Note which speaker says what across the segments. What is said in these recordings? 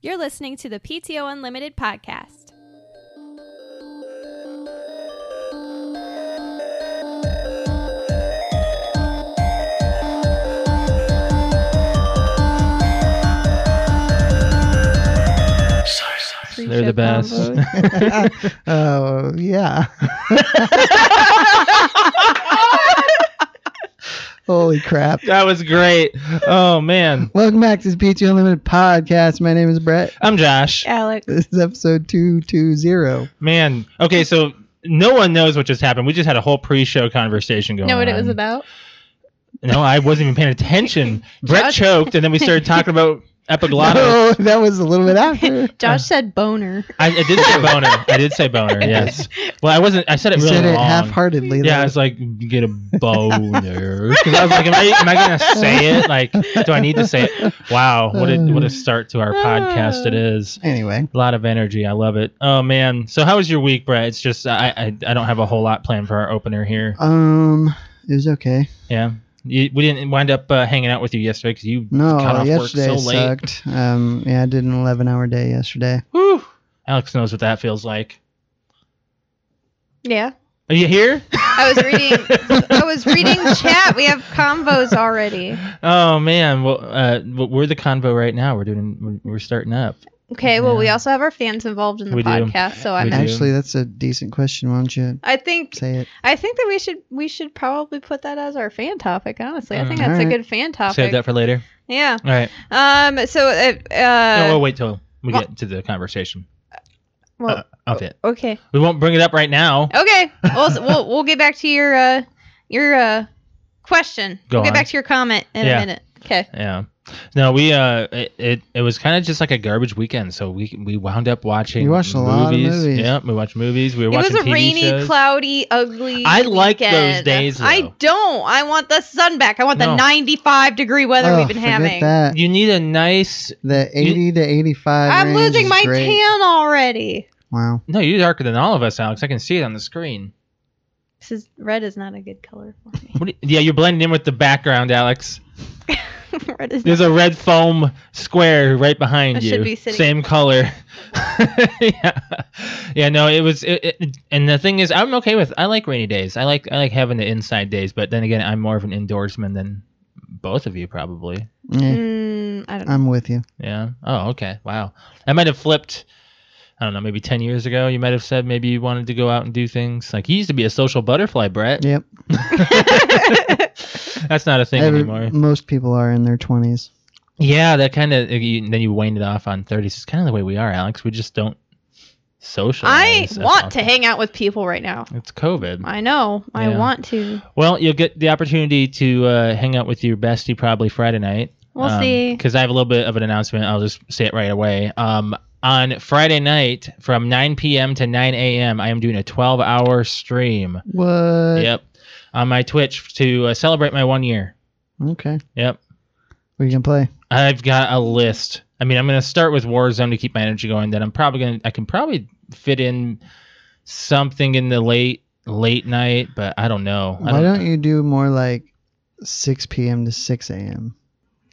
Speaker 1: You're listening to the PTO Unlimited podcast.
Speaker 2: They're the best.
Speaker 3: Oh, yeah. Holy crap.
Speaker 2: that was great. Oh man,
Speaker 3: Welcome back to the PTO Unlimited podcast. My name is Brett.
Speaker 2: I'm Josh.
Speaker 1: Alex.
Speaker 3: This is episode 220.
Speaker 2: Man, okay, so no one knows what just happened. We just had a whole pre-show conversation going.
Speaker 4: know what it was
Speaker 2: on.
Speaker 4: about?
Speaker 2: No, I wasn't even paying attention. Brett
Speaker 4: Josh-
Speaker 2: choked, and then we started talking about epiglottis.
Speaker 3: Oh, that was a little bit after.
Speaker 4: Josh said boner.
Speaker 2: I, I did say boner. I did say boner. Yes. Well, I wasn't. I said it
Speaker 3: You
Speaker 2: really
Speaker 3: said it
Speaker 2: long.
Speaker 3: half heartedly.
Speaker 2: yeah, I was like, get a boner. 'Cause I was like, am I, am I gonna say it? Like, do I need to say it? Wow, what a what a start to our podcast it is.
Speaker 3: Anyway,
Speaker 2: A lot of energy. I love it. Oh man. So how was your week, Brett? It's just I I, I don't have a whole lot planned for our opener here.
Speaker 3: um, it was okay.
Speaker 2: Yeah. You, we didn't wind up uh, hanging out with you yesterday because you
Speaker 3: No,
Speaker 2: cut off
Speaker 3: yesterday
Speaker 2: work so late.
Speaker 3: sucked. Um, yeah, I did an 11 hour day yesterday.
Speaker 2: Whew. Alex knows what that feels like.
Speaker 4: Yeah.
Speaker 2: Are you here?
Speaker 4: I was reading I was reading chat. We have combos already.
Speaker 2: Oh man. Well, uh, w- we're the convo right now. We're doing. We're we're starting up.
Speaker 4: Okay, well we
Speaker 2: Yeah.
Speaker 4: also have our fans involved in the
Speaker 2: We do.
Speaker 4: podcast, so I'm
Speaker 2: We do.
Speaker 4: in.
Speaker 3: Actually, that's a decent question. Why don't you
Speaker 4: I think
Speaker 3: say it?
Speaker 4: I think that we should we should probably put that as our fan topic, honestly. I think
Speaker 2: Mm.
Speaker 4: that's a
Speaker 3: Alright.
Speaker 4: good fan
Speaker 2: Save
Speaker 4: topic.
Speaker 2: that for later.
Speaker 4: Yeah.
Speaker 2: All right.
Speaker 4: Um so uh,
Speaker 2: no,
Speaker 4: uh
Speaker 2: we'll wait till we
Speaker 4: well-
Speaker 2: get to the conversation Uh,
Speaker 4: well,
Speaker 2: of it.
Speaker 4: uh, okay.
Speaker 2: We won't bring it up right now.
Speaker 4: Okay. We'll, we'll we'll get back to your uh your uh question.
Speaker 2: Go
Speaker 4: we'll get
Speaker 2: on.
Speaker 4: back to your comment in
Speaker 2: Yeah.
Speaker 4: a minute. Okay.
Speaker 2: Yeah. No, we uh, it it, it was kind of just like a garbage weekend. So we we wound up watching.
Speaker 3: You watched a lot of movies.
Speaker 2: Yeah, we watched movies. We were
Speaker 4: It was
Speaker 2: watching
Speaker 4: a
Speaker 2: TV
Speaker 4: rainy,
Speaker 2: shows.
Speaker 4: cloudy, ugly.
Speaker 2: I like those
Speaker 4: weekend.
Speaker 2: days, though.
Speaker 4: I don't. I want the sun back. I want
Speaker 2: No.
Speaker 4: the 95 degree weather
Speaker 3: oh,
Speaker 4: we've been
Speaker 3: forget
Speaker 4: having.
Speaker 3: that.
Speaker 2: You need a nice.
Speaker 3: The 80 to 85.
Speaker 4: I'm
Speaker 3: range
Speaker 4: losing
Speaker 3: is
Speaker 4: my
Speaker 3: great.
Speaker 4: tan already.
Speaker 3: Wow.
Speaker 2: No, you're darker than all of us, Alex. I can see it on the screen.
Speaker 4: This is red is not a good color for me.
Speaker 2: What do you- yeah, you're blending in with the background, Alex.
Speaker 4: red is.
Speaker 2: There's a red foam square right behind
Speaker 4: I
Speaker 2: you.
Speaker 4: should be sitting-
Speaker 2: Same color. yeah. Yeah, no, it was it, it, and the thing is I'm okay with I like rainy days. I like I like having the inside days, but then again, I'm more of an indoorsman than both of you probably.
Speaker 3: Yeah,
Speaker 4: Mm, I don't know.
Speaker 3: Mm-hmm. I'm with you.
Speaker 2: Yeah. Oh, okay. Wow. I might have flipped. I don't know, maybe 10 years ago, you might have said maybe you wanted to go out and do things. Like, you used to be a social butterfly, Brett.
Speaker 3: Yep.
Speaker 2: That's not a thing
Speaker 3: Every-
Speaker 2: anymore.
Speaker 3: Most people are in their 20s.
Speaker 2: Yeah, that kind of, then you waned it off on 30s. It's kind of the way we are, Alex. We just don't
Speaker 4: I
Speaker 2: socialize. That's all.
Speaker 4: want to hang out with people right now.
Speaker 2: It's COVID.
Speaker 4: I know. I
Speaker 2: Yeah.
Speaker 4: want to.
Speaker 2: Well, you'll get the opportunity to uh, hang out with your bestie probably Friday night.
Speaker 4: We'll see.
Speaker 2: Because Um, I have a little bit of an announcement. I'll just say it right away. Um, on Friday night from 9 p.m. to 9 a.m., I am doing a 12 hour stream.
Speaker 3: What?
Speaker 2: yep. On my Twitch to uh, celebrate my one year.
Speaker 3: Okay.
Speaker 2: Yep.
Speaker 3: We can play.
Speaker 2: I've got a list. I mean, I'm going to start with Warzone to keep my energy going. Then I'm probably going to, I can probably fit in something in the late, late night, but I don't know. I
Speaker 3: Why don't you do more like 6 p.m. to 6 a.m.?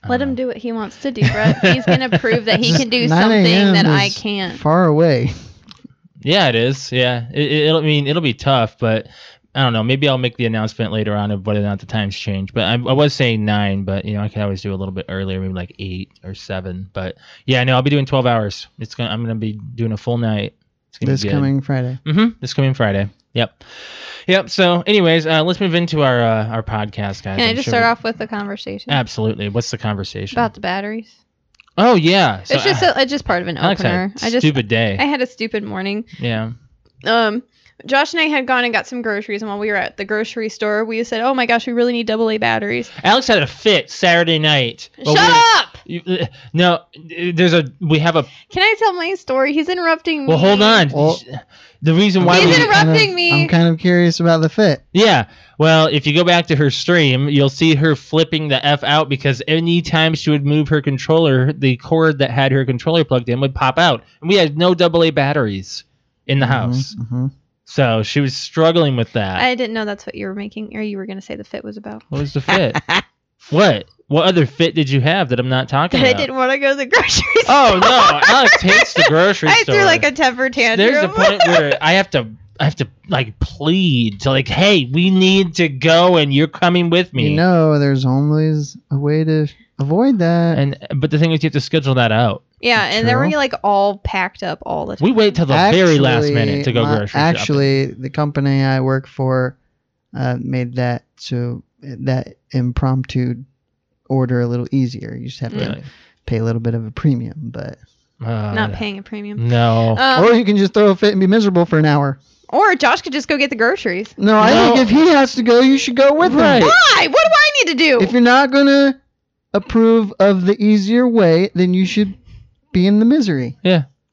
Speaker 2: I
Speaker 4: Let
Speaker 2: don't
Speaker 4: him
Speaker 2: know.
Speaker 4: do what he wants to do, Brett. He's going to prove that he can do
Speaker 3: 9
Speaker 4: something
Speaker 3: a.m.
Speaker 4: that I
Speaker 3: is
Speaker 4: can't.
Speaker 3: Far away.
Speaker 2: Yeah, it is. Yeah, it, it, it'll I mean it'll be tough, but I don't know. Maybe I'll make the announcement later on of whether or not the times change. But I, I was saying nine, but you know I could always do a little bit earlier, maybe like eight or seven. But yeah, no, I'll be doing twelve hours. It's gonna I'm gonna be doing a full night. It's gonna
Speaker 3: This
Speaker 2: be good.
Speaker 3: coming Friday.
Speaker 2: Mm-hmm. This coming Friday. Yep. Yep. So, anyways, uh, let's move into our uh, our podcast, guys.
Speaker 4: Can I
Speaker 2: I'm
Speaker 4: just
Speaker 2: sure
Speaker 4: start
Speaker 2: we-
Speaker 4: off with the conversation
Speaker 2: Absolutely. What's the conversation?
Speaker 4: about the batteries?
Speaker 2: oh yeah. So
Speaker 4: it's just
Speaker 2: I,
Speaker 4: a, it's just part of an
Speaker 2: Alex had a
Speaker 4: opener. I just
Speaker 2: stupid day.
Speaker 4: I had a stupid morning.
Speaker 2: yeah.
Speaker 4: Um, Josh and I had gone and got some groceries, and while we were at the grocery store, we said, "Oh my gosh, we really need double A batteries."
Speaker 2: Alex had a fit Saturday night. while we
Speaker 4: Shut
Speaker 2: were-
Speaker 4: up!
Speaker 2: You, uh, no, uh, there's a we have a
Speaker 4: Can I tell my story? He's interrupting me.
Speaker 2: well. Hold
Speaker 4: Mm-hmm.
Speaker 2: on.
Speaker 3: Well-
Speaker 2: the reason why
Speaker 4: He's
Speaker 2: we
Speaker 4: interrupt- interrupting
Speaker 3: I'm
Speaker 4: me.
Speaker 3: I'm kind of curious about the fit.
Speaker 2: yeah. Well, if you go back to her stream, you'll see her flipping the f out because anytime she would move her controller, the cord that had her controller plugged in would pop out, and we had no AA batteries in the house,
Speaker 3: Mhm, mhm.
Speaker 2: so she was struggling with that.
Speaker 4: I didn't know that's what you were making, or you were gonna say the fit was about.
Speaker 2: what was the fit? What? What other fit did you have that I'm not talking
Speaker 4: That I
Speaker 2: about?
Speaker 4: didn't want to go to the grocery store.
Speaker 2: oh no, Alex hates the grocery
Speaker 4: I
Speaker 2: store.
Speaker 4: threw like a temper tantrum.
Speaker 2: There's a point where I have to. I have to like plead to like, hey, we need to go, and you're coming with me.
Speaker 3: You know, there's always a way to avoid that.
Speaker 2: And but the thing is, you have to schedule that out.
Speaker 4: yeah, and then
Speaker 3: True.
Speaker 4: we're like all packed up all the time.
Speaker 2: We wait till the very last minute to go
Speaker 3: my-
Speaker 2: grocery shopping.
Speaker 3: Actually, the company I work for uh, made that so that impromptu order a little easier. You just have to
Speaker 2: really.
Speaker 3: pay a little bit of a premium, but
Speaker 2: Uh,
Speaker 4: Mm. not paying a premium.
Speaker 2: No.
Speaker 4: Um,
Speaker 3: or you can just throw a fit and be miserable for an hour.
Speaker 4: or Josh could just go get the groceries.
Speaker 3: No, I
Speaker 2: No.
Speaker 3: think if he has to go, you should go with
Speaker 2: Right.
Speaker 3: him.
Speaker 4: Why? What do I need to do?
Speaker 3: If you're not gonna approve of the easier way, then you should be in the misery.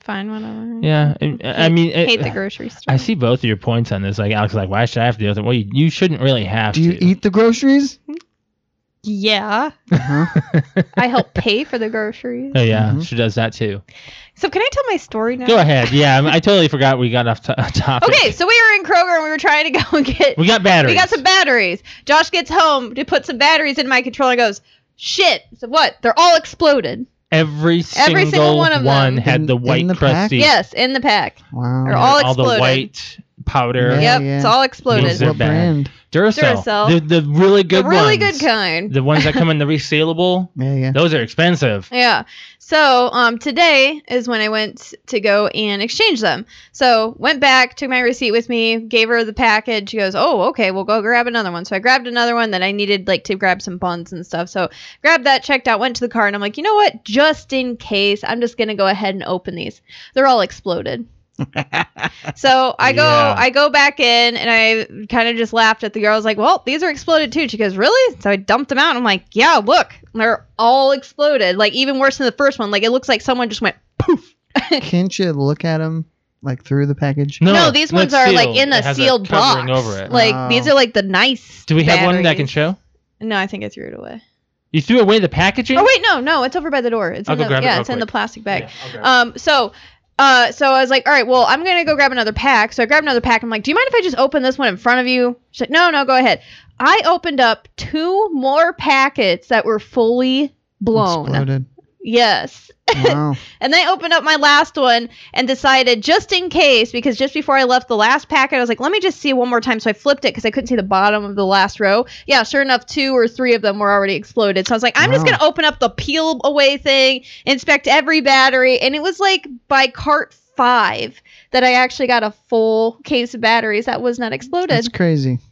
Speaker 4: Fine, whatever.
Speaker 2: yeah. I, I mean, it-
Speaker 4: hate the grocery store.
Speaker 2: I see both of your points on this. Like Alex, is like, why should I have to deal with it? Well, you, you shouldn't really have
Speaker 3: Do you
Speaker 2: to.
Speaker 3: eat the groceries?
Speaker 4: yeah,
Speaker 3: Uh-huh.
Speaker 4: I help pay for the groceries.
Speaker 2: Oh yeah,
Speaker 3: Mhm.
Speaker 2: she does that too.
Speaker 4: So can I tell my story now?
Speaker 2: Go ahead. Yeah, I, I totally forgot we got off to- topic.
Speaker 4: Okay, so we were in Kroger and we were trying to go and get
Speaker 2: we got batteries.
Speaker 4: we got some batteries. Josh gets home to put some batteries in my controller and goes, "Shit, so what? They're all exploded."
Speaker 2: every single,
Speaker 4: single one of them.
Speaker 2: had
Speaker 3: In-
Speaker 2: the
Speaker 3: in
Speaker 2: white
Speaker 3: the pack?
Speaker 2: crusty.
Speaker 4: Yes, in the pack.
Speaker 3: Wow.
Speaker 4: They're all
Speaker 2: the
Speaker 4: exploded.
Speaker 2: white powder.
Speaker 3: Yeah,
Speaker 4: yep,
Speaker 3: yeah.
Speaker 4: it's all exploded.
Speaker 2: Means they're
Speaker 3: what
Speaker 2: bad.
Speaker 3: brand?
Speaker 2: Duracell.
Speaker 4: Duracell.
Speaker 2: The, the really good
Speaker 4: the really
Speaker 2: ones.
Speaker 4: good kind.
Speaker 2: The ones that come in the resealable.
Speaker 3: Yeah, yeah.
Speaker 2: Those are expensive.
Speaker 4: Yeah. So um, today is when I went to go and exchange them. So went back, took my receipt with me, gave her the package. She goes, "Oh, okay, we'll go grab another one." So I grabbed another one that I needed, like to grab some buns and stuff. So grabbed that, checked out, went to the car, and I'm like, you know what? Just in case, I'm just gonna go ahead and open these. They're all exploded. so I go,
Speaker 2: Yeah.
Speaker 4: I go back in, and I kind of just laughed at the girl. I was like, "Well, these are exploded too." She goes, "Really?" So I dumped them out. and I'm like, "Yeah, look, they're all exploded. Like even worse than the first one. Like it looks like someone just went poof."
Speaker 3: Can't you look at them like through the package?
Speaker 2: No,
Speaker 4: No, these
Speaker 2: no, it's
Speaker 4: ones are like
Speaker 2: sealed.
Speaker 4: in
Speaker 2: It
Speaker 4: a
Speaker 2: has a
Speaker 4: sealed box.
Speaker 2: covering over it.
Speaker 4: Like
Speaker 3: Wow.
Speaker 4: these are like the nice.
Speaker 2: Do we have one that can
Speaker 4: batteries.
Speaker 2: show?
Speaker 4: no, I think I threw it away.
Speaker 2: You threw away the packaging.
Speaker 4: Oh wait, no, no, it's over by the door. It's
Speaker 2: I'll
Speaker 4: in
Speaker 2: go
Speaker 4: the,
Speaker 2: grab it
Speaker 4: yeah,
Speaker 2: real
Speaker 4: it's in the
Speaker 2: quick.
Speaker 4: plastic bag.
Speaker 2: Yeah, okay.
Speaker 4: Um, so, uh, so I was like, all right, well, I'm gonna go grab another pack. So I grabbed another pack. I'm like, do you mind if I just open this one in front of you? She's like, no, no, go ahead. I opened up two more packets that were fully blown.
Speaker 3: Exploded.
Speaker 4: Yes.
Speaker 3: Wow.
Speaker 4: And then I opened up my last one and decided just in case, because just before I left the last packet, I was like, let me just see one more time. So I flipped it because I couldn't see the bottom of the last row. Yeah, sure enough, two or three of them were already exploded. So I was like, I'm just
Speaker 3: Wow.
Speaker 4: going to open up the peel away thing, inspect every battery. And it was like by cart five that I actually got a full case of batteries that was not exploded.
Speaker 3: That's crazy.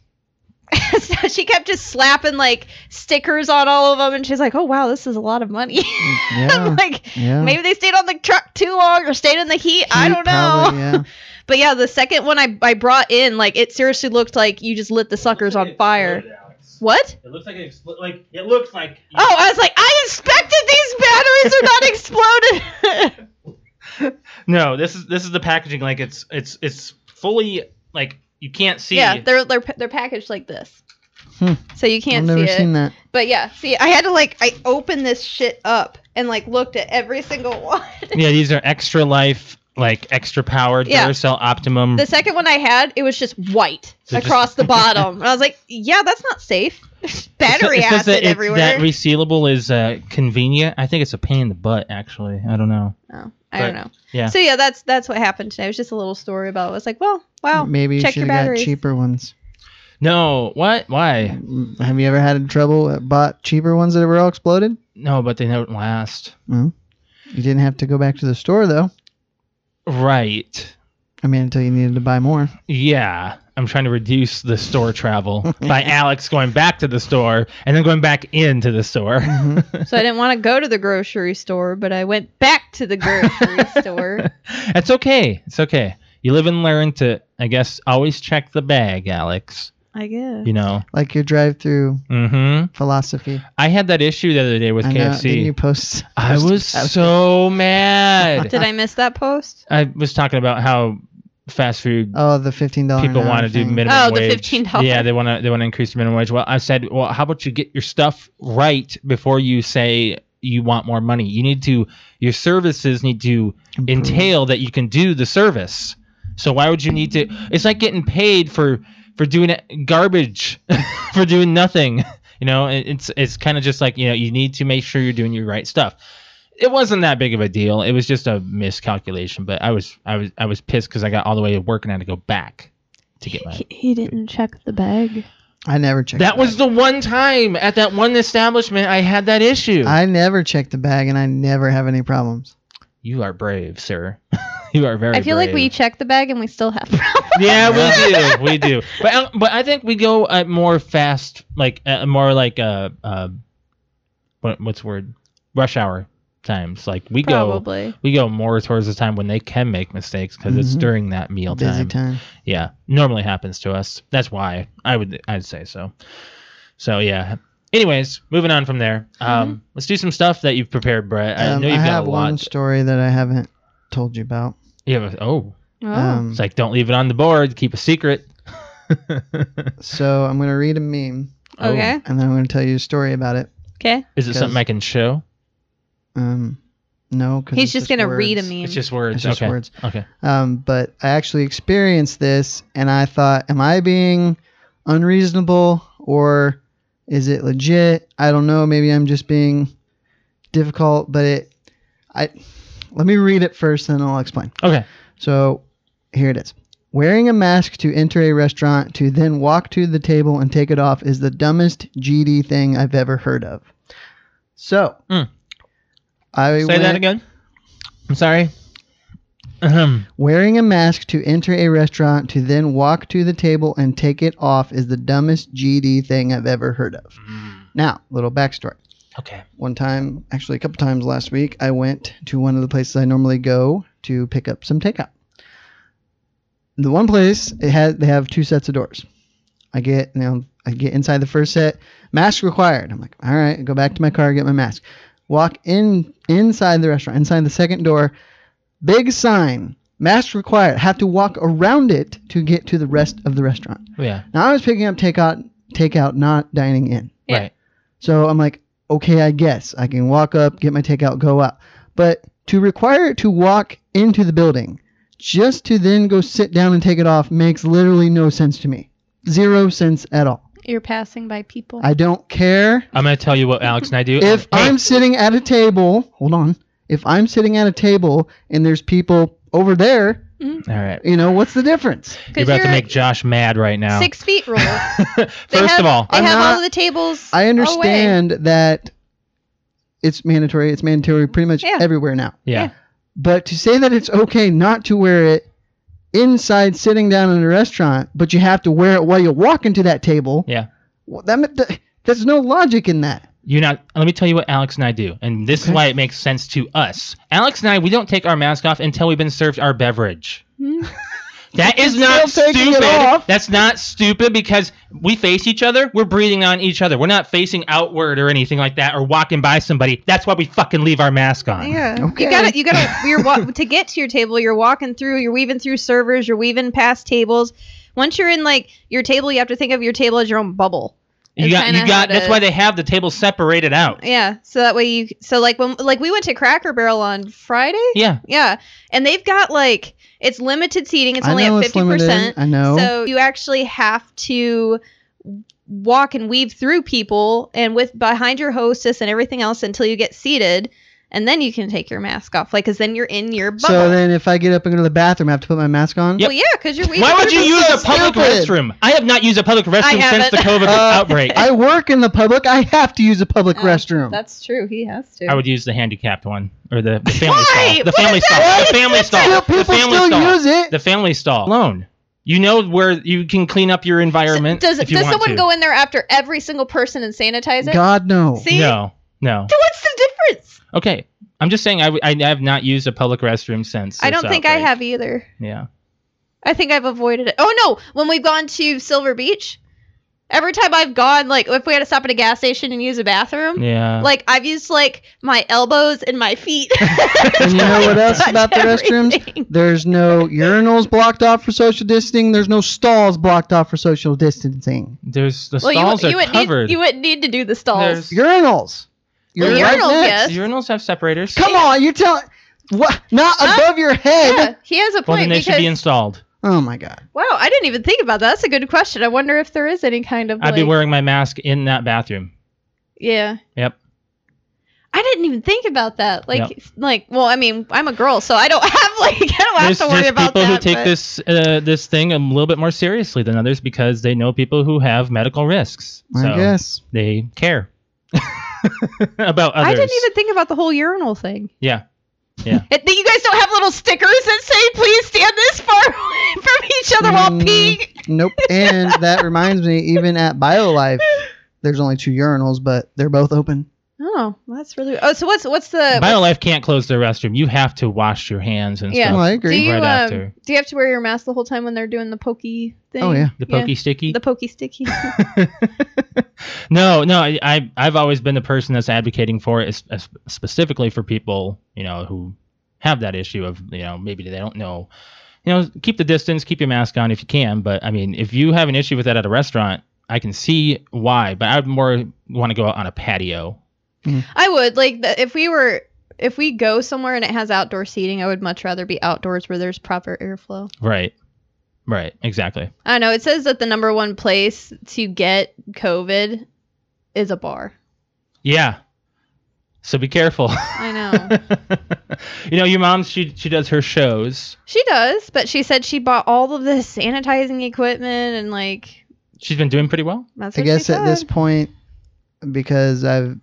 Speaker 4: so she kept just slapping like stickers on all of them. And she's like, oh, wow, this is a lot of money.
Speaker 3: Yeah.
Speaker 4: I'm like,
Speaker 3: Yeah.
Speaker 4: Maybe they stayed on the truck too long or stayed in the heat. I
Speaker 3: Heat
Speaker 4: don't know.
Speaker 3: probably, yeah.
Speaker 4: But yeah, the second one I, I brought in, like, it seriously looked like you just lit the suckers on fire. What?
Speaker 2: It looks like it, like it looks like.
Speaker 4: Oh, I was like, I inspected these batteries are not exploded.
Speaker 2: No, this is this is the packaging. Like it's it's it's fully like you can't see.
Speaker 4: yeah, they're, they're pa- they're packaged like this.
Speaker 3: Hmm.
Speaker 4: So you can't
Speaker 3: I've never
Speaker 4: see it.
Speaker 3: seen that.
Speaker 4: But yeah, see, I had to like I opened this shit up and like looked at every single one.
Speaker 2: yeah, these are extra life, like extra powered
Speaker 4: Yeah.
Speaker 2: Duracell Optimum.
Speaker 4: the second one I had, it was just white
Speaker 2: So just-
Speaker 4: across the bottom. And I was like, yeah, that's not safe. Battery
Speaker 2: It sa- it says
Speaker 4: acid
Speaker 2: that it-
Speaker 4: everywhere.
Speaker 2: That resealable is uh, convenient. I think it's a pain in the butt, actually. I don't know.
Speaker 4: Oh, I
Speaker 2: But,
Speaker 4: don't know.
Speaker 2: yeah.
Speaker 4: So yeah, that's that's what happened today. It was just a little story about. It was like, well, wow.
Speaker 3: Maybe you
Speaker 4: check
Speaker 3: should
Speaker 4: your
Speaker 3: have got
Speaker 4: batteries.
Speaker 3: cheaper ones.
Speaker 2: No, what? Why?
Speaker 3: Mm, Have you ever had trouble at bought cheaper ones that were all exploded?
Speaker 2: No, but they don't last.
Speaker 3: You didn't have to go back to the store though.
Speaker 2: Right.
Speaker 3: I mean, until you needed to buy more.
Speaker 2: Yeah. I'm trying to reduce the store travel by Alex going back to the store and then going back into the store.
Speaker 3: Mhm.
Speaker 4: So I didn't want to go to the grocery store, but I went back to the grocery store.
Speaker 2: It's okay. It's okay. You live and learn to, I guess, always check the bag, Alex.
Speaker 4: I guess.
Speaker 2: You know.
Speaker 3: like your drive-through
Speaker 2: Mm-hmm.
Speaker 3: philosophy.
Speaker 2: I had that issue the other day with
Speaker 3: I know. Didn't
Speaker 2: KFC.
Speaker 3: you post?
Speaker 2: I
Speaker 3: post
Speaker 2: was
Speaker 3: about it?
Speaker 2: so mad.
Speaker 4: Did I miss that post?
Speaker 2: I was talking about how fast food
Speaker 3: Oh, the fifteen dollars.
Speaker 2: people want to do minimum
Speaker 4: Oh, the
Speaker 2: wage.
Speaker 4: $15.
Speaker 2: Yeah, they want to they want to increase the minimum wage. Well, I said, well, how about you get your stuff right before you say you want more money? You need to your services need to
Speaker 3: Mm-hmm.
Speaker 4: Mm-hmm.
Speaker 2: entail that you can do the service. So why would you need to? It's like getting paid for for doing garbage, for doing nothing. You know, it, it's it's kind of just like you know you need to make sure you're doing your right stuff. It wasn't that big of a deal. It was just a miscalculation, but I was I was I was pissed because I got all the way to work and I had to go back to get my.
Speaker 4: He, he didn't check the bag.
Speaker 3: I never checked.
Speaker 2: That
Speaker 3: the
Speaker 2: was
Speaker 3: bag.
Speaker 2: the one time at that one establishment I had that issue.
Speaker 3: I never check the bag, and I never have any problems.
Speaker 2: you are brave, sir. you are very.
Speaker 4: I feel like
Speaker 2: brave.
Speaker 4: we check the bag and we still have problems.
Speaker 2: yeah, we do, we do. But I- but I think we go at more fast, like uh, more like uh, uh what what's the word rush hour times. Like we go
Speaker 4: Probably.
Speaker 2: we go more towards the time when they can make mistakes because it's
Speaker 3: Mhm.
Speaker 2: during that meal
Speaker 3: Busy
Speaker 2: time.
Speaker 3: time.
Speaker 2: Yeah, normally happens to us. That's why I would I'd say so. So yeah. Anyways, moving on from there. Um, let's do some stuff that you've prepared, Brett. I
Speaker 3: Mm-hmm. Um,
Speaker 2: know you've got
Speaker 3: have
Speaker 2: a
Speaker 3: one
Speaker 2: lot.
Speaker 3: story that I haven't told you about.
Speaker 2: you have a, oh,
Speaker 4: Oh.
Speaker 3: Um,
Speaker 2: it's like don't leave it on the board. Keep a secret.
Speaker 3: so I'm gonna read a meme,
Speaker 2: Oh.
Speaker 4: okay.
Speaker 3: and then I'm gonna tell you a story about it.
Speaker 4: Okay.
Speaker 2: Is it
Speaker 3: 'Cause-
Speaker 2: something I can show?
Speaker 3: Um, no, 'cause
Speaker 4: He's
Speaker 3: it's
Speaker 4: just gonna read a
Speaker 3: words.
Speaker 4: meme.
Speaker 2: It's just words.
Speaker 3: It's just
Speaker 2: okay.
Speaker 3: words.
Speaker 2: Okay.
Speaker 3: Um, but I actually experienced this, and I thought, am I being unreasonable or is it legit? I don't know. Maybe I'm just being difficult, but it. I let me read it first, then I'll explain.
Speaker 2: Okay.
Speaker 3: So here it is. Wearing a mask to enter a restaurant to then walk to the table and take it off is the dumbest GD thing I've ever heard of. So
Speaker 2: Mm.
Speaker 3: I
Speaker 2: Say
Speaker 3: went-
Speaker 2: that again. I'm sorry. Ahem.
Speaker 3: Wearing a mask to enter a restaurant to then walk to the table and take it off is the dumbest GD thing I've ever heard of. Now, little backstory.
Speaker 2: okay.
Speaker 3: One time, actually a couple times last week, I went to one of the places I normally go to pick up some takeout. The one place it had they have two sets of doors. I get you know I get inside the first set, mask required. I'm like, all right, go back to my car, get my mask. Walk in inside the restaurant, inside the second door, big sign, mask required. Have to walk around it to get to the rest of the restaurant.
Speaker 2: Oh, yeah.
Speaker 3: Now I was picking up takeout, takeout, not dining in.
Speaker 4: Yeah.
Speaker 2: Right.
Speaker 3: So I'm like, okay, I guess I can walk up, get my takeout, go out. But to require it to walk into the building just to then go sit down and take it off makes literally no sense to me. Zero sense at all.
Speaker 4: You're passing by people.
Speaker 3: I don't care
Speaker 2: I'm gonna tell you what Alex and I do.
Speaker 3: if
Speaker 2: Hey,
Speaker 3: I'm sitting at a table. Hold on. If I'm sitting at a table and there's people over there,
Speaker 2: all right.
Speaker 3: you know, what's the difference?
Speaker 2: You're about to make Josh mad right now.
Speaker 4: six feet rule. They
Speaker 2: First
Speaker 4: have-
Speaker 2: of all,
Speaker 4: they
Speaker 3: I'm
Speaker 4: have
Speaker 3: not-
Speaker 4: all of the tables.
Speaker 3: I
Speaker 4: away.
Speaker 3: understand that it's mandatory. It's mandatory pretty much
Speaker 4: Yeah.
Speaker 3: everywhere now.
Speaker 2: yeah.
Speaker 3: But to say that it's okay not to wear it inside sitting down in a restaurant, but you have to wear it while you walk into that table,
Speaker 2: Yeah.
Speaker 3: well, that, ma- th- there's no logic in that.
Speaker 2: You're not. Let me tell you what Alex and I do, and this is
Speaker 3: Okay.
Speaker 2: why it makes sense to us. Alex and I, we don't take our mask off until we've been served our beverage. That is not
Speaker 3: Hmm. still taking it
Speaker 2: stupid.
Speaker 3: off.
Speaker 2: That's not stupid because we face each other. We're breathing on each other. We're not facing outward or anything like that, or walking by somebody. That's why we fucking leave our mask on.
Speaker 4: Yeah.
Speaker 3: Okay.
Speaker 4: You gotta, you gotta, you're wa- to get to your table, you're walking through, you're weaving through servers, you're weaving past tables. Once you're in like your table, you have to think of your table as your own bubble.
Speaker 2: You
Speaker 4: It's
Speaker 2: got, you
Speaker 4: kinda
Speaker 2: got.
Speaker 4: how
Speaker 2: That's
Speaker 4: to-
Speaker 2: why they have the tables separated out.
Speaker 4: Yeah. So that way you, so like when, like we went to Cracker Barrel on Friday.
Speaker 2: Yeah,
Speaker 4: Yeah. And they've got like, it's limited seating. It's
Speaker 3: I
Speaker 4: only at
Speaker 3: know
Speaker 4: 50%.
Speaker 3: it's limited. I know.
Speaker 4: So you actually have to walk and weave through people and with behind your hostess and everything else until you get seated. And then you can take your mask off, like, because then you're in your bubble.
Speaker 3: So then if I get up and go to the bathroom, I have to put my mask on?
Speaker 2: Yep.
Speaker 4: Well, yeah, because you're weaving
Speaker 2: Why would you
Speaker 4: through
Speaker 2: use
Speaker 4: people.
Speaker 2: a public
Speaker 3: stupid.
Speaker 2: restroom? I have not used a public restroom since
Speaker 4: haven't.
Speaker 2: the COVID
Speaker 3: Uh,
Speaker 2: outbreak. I,
Speaker 3: I work in the public. I have to use a public
Speaker 4: Oh,
Speaker 3: restroom.
Speaker 4: That's true. He has to.
Speaker 2: would use the handicapped one or the, the family
Speaker 4: Why?
Speaker 2: stall. The
Speaker 4: What
Speaker 2: family
Speaker 4: does that
Speaker 2: stall.
Speaker 4: mean?
Speaker 2: The family stall.
Speaker 3: Still,
Speaker 2: The
Speaker 3: people
Speaker 2: family
Speaker 3: still
Speaker 2: stall.
Speaker 3: use it.
Speaker 2: The family stall alone. You know where you can clean up your environment.
Speaker 4: does
Speaker 2: if you
Speaker 4: does
Speaker 2: want
Speaker 4: someone
Speaker 2: to.
Speaker 4: go in there after every single person and sanitize it?
Speaker 3: God, no.
Speaker 4: See,
Speaker 2: No, no.
Speaker 4: So what's the difference?
Speaker 2: Okay, I'm just saying I, w- I have not used a public restroom since.
Speaker 4: I
Speaker 2: this
Speaker 4: don't think I
Speaker 2: outbreak.
Speaker 4: have either.
Speaker 2: Yeah.
Speaker 4: I think I've avoided it. Oh no, when we've gone to Silver Beach, every time I've gone, like if we had to stop at a gas station and use a bathroom,
Speaker 2: Yeah.
Speaker 4: Like I've used like my elbows and my feet.
Speaker 3: And you know what else
Speaker 4: Touch
Speaker 3: about the restrooms?
Speaker 4: everything.
Speaker 3: There's no urinals blocked off for social distancing. There's no stalls blocked off for social distancing.
Speaker 2: There's the
Speaker 4: Well,
Speaker 2: stalls
Speaker 4: you,
Speaker 2: are
Speaker 4: you wouldn't
Speaker 2: covered.
Speaker 4: need you wouldn't need to do the stalls.
Speaker 2: There's-
Speaker 3: Urinals.
Speaker 4: Well,
Speaker 3: You're right
Speaker 4: urinals, yes.
Speaker 3: next.
Speaker 2: Urinals have separators.
Speaker 3: Come on, you're telling what? Not
Speaker 4: Huh?
Speaker 3: above your head.
Speaker 4: yeah, he has a
Speaker 2: Well,
Speaker 4: point
Speaker 2: then they
Speaker 4: because
Speaker 2: should be installed.
Speaker 3: Oh my god.
Speaker 4: Wow, I didn't even think about that. That's a good question. I wonder if there is any kind of.
Speaker 2: I'd be
Speaker 4: like-
Speaker 2: wearing my mask in that bathroom.
Speaker 4: Yeah.
Speaker 2: Yep.
Speaker 4: I didn't even think about that. Like,
Speaker 2: Yep.
Speaker 4: like, well, I mean, I'm a girl, so I don't have like, I don't have
Speaker 2: There's,
Speaker 4: to worry
Speaker 2: there's
Speaker 4: about
Speaker 2: people
Speaker 4: that.
Speaker 2: who take
Speaker 4: but-
Speaker 2: this uh, this thing a little bit more seriously than others because they know people who have medical risks,
Speaker 3: I
Speaker 2: so
Speaker 3: guess.
Speaker 2: they care about others.
Speaker 4: I didn't even think about the whole urinal thing.
Speaker 2: Yeah.
Speaker 4: I think you guys don't have little stickers that say "Please stand this far away from each other while
Speaker 3: Mm.
Speaker 4: peeing."
Speaker 3: Nope. And that reminds me, even at BioLife, there's only two urinals, but they're both open.
Speaker 4: Oh, that's really. Oh, so what's what's the?
Speaker 2: BioLife can't close their restroom. You have to wash your hands and
Speaker 4: Yeah.
Speaker 2: stuff.
Speaker 3: Well, Oh, I
Speaker 4: do
Speaker 3: agree.
Speaker 4: you
Speaker 2: right
Speaker 4: um,
Speaker 2: after.
Speaker 4: do you have to wear your mask the whole time when they're doing the pokey thing?
Speaker 3: Oh, yeah.
Speaker 2: The pokey sticky.
Speaker 4: the pokey sticky.
Speaker 2: no, no, I, I I've always been the person that's advocating for it, es- es- specifically for people you know who have that issue of you know maybe they don't know, you know, keep the distance, keep your mask on if you can. But I mean, if you have an issue with that at a restaurant, I can see why. But I would more want to go out on a patio.
Speaker 4: I would like the, if we were if we go somewhere and it has outdoor seating, I would much rather be outdoors where there's proper airflow.
Speaker 2: Right. Right. Exactly.
Speaker 4: I don't know. It says that the number one place to get COVID is a bar.
Speaker 2: Yeah. So be careful.
Speaker 4: I know.
Speaker 2: you know, your mom she she does her shows.
Speaker 4: she does, but she said she bought all of this sanitizing equipment and like
Speaker 2: She's been doing pretty well.
Speaker 4: that's
Speaker 3: I
Speaker 4: what
Speaker 3: guess
Speaker 4: she
Speaker 3: at this
Speaker 4: said.
Speaker 3: point, because I've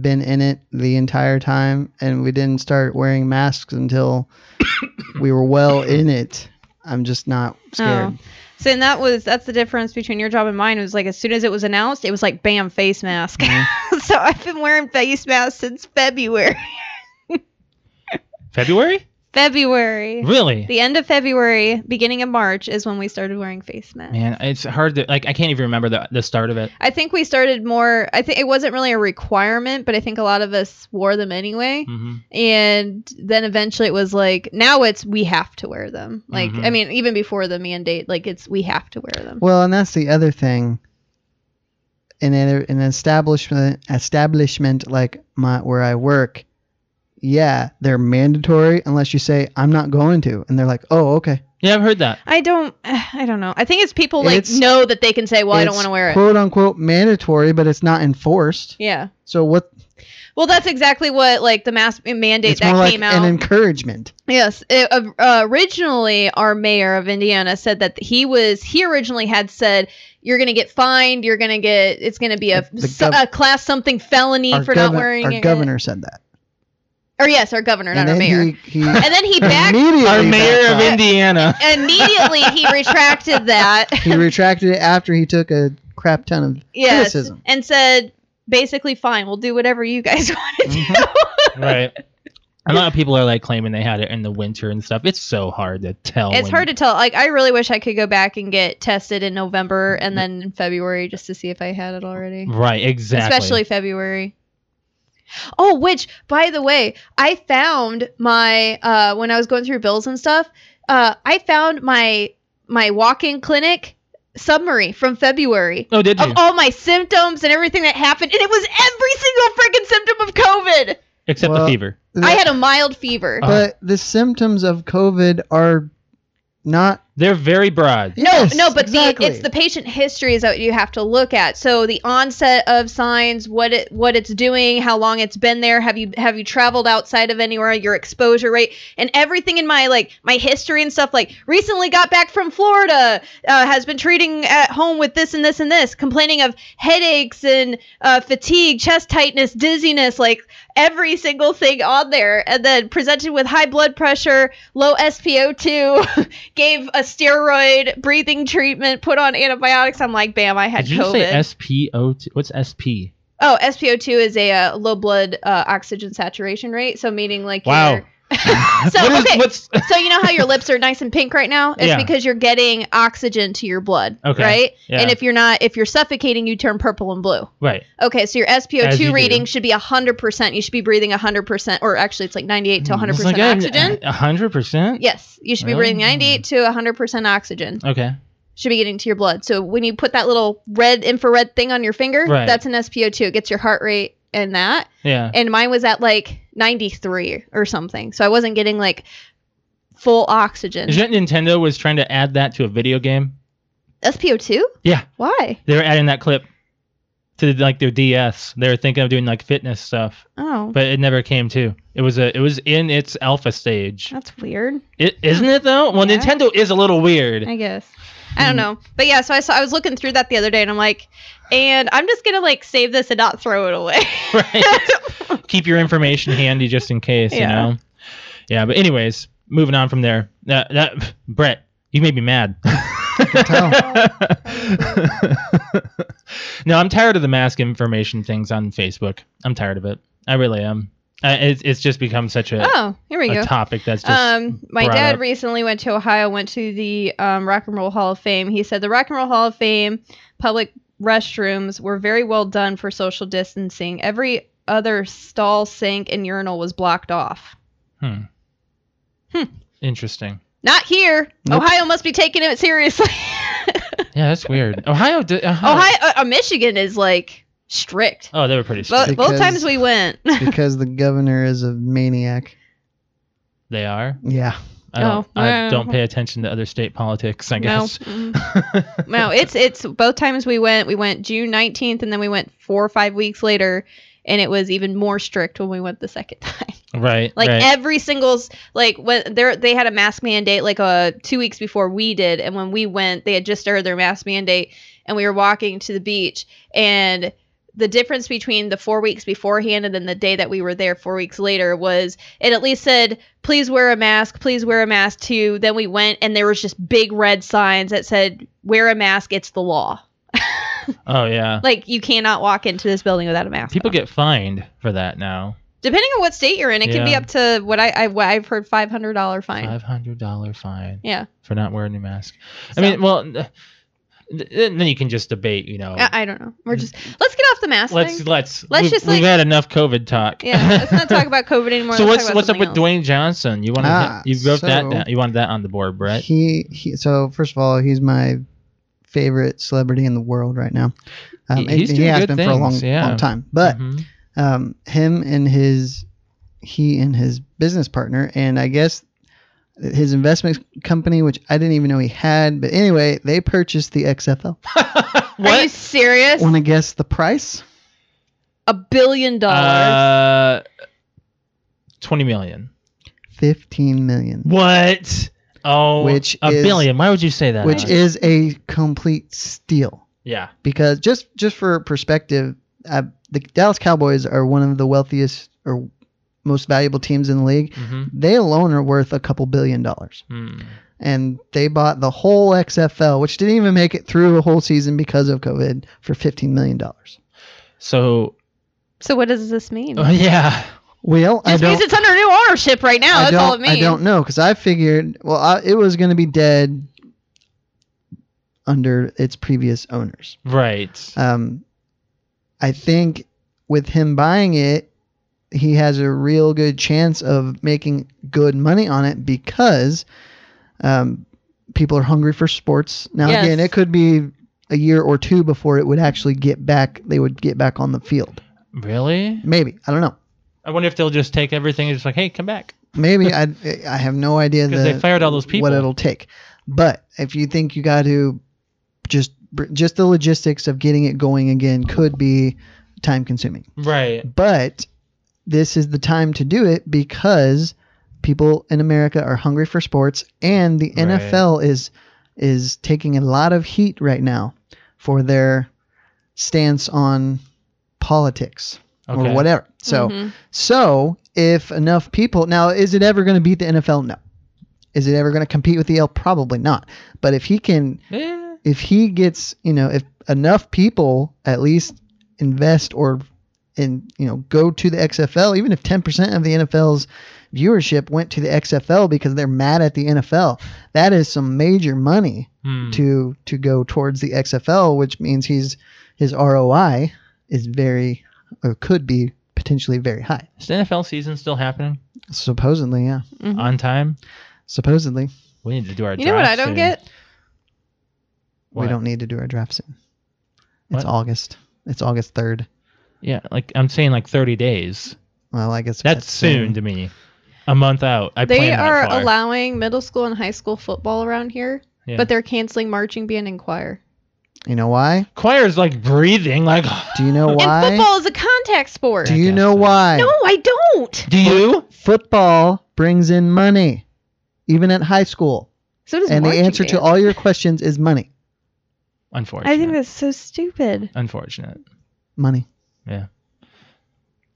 Speaker 3: been in it the entire time and we didn't start wearing masks until we were well in it, I'm just not scared.
Speaker 4: Oh. So and that was that's the difference between your job and mine. It was like as soon as it was announced, it was like bam, face mask.
Speaker 3: Mm-hmm.
Speaker 4: so I've been wearing face masks since February.
Speaker 2: February?
Speaker 4: February.
Speaker 2: Really?
Speaker 4: The end of February, beginning of March is when we started wearing face masks.
Speaker 2: Man, it's hard to like. I can't even remember the the start of it.
Speaker 4: I think we started more. I think it wasn't really a requirement, but I think a lot of us wore them anyway.
Speaker 2: hmm
Speaker 3: Mm-hmm.
Speaker 4: And then eventually it was like, now it's we have to wear them. Like, I
Speaker 2: Mhm.
Speaker 4: mean, even before the mandate, like it's we have to wear them.
Speaker 3: Mm-hmm. Well, and that's the other thing. In an, an establishment, establishment like my where I work, yeah, they're mandatory unless you say I'm not going to, and they're like, oh, okay.
Speaker 2: Yeah, I've heard that.
Speaker 4: I don't. I don't know. I think it's people like
Speaker 3: It's-
Speaker 4: know that they can say, well, I don't
Speaker 3: It's
Speaker 4: want to wear it.
Speaker 3: Quote unquote mandatory, but it's not enforced.
Speaker 4: Yeah.
Speaker 3: So what?
Speaker 4: Well, that's exactly what like the mask mandate
Speaker 3: it's
Speaker 4: that
Speaker 3: more like
Speaker 4: came out.
Speaker 3: an encouragement.
Speaker 4: Yes. It, uh, uh, originally, our mayor of Indiana said that he was, he originally had said, you're going to get fined. You're going to get, it's going to be a,
Speaker 3: The- the
Speaker 4: s-
Speaker 3: gov-
Speaker 4: a class something felony
Speaker 3: Our,
Speaker 4: for not
Speaker 3: gover-
Speaker 4: wearing
Speaker 3: our
Speaker 4: it.
Speaker 3: governor said that,
Speaker 4: Or, yes, our governor, not our
Speaker 3: then
Speaker 4: mayor.
Speaker 3: he, he
Speaker 4: and then he backed,
Speaker 3: immediately
Speaker 2: Our mayor of
Speaker 3: backtracked.
Speaker 2: Indiana.
Speaker 4: immediately he retracted that.
Speaker 3: he retracted it after he took a crap ton of
Speaker 4: yes.
Speaker 3: criticism.
Speaker 4: And said, basically, fine, we'll do whatever you guys want to do. Mm-hmm.
Speaker 2: right. A lot of people are like claiming they had it in the winter and stuff. It's so hard to tell.
Speaker 4: It's
Speaker 2: when-
Speaker 4: hard to tell. Like, I really wish I could go back and get tested in November and then in February just to see if I had it already.
Speaker 2: Right. Exactly.
Speaker 4: especially February. Oh, which by the way, I found my uh when I was going through bills and stuff, uh I found my my walk-in clinic summary from February
Speaker 2: Oh, did you?
Speaker 4: of all my symptoms and everything that happened, and it was every single freaking symptom of COVID.
Speaker 2: Except
Speaker 3: Well-
Speaker 2: the fever.
Speaker 4: I had a mild fever.
Speaker 2: Uh,
Speaker 3: but the symptoms of COVID are not.
Speaker 2: They're very broad.
Speaker 3: Yes,
Speaker 4: no, but
Speaker 3: exactly.
Speaker 4: the, it's the patient history is what you have to look at. So the onset of signs, what it what it's doing, how long it's been there, have you have you traveled outside of anywhere, your exposure rate, and everything in my like my history and stuff. Like recently got back from Florida, uh, has been treating at home with this and this and this, complaining of headaches and uh, fatigue, chest tightness, dizziness, like every single thing on there, and then presented with high blood pressure, low SpO2, gave a steroid breathing treatment, put on antibiotics. I'm like, bam, I had
Speaker 2: Did you just
Speaker 4: COVID.
Speaker 2: say SPO? What's SP?
Speaker 4: oh, SpO2 is a uh, low blood uh, oxygen saturation rate, so meaning like
Speaker 2: Wow.
Speaker 4: your- so
Speaker 2: What is-
Speaker 4: okay,
Speaker 2: what's
Speaker 4: so you know how your lips are nice and pink right now? It's
Speaker 2: Yeah.
Speaker 4: because you're getting oxygen to your blood,
Speaker 2: Okay.
Speaker 4: right?
Speaker 2: Yeah.
Speaker 4: And if you're not, if you're suffocating, you turn purple and blue.
Speaker 2: right?
Speaker 4: Okay, so your
Speaker 2: As you
Speaker 4: SpO2
Speaker 2: do.
Speaker 4: reading should be 100%. You should be breathing 100%, or actually, it's like 98 to
Speaker 2: Mm,
Speaker 4: 100% oxygen.
Speaker 2: uh, hundred percent.
Speaker 4: Yes, you should be
Speaker 2: Really?
Speaker 4: breathing 98 to 100% oxygen.
Speaker 2: Okay.
Speaker 4: Should be getting to your blood. So when you put that little red infrared thing on your finger,
Speaker 2: Right.
Speaker 4: that's an SpO2. It gets your heart rate and that.
Speaker 2: Yeah.
Speaker 4: And mine was at like 93 or something. So I wasn't getting like full oxygen.
Speaker 2: Isn't it Nintendo was trying to add that to a video game?
Speaker 4: SPO2?
Speaker 2: Yeah,
Speaker 4: Why?
Speaker 2: they were adding that clip to like their DS. They were thinking of doing like fitness stuff,
Speaker 4: Oh,
Speaker 2: but it never came to. It was a it was in its alpha stage.
Speaker 4: that's weird.
Speaker 2: It, isn't it though? Well,
Speaker 4: Yeah.
Speaker 2: Nintendo is a little weird.
Speaker 4: I guess. I
Speaker 2: Mm.
Speaker 4: don't know. But yeah, so I saw I was looking through that the other day and I'm like, and I'm just gonna like save this and not throw it away.
Speaker 2: Right? Keep your information handy just in case,
Speaker 4: Yeah.
Speaker 2: you know. Yeah, but anyways, moving on from there. That that Brett, you made me mad.
Speaker 3: tell.
Speaker 2: no, I'm tired of the mask information things on Facebook. I'm tired of it. I really am. I, it's it's just become such a,
Speaker 4: oh, here we
Speaker 2: a
Speaker 4: go.
Speaker 2: topic that's just
Speaker 4: Um, my
Speaker 2: brought
Speaker 4: dad
Speaker 2: up.
Speaker 4: recently went to Ohio, went to the um, Rock and Roll Hall of Fame. He said the Rock and Roll Hall of Fame public restrooms were very well done for social distancing. Every other stall, sink, and urinal was blocked off.
Speaker 2: interesting.
Speaker 4: Not here.
Speaker 3: Nope.
Speaker 4: Ohio must be taking it seriously.
Speaker 2: Yeah, that's weird. Ohio, did, Ohio.
Speaker 4: Ohio, uh, uh, Michigan is like strict.
Speaker 2: Oh, they were pretty.
Speaker 4: Bo-
Speaker 2: Strict.
Speaker 3: But-
Speaker 4: both
Speaker 3: Because-
Speaker 4: times we went.
Speaker 3: because the governor is a maniac.
Speaker 2: They are.
Speaker 3: Yeah.
Speaker 2: I don't,
Speaker 4: Oh,
Speaker 2: I
Speaker 4: wow.
Speaker 2: don't pay attention to other state politics. I
Speaker 4: No.
Speaker 2: guess.
Speaker 4: Mm. no, it's it's both times we went. We went June nineteenth, and then we went four or five weeks later, and it was even more strict when we went the second time.
Speaker 2: right.
Speaker 4: Like
Speaker 2: right.
Speaker 4: every single s- like when there they had a mask mandate like uh two weeks before we did, and when we went, they had just started their mask mandate, and we were walking to the beach, and the difference between the four weeks beforehand and then the day that we were there four weeks later was it at least said please wear a mask please wear a mask too then we went and there was just big red signs that said wear a mask it's the law
Speaker 2: oh yeah.
Speaker 4: like you cannot walk into this building without a mask
Speaker 2: People
Speaker 4: on.
Speaker 2: get fined for that now.
Speaker 4: depending on what state you're in it can be
Speaker 2: Yeah.
Speaker 4: up to what i, I what i've heard $500 fine
Speaker 2: Five hundred dollar fine.
Speaker 4: Yeah.
Speaker 2: For not wearing a mask.
Speaker 4: So-
Speaker 2: I mean, well, th- th- then you can just debate. You know.
Speaker 4: I, I don't know. We're just let's get off the mask
Speaker 2: Oh. let's
Speaker 4: thing.
Speaker 2: let's
Speaker 4: Let's
Speaker 2: we've,
Speaker 4: just,
Speaker 2: we've
Speaker 4: like-
Speaker 2: had enough COVID talk.
Speaker 4: Yeah, let's not talk about COVID anymore.
Speaker 2: so
Speaker 4: let's
Speaker 2: what's
Speaker 4: talk
Speaker 2: what's up
Speaker 4: about
Speaker 2: with
Speaker 4: something
Speaker 2: Dwayne Johnson? You want to
Speaker 3: Ah,
Speaker 2: you wrote that
Speaker 3: so-
Speaker 2: down. You wanted that on the board, Brett.
Speaker 3: He he. So first of all, he's my favorite celebrity in the world right now. Um,
Speaker 2: He-
Speaker 3: and
Speaker 2: he's
Speaker 3: he
Speaker 2: doing
Speaker 3: has
Speaker 2: good
Speaker 3: been for a long,
Speaker 2: things, yeah.
Speaker 3: long time. But
Speaker 2: Mhm.
Speaker 3: um, him and his he and his business partner, and I guess his investment company, which I didn't even know he had. But anyway, they purchased the XFL.
Speaker 4: else. Are you
Speaker 2: what?
Speaker 4: serious?
Speaker 3: Want to guess the price?
Speaker 4: A billion dollars.
Speaker 2: Uh, twenty million.
Speaker 3: Fifteen million.
Speaker 2: What? Oh,
Speaker 3: Which
Speaker 2: a
Speaker 3: is-
Speaker 2: billion? Why would you say that?
Speaker 3: which
Speaker 2: Alex?
Speaker 3: is a complete steal.
Speaker 2: yeah,
Speaker 3: because just just for perspective, uh, the Dallas Cowboys are one of the wealthiest or most valuable teams in the league.
Speaker 2: hmm
Speaker 3: They alone are worth a couple billion dollars, and they bought the whole XFL, which didn't even make it through a whole season because of COVID, for fifteen million dollars.
Speaker 2: So
Speaker 4: so what does this mean?
Speaker 2: oh, yeah,
Speaker 3: Well, I
Speaker 4: Just means
Speaker 3: don't.
Speaker 4: it's under new ownership right now.
Speaker 3: I
Speaker 4: That's
Speaker 3: don't,
Speaker 4: all it means.
Speaker 3: I don't know because I figured well I, it was going to be dead under its previous owners.
Speaker 2: right.
Speaker 3: Um, I think with him buying it, he has a real good chance of making good money on it because um, people are hungry for sports. Now,
Speaker 4: Yes.
Speaker 3: again, it could be a year or two before it would actually get back. They would get back on the field.
Speaker 2: really?
Speaker 3: Maybe I don't know.
Speaker 2: I wonder if they'll just take everything and just like, hey, come back.
Speaker 3: Maybe I I have no idea
Speaker 2: 'Cause they
Speaker 3: the-
Speaker 2: fired all those people.
Speaker 3: what it'll take. But if you think you got to just just the logistics of getting it going again could be time consuming.
Speaker 2: Right.
Speaker 3: but this is the time to do it because people in America are hungry for sports and the
Speaker 2: Right.
Speaker 3: NFL is is taking a lot of heat right now for their stance on politics
Speaker 2: Okay.
Speaker 3: or whatever. So
Speaker 4: Mhm.
Speaker 3: so if enough people now is it ever going to beat the NFL? No. Is it ever going to compete with the L? Probably not. But if he can
Speaker 2: Yeah.
Speaker 3: if he gets you know if enough people at least invest or in you know go to the XFL even if 10% of the NFL's viewership went to the XFL because they're mad at the NFL that is some major money
Speaker 2: Hmm.
Speaker 3: to to go towards the XFL which means he's his ROI is very or could be potentially very high
Speaker 2: Is the NFL season still happening
Speaker 3: supposedly yeah
Speaker 4: Mhm.
Speaker 2: on time?
Speaker 3: supposedly
Speaker 2: We need to do our.
Speaker 4: You know what
Speaker 2: draft
Speaker 4: I don't
Speaker 2: soon.
Speaker 4: get?
Speaker 2: What?
Speaker 3: we don't need to do our draft soon
Speaker 2: What?
Speaker 3: it's August it's August 3rd
Speaker 2: Yeah, like I'm saying, like 30 days.
Speaker 3: well I guess
Speaker 2: That's soon to me. a month out. I
Speaker 4: They
Speaker 2: plan that
Speaker 4: are
Speaker 2: far.
Speaker 4: allowing middle school and high school football around here,
Speaker 2: Yeah.
Speaker 4: but they're canceling marching band and choir.
Speaker 3: You know why?
Speaker 2: choir's like breathing. Like,
Speaker 3: Do you know
Speaker 4: And
Speaker 3: why?
Speaker 4: football is a contact sport.
Speaker 3: Do you know why?
Speaker 4: no, I don't.
Speaker 2: do you?
Speaker 3: Football brings in money, even at high school.
Speaker 4: So does
Speaker 3: And the
Speaker 4: marching
Speaker 3: answer to
Speaker 4: band.
Speaker 3: all your questions is money.
Speaker 2: Unfortunate.
Speaker 4: I think that's so stupid.
Speaker 2: unfortunate.
Speaker 3: Money.
Speaker 2: Yeah.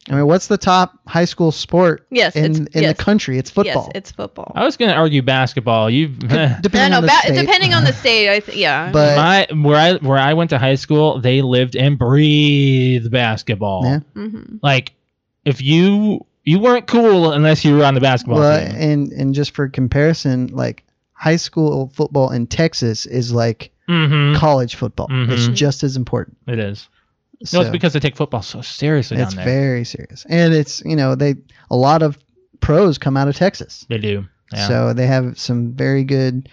Speaker 3: I mean, what's the top high school sport
Speaker 4: Yes,
Speaker 3: in,
Speaker 4: it's
Speaker 3: in
Speaker 4: yes,
Speaker 3: the country? It's football.
Speaker 4: Yes, it's football.
Speaker 2: I was gonna argue basketball. You've
Speaker 4: No,
Speaker 3: depending
Speaker 4: no,
Speaker 3: on the
Speaker 4: ba-
Speaker 3: state. Uh-huh.
Speaker 4: depending on the state, I th- yeah.
Speaker 3: But
Speaker 2: my where I where I went to high school, they lived and breathed basketball.
Speaker 3: Yeah.
Speaker 4: hmm
Speaker 2: Like, if you you weren't cool unless you were on the basketball
Speaker 3: well,
Speaker 2: team.
Speaker 3: and and just for comparison, like high school football in Texas is like
Speaker 2: Mm-hmm.
Speaker 3: college football. It's
Speaker 2: Mhm.
Speaker 3: just as important.
Speaker 2: It is.
Speaker 3: So
Speaker 2: No, it's because they take football so seriously
Speaker 3: it's
Speaker 2: down there.
Speaker 3: very serious, and it's you know they a lot of pros come out of Texas,
Speaker 2: they do. Yeah.
Speaker 3: so they have some very good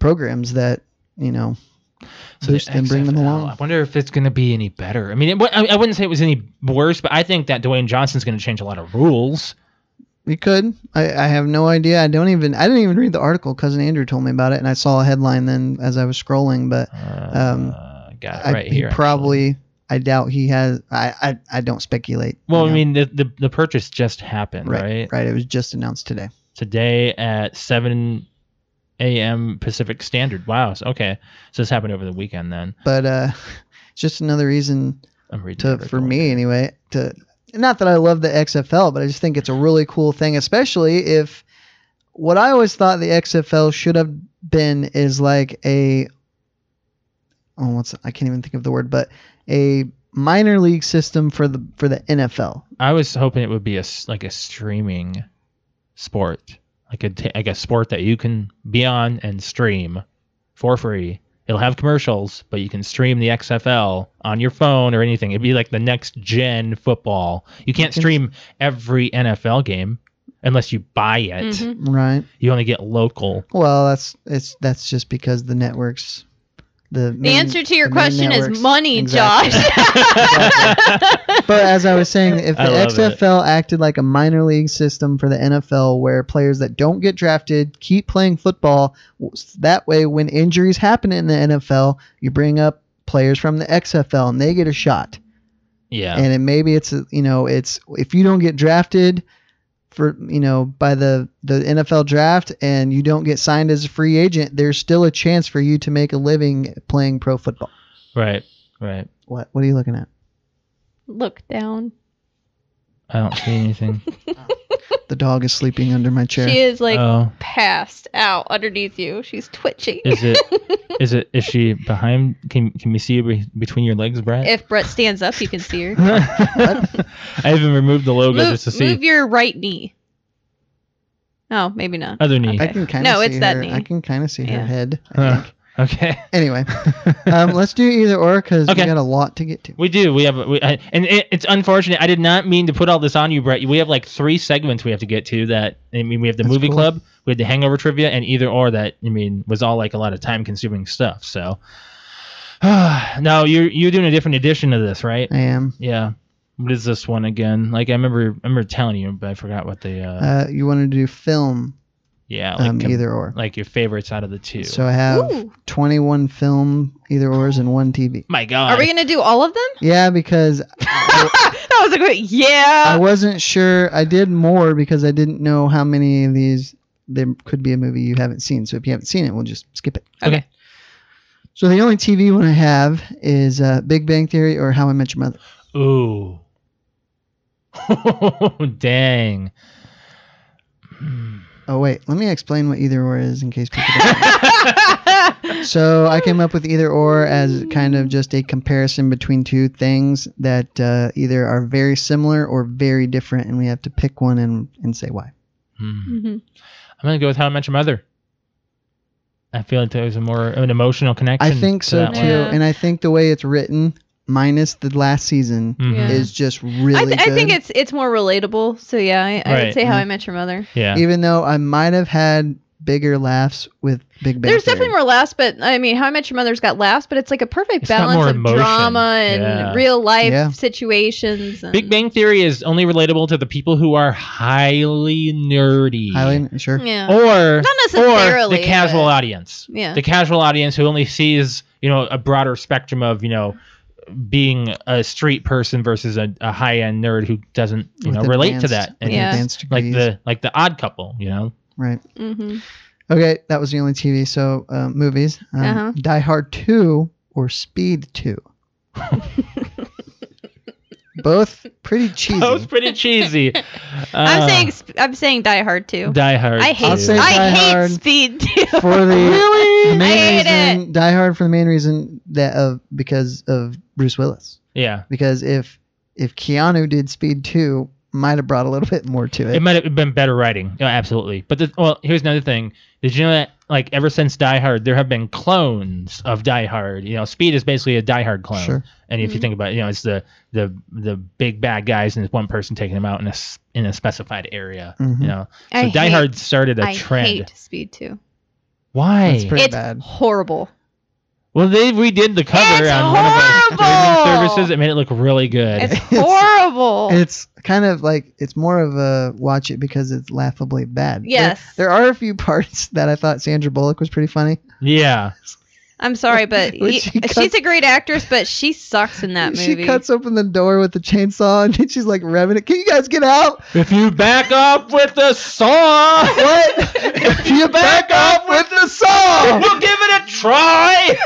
Speaker 3: programs that you know
Speaker 2: So the
Speaker 3: boost and bring them
Speaker 2: XFL,
Speaker 3: along.
Speaker 2: I wonder if it's going to be any better. I mean, it, wa- I, I wouldn't say it was any worse, but I think that Dwayne Johnson's going to change a lot of rules.
Speaker 3: We could. I, I have no idea. I don't even. I didn't even read the article. Cousin Andrew told me about it, and I saw a headline then as I was scrolling. But Um,
Speaker 2: uh, got it
Speaker 3: I,
Speaker 2: right
Speaker 3: he
Speaker 2: here. actually.
Speaker 3: probably. I doubt he has. I. I, I don't speculate.
Speaker 2: Well,
Speaker 3: you
Speaker 2: I
Speaker 3: know.
Speaker 2: mean, the, the the purchase just happened, right?
Speaker 3: right, right. It was just announced today.
Speaker 2: Today at seven a.m. Pacific Standard. Wow. So, okay, so this happened over the weekend. Then
Speaker 3: But uh, it's just another reason
Speaker 2: I'm reading. the
Speaker 3: to
Speaker 2: article
Speaker 3: for me
Speaker 2: here.
Speaker 3: anyway to. Not that I love the XFL, but I just think it's a really cool thing, especially if what I always thought the XFL should have been is like a oh what's I can't even think of the word, but a minor league system for the for the NFL.
Speaker 2: I was hoping it would be a s- like a streaming sport, like a t- like a sport that you can be on and stream for free. It'll have commercials, but you can stream the XFL on your phone or anything. It'd be like the next gen football. You can't
Speaker 3: can-
Speaker 2: stream every NFL game unless you buy it.
Speaker 4: Mhm.
Speaker 3: Right.
Speaker 2: You only get local.
Speaker 3: Well, that's it's that's just because the networks the
Speaker 4: The answer to your
Speaker 3: the main
Speaker 4: question is
Speaker 3: networks-
Speaker 4: money,
Speaker 3: Exactly.
Speaker 4: Josh.
Speaker 3: But as I was saying, if the
Speaker 2: I love it.
Speaker 3: XFL acted like a minor league system for the NFL, where players that don't get drafted keep playing football, w- that way when injuries happen in the NFL, you bring up players from the XFL and they get a shot.
Speaker 2: Yeah.
Speaker 3: And it maybe it's uh, you know it's if you don't get drafted for you know by the the NFL draft and you don't get signed as a free agent, there's still a chance for you to make a living playing pro football.
Speaker 2: right. Right.
Speaker 3: What what are you looking at?
Speaker 4: Look down.
Speaker 2: I don't see anything.
Speaker 3: The dog is sleeping under my chair.
Speaker 4: She is like
Speaker 2: oh,
Speaker 4: passed out underneath you. She's twitching.
Speaker 2: is it? Is it? Is she behind? Can Can we see you be, between your legs, Brett?
Speaker 4: if Brett stands up, you can see her.
Speaker 2: I even removed the logo
Speaker 4: move,
Speaker 2: just to see.
Speaker 4: move your right knee. Oh, maybe not.
Speaker 2: Other knee.
Speaker 3: I can kind of
Speaker 4: No,
Speaker 3: see
Speaker 4: it's that
Speaker 3: her.
Speaker 4: knee.
Speaker 3: I can kind of see
Speaker 4: Yeah.
Speaker 3: her head. I
Speaker 2: Huh.
Speaker 3: think.
Speaker 2: Okay.
Speaker 3: Anyway, um, let's do either or because
Speaker 2: Okay.
Speaker 3: we got a lot to get to.
Speaker 2: We do. We have. We, I, and it, it's unfortunate. I did not mean to put all this on you, Brett. We have like three segments we have to get to. That I mean, we have the
Speaker 3: That's
Speaker 2: movie
Speaker 3: cool.
Speaker 2: club, we had the Hangover trivia, and either or that I mean was all like a lot of time consuming stuff. So. now you're you're doing a different edition of this, right?
Speaker 3: I am.
Speaker 2: Yeah. What is this one again? Like I remember, I remember telling you, but I forgot what the. Uh,
Speaker 3: Uh, you want to do film?
Speaker 2: yeah, like
Speaker 3: um,
Speaker 2: com-
Speaker 3: either or.
Speaker 2: like your favorites out of the two.
Speaker 3: So I have
Speaker 4: Ooh.
Speaker 3: 21 film either ors and one TV.
Speaker 2: My God,
Speaker 4: Are we gonna do all of them?
Speaker 3: Yeah,
Speaker 4: Uh,
Speaker 3: because
Speaker 4: that was a good
Speaker 3: I
Speaker 4: yeah.
Speaker 3: wasn't sure. I did more because I didn't know how many of these there could be a movie you haven't seen. So if you haven't seen it, we'll just skip it.
Speaker 2: Okay.
Speaker 3: So the only TV one I have is uh, Big Bang Theory or How I Met Your Mother.
Speaker 2: Ooh. Dang. Hmm.
Speaker 3: Oh wait, let me explain what either or is in case people. don't know. So I came up with either or as kind of just a comparison between two things that uh, either are very similar or very different, and we have to pick one and, and say why.
Speaker 2: Hmm.
Speaker 4: Mhm.
Speaker 2: I'm gonna go with How I Met Your Mother. I feel like there's a more an emotional
Speaker 3: I
Speaker 2: connection.
Speaker 3: think
Speaker 2: to
Speaker 3: so
Speaker 2: that
Speaker 3: too,
Speaker 2: one.
Speaker 4: Yeah.
Speaker 3: and I think the way it's written, minus the last season,
Speaker 2: Mhm.
Speaker 4: Yeah.
Speaker 3: is just really
Speaker 4: I, th-
Speaker 3: good.
Speaker 4: I think it's it's more relatable. So yeah, I, I
Speaker 2: Right.
Speaker 4: would say How I
Speaker 3: Mhm.
Speaker 4: Met Your Mother.
Speaker 2: Yeah.
Speaker 3: even though I might have had bigger laughs with big banter.
Speaker 4: There's definitely more laughs, but I mean, How I Met Your Mother's got laughs, but it's like a perfect
Speaker 2: It's got
Speaker 4: balance
Speaker 2: more
Speaker 4: of
Speaker 2: emotion.
Speaker 4: drama and
Speaker 2: Yeah.
Speaker 4: real life
Speaker 3: Yeah.
Speaker 4: situations. And
Speaker 2: Big Bang Theory is only relatable to the people who are highly nerdy.
Speaker 3: Highly sure.
Speaker 4: Yeah.
Speaker 2: or
Speaker 4: Not
Speaker 2: or
Speaker 4: necessarily,
Speaker 2: the casual
Speaker 4: but-
Speaker 2: audience.
Speaker 4: yeah.
Speaker 2: The casual audience who only sees, you know, a broader spectrum of, you know, being a street person versus a, a high end nerd who doesn't, you know,
Speaker 3: With
Speaker 2: relate to
Speaker 3: advanced-
Speaker 2: that.
Speaker 3: with
Speaker 2: And
Speaker 4: Yeah.
Speaker 3: advanced
Speaker 2: like
Speaker 3: degrees.
Speaker 2: the like the odd couple, you know?
Speaker 3: right.
Speaker 2: Uh,
Speaker 4: hmm
Speaker 3: Okay, that was the only TV. So uh, movies. Um,
Speaker 4: Uh-huh.
Speaker 3: Die Hard Two or Speed Two. Both pretty cheesy.
Speaker 2: That was pretty cheesy. Uh,
Speaker 4: I'm saying sp- I'm saying Die Hard too.
Speaker 2: Die Hard.
Speaker 4: I
Speaker 3: I'll
Speaker 4: hate
Speaker 3: say
Speaker 4: I
Speaker 3: Die
Speaker 4: hate
Speaker 3: Hard.
Speaker 4: Speed too.
Speaker 3: for the, the
Speaker 4: I hate
Speaker 3: main reason, Die Hard for the main reason that of because of Bruce Willis.
Speaker 2: Yeah.
Speaker 3: Because if if Keanu did Speed Two, might have brought a little bit more to it.
Speaker 2: It might have been better writing. Yeah, absolutely. But the, well, here's another thing. Did you know that like ever since Die Hard, there have been clones of Die Hard. You know, Speed is basically a Die Hard clone.
Speaker 3: Sure.
Speaker 2: And if you
Speaker 4: Mhm.
Speaker 2: think about, it, you know, it's the the the big bad guys and it's one person taking them out in a s- in a specified area.
Speaker 3: Mhm.
Speaker 2: You know, so
Speaker 4: I
Speaker 2: Die
Speaker 4: hate-
Speaker 2: Hard started a
Speaker 4: I
Speaker 2: trend.
Speaker 4: hate Speed too.
Speaker 2: Why?
Speaker 3: That's pretty
Speaker 4: it's
Speaker 3: bad.
Speaker 4: horrible.
Speaker 2: well, they redid the cover
Speaker 4: It's
Speaker 2: on one of our
Speaker 4: horrible!
Speaker 2: streaming services. It made it look really good.
Speaker 4: It's horrible.
Speaker 3: It's kind of like it's more of a watch it because it's laughably bad. There-
Speaker 4: Yes.
Speaker 3: There, are a few parts that I thought Sandra Bullock was pretty funny.
Speaker 2: yeah.
Speaker 4: I'm sorry, but
Speaker 3: When
Speaker 4: he-
Speaker 3: she
Speaker 4: she's
Speaker 3: cuts-
Speaker 4: a great actress, but she sucks in that movie.
Speaker 3: She cuts open the door with the chainsaw and she's like revving it. Can you guys get out?
Speaker 2: If you back up with the saw,
Speaker 3: What? if you back up with the saw.
Speaker 2: we'll give it a try.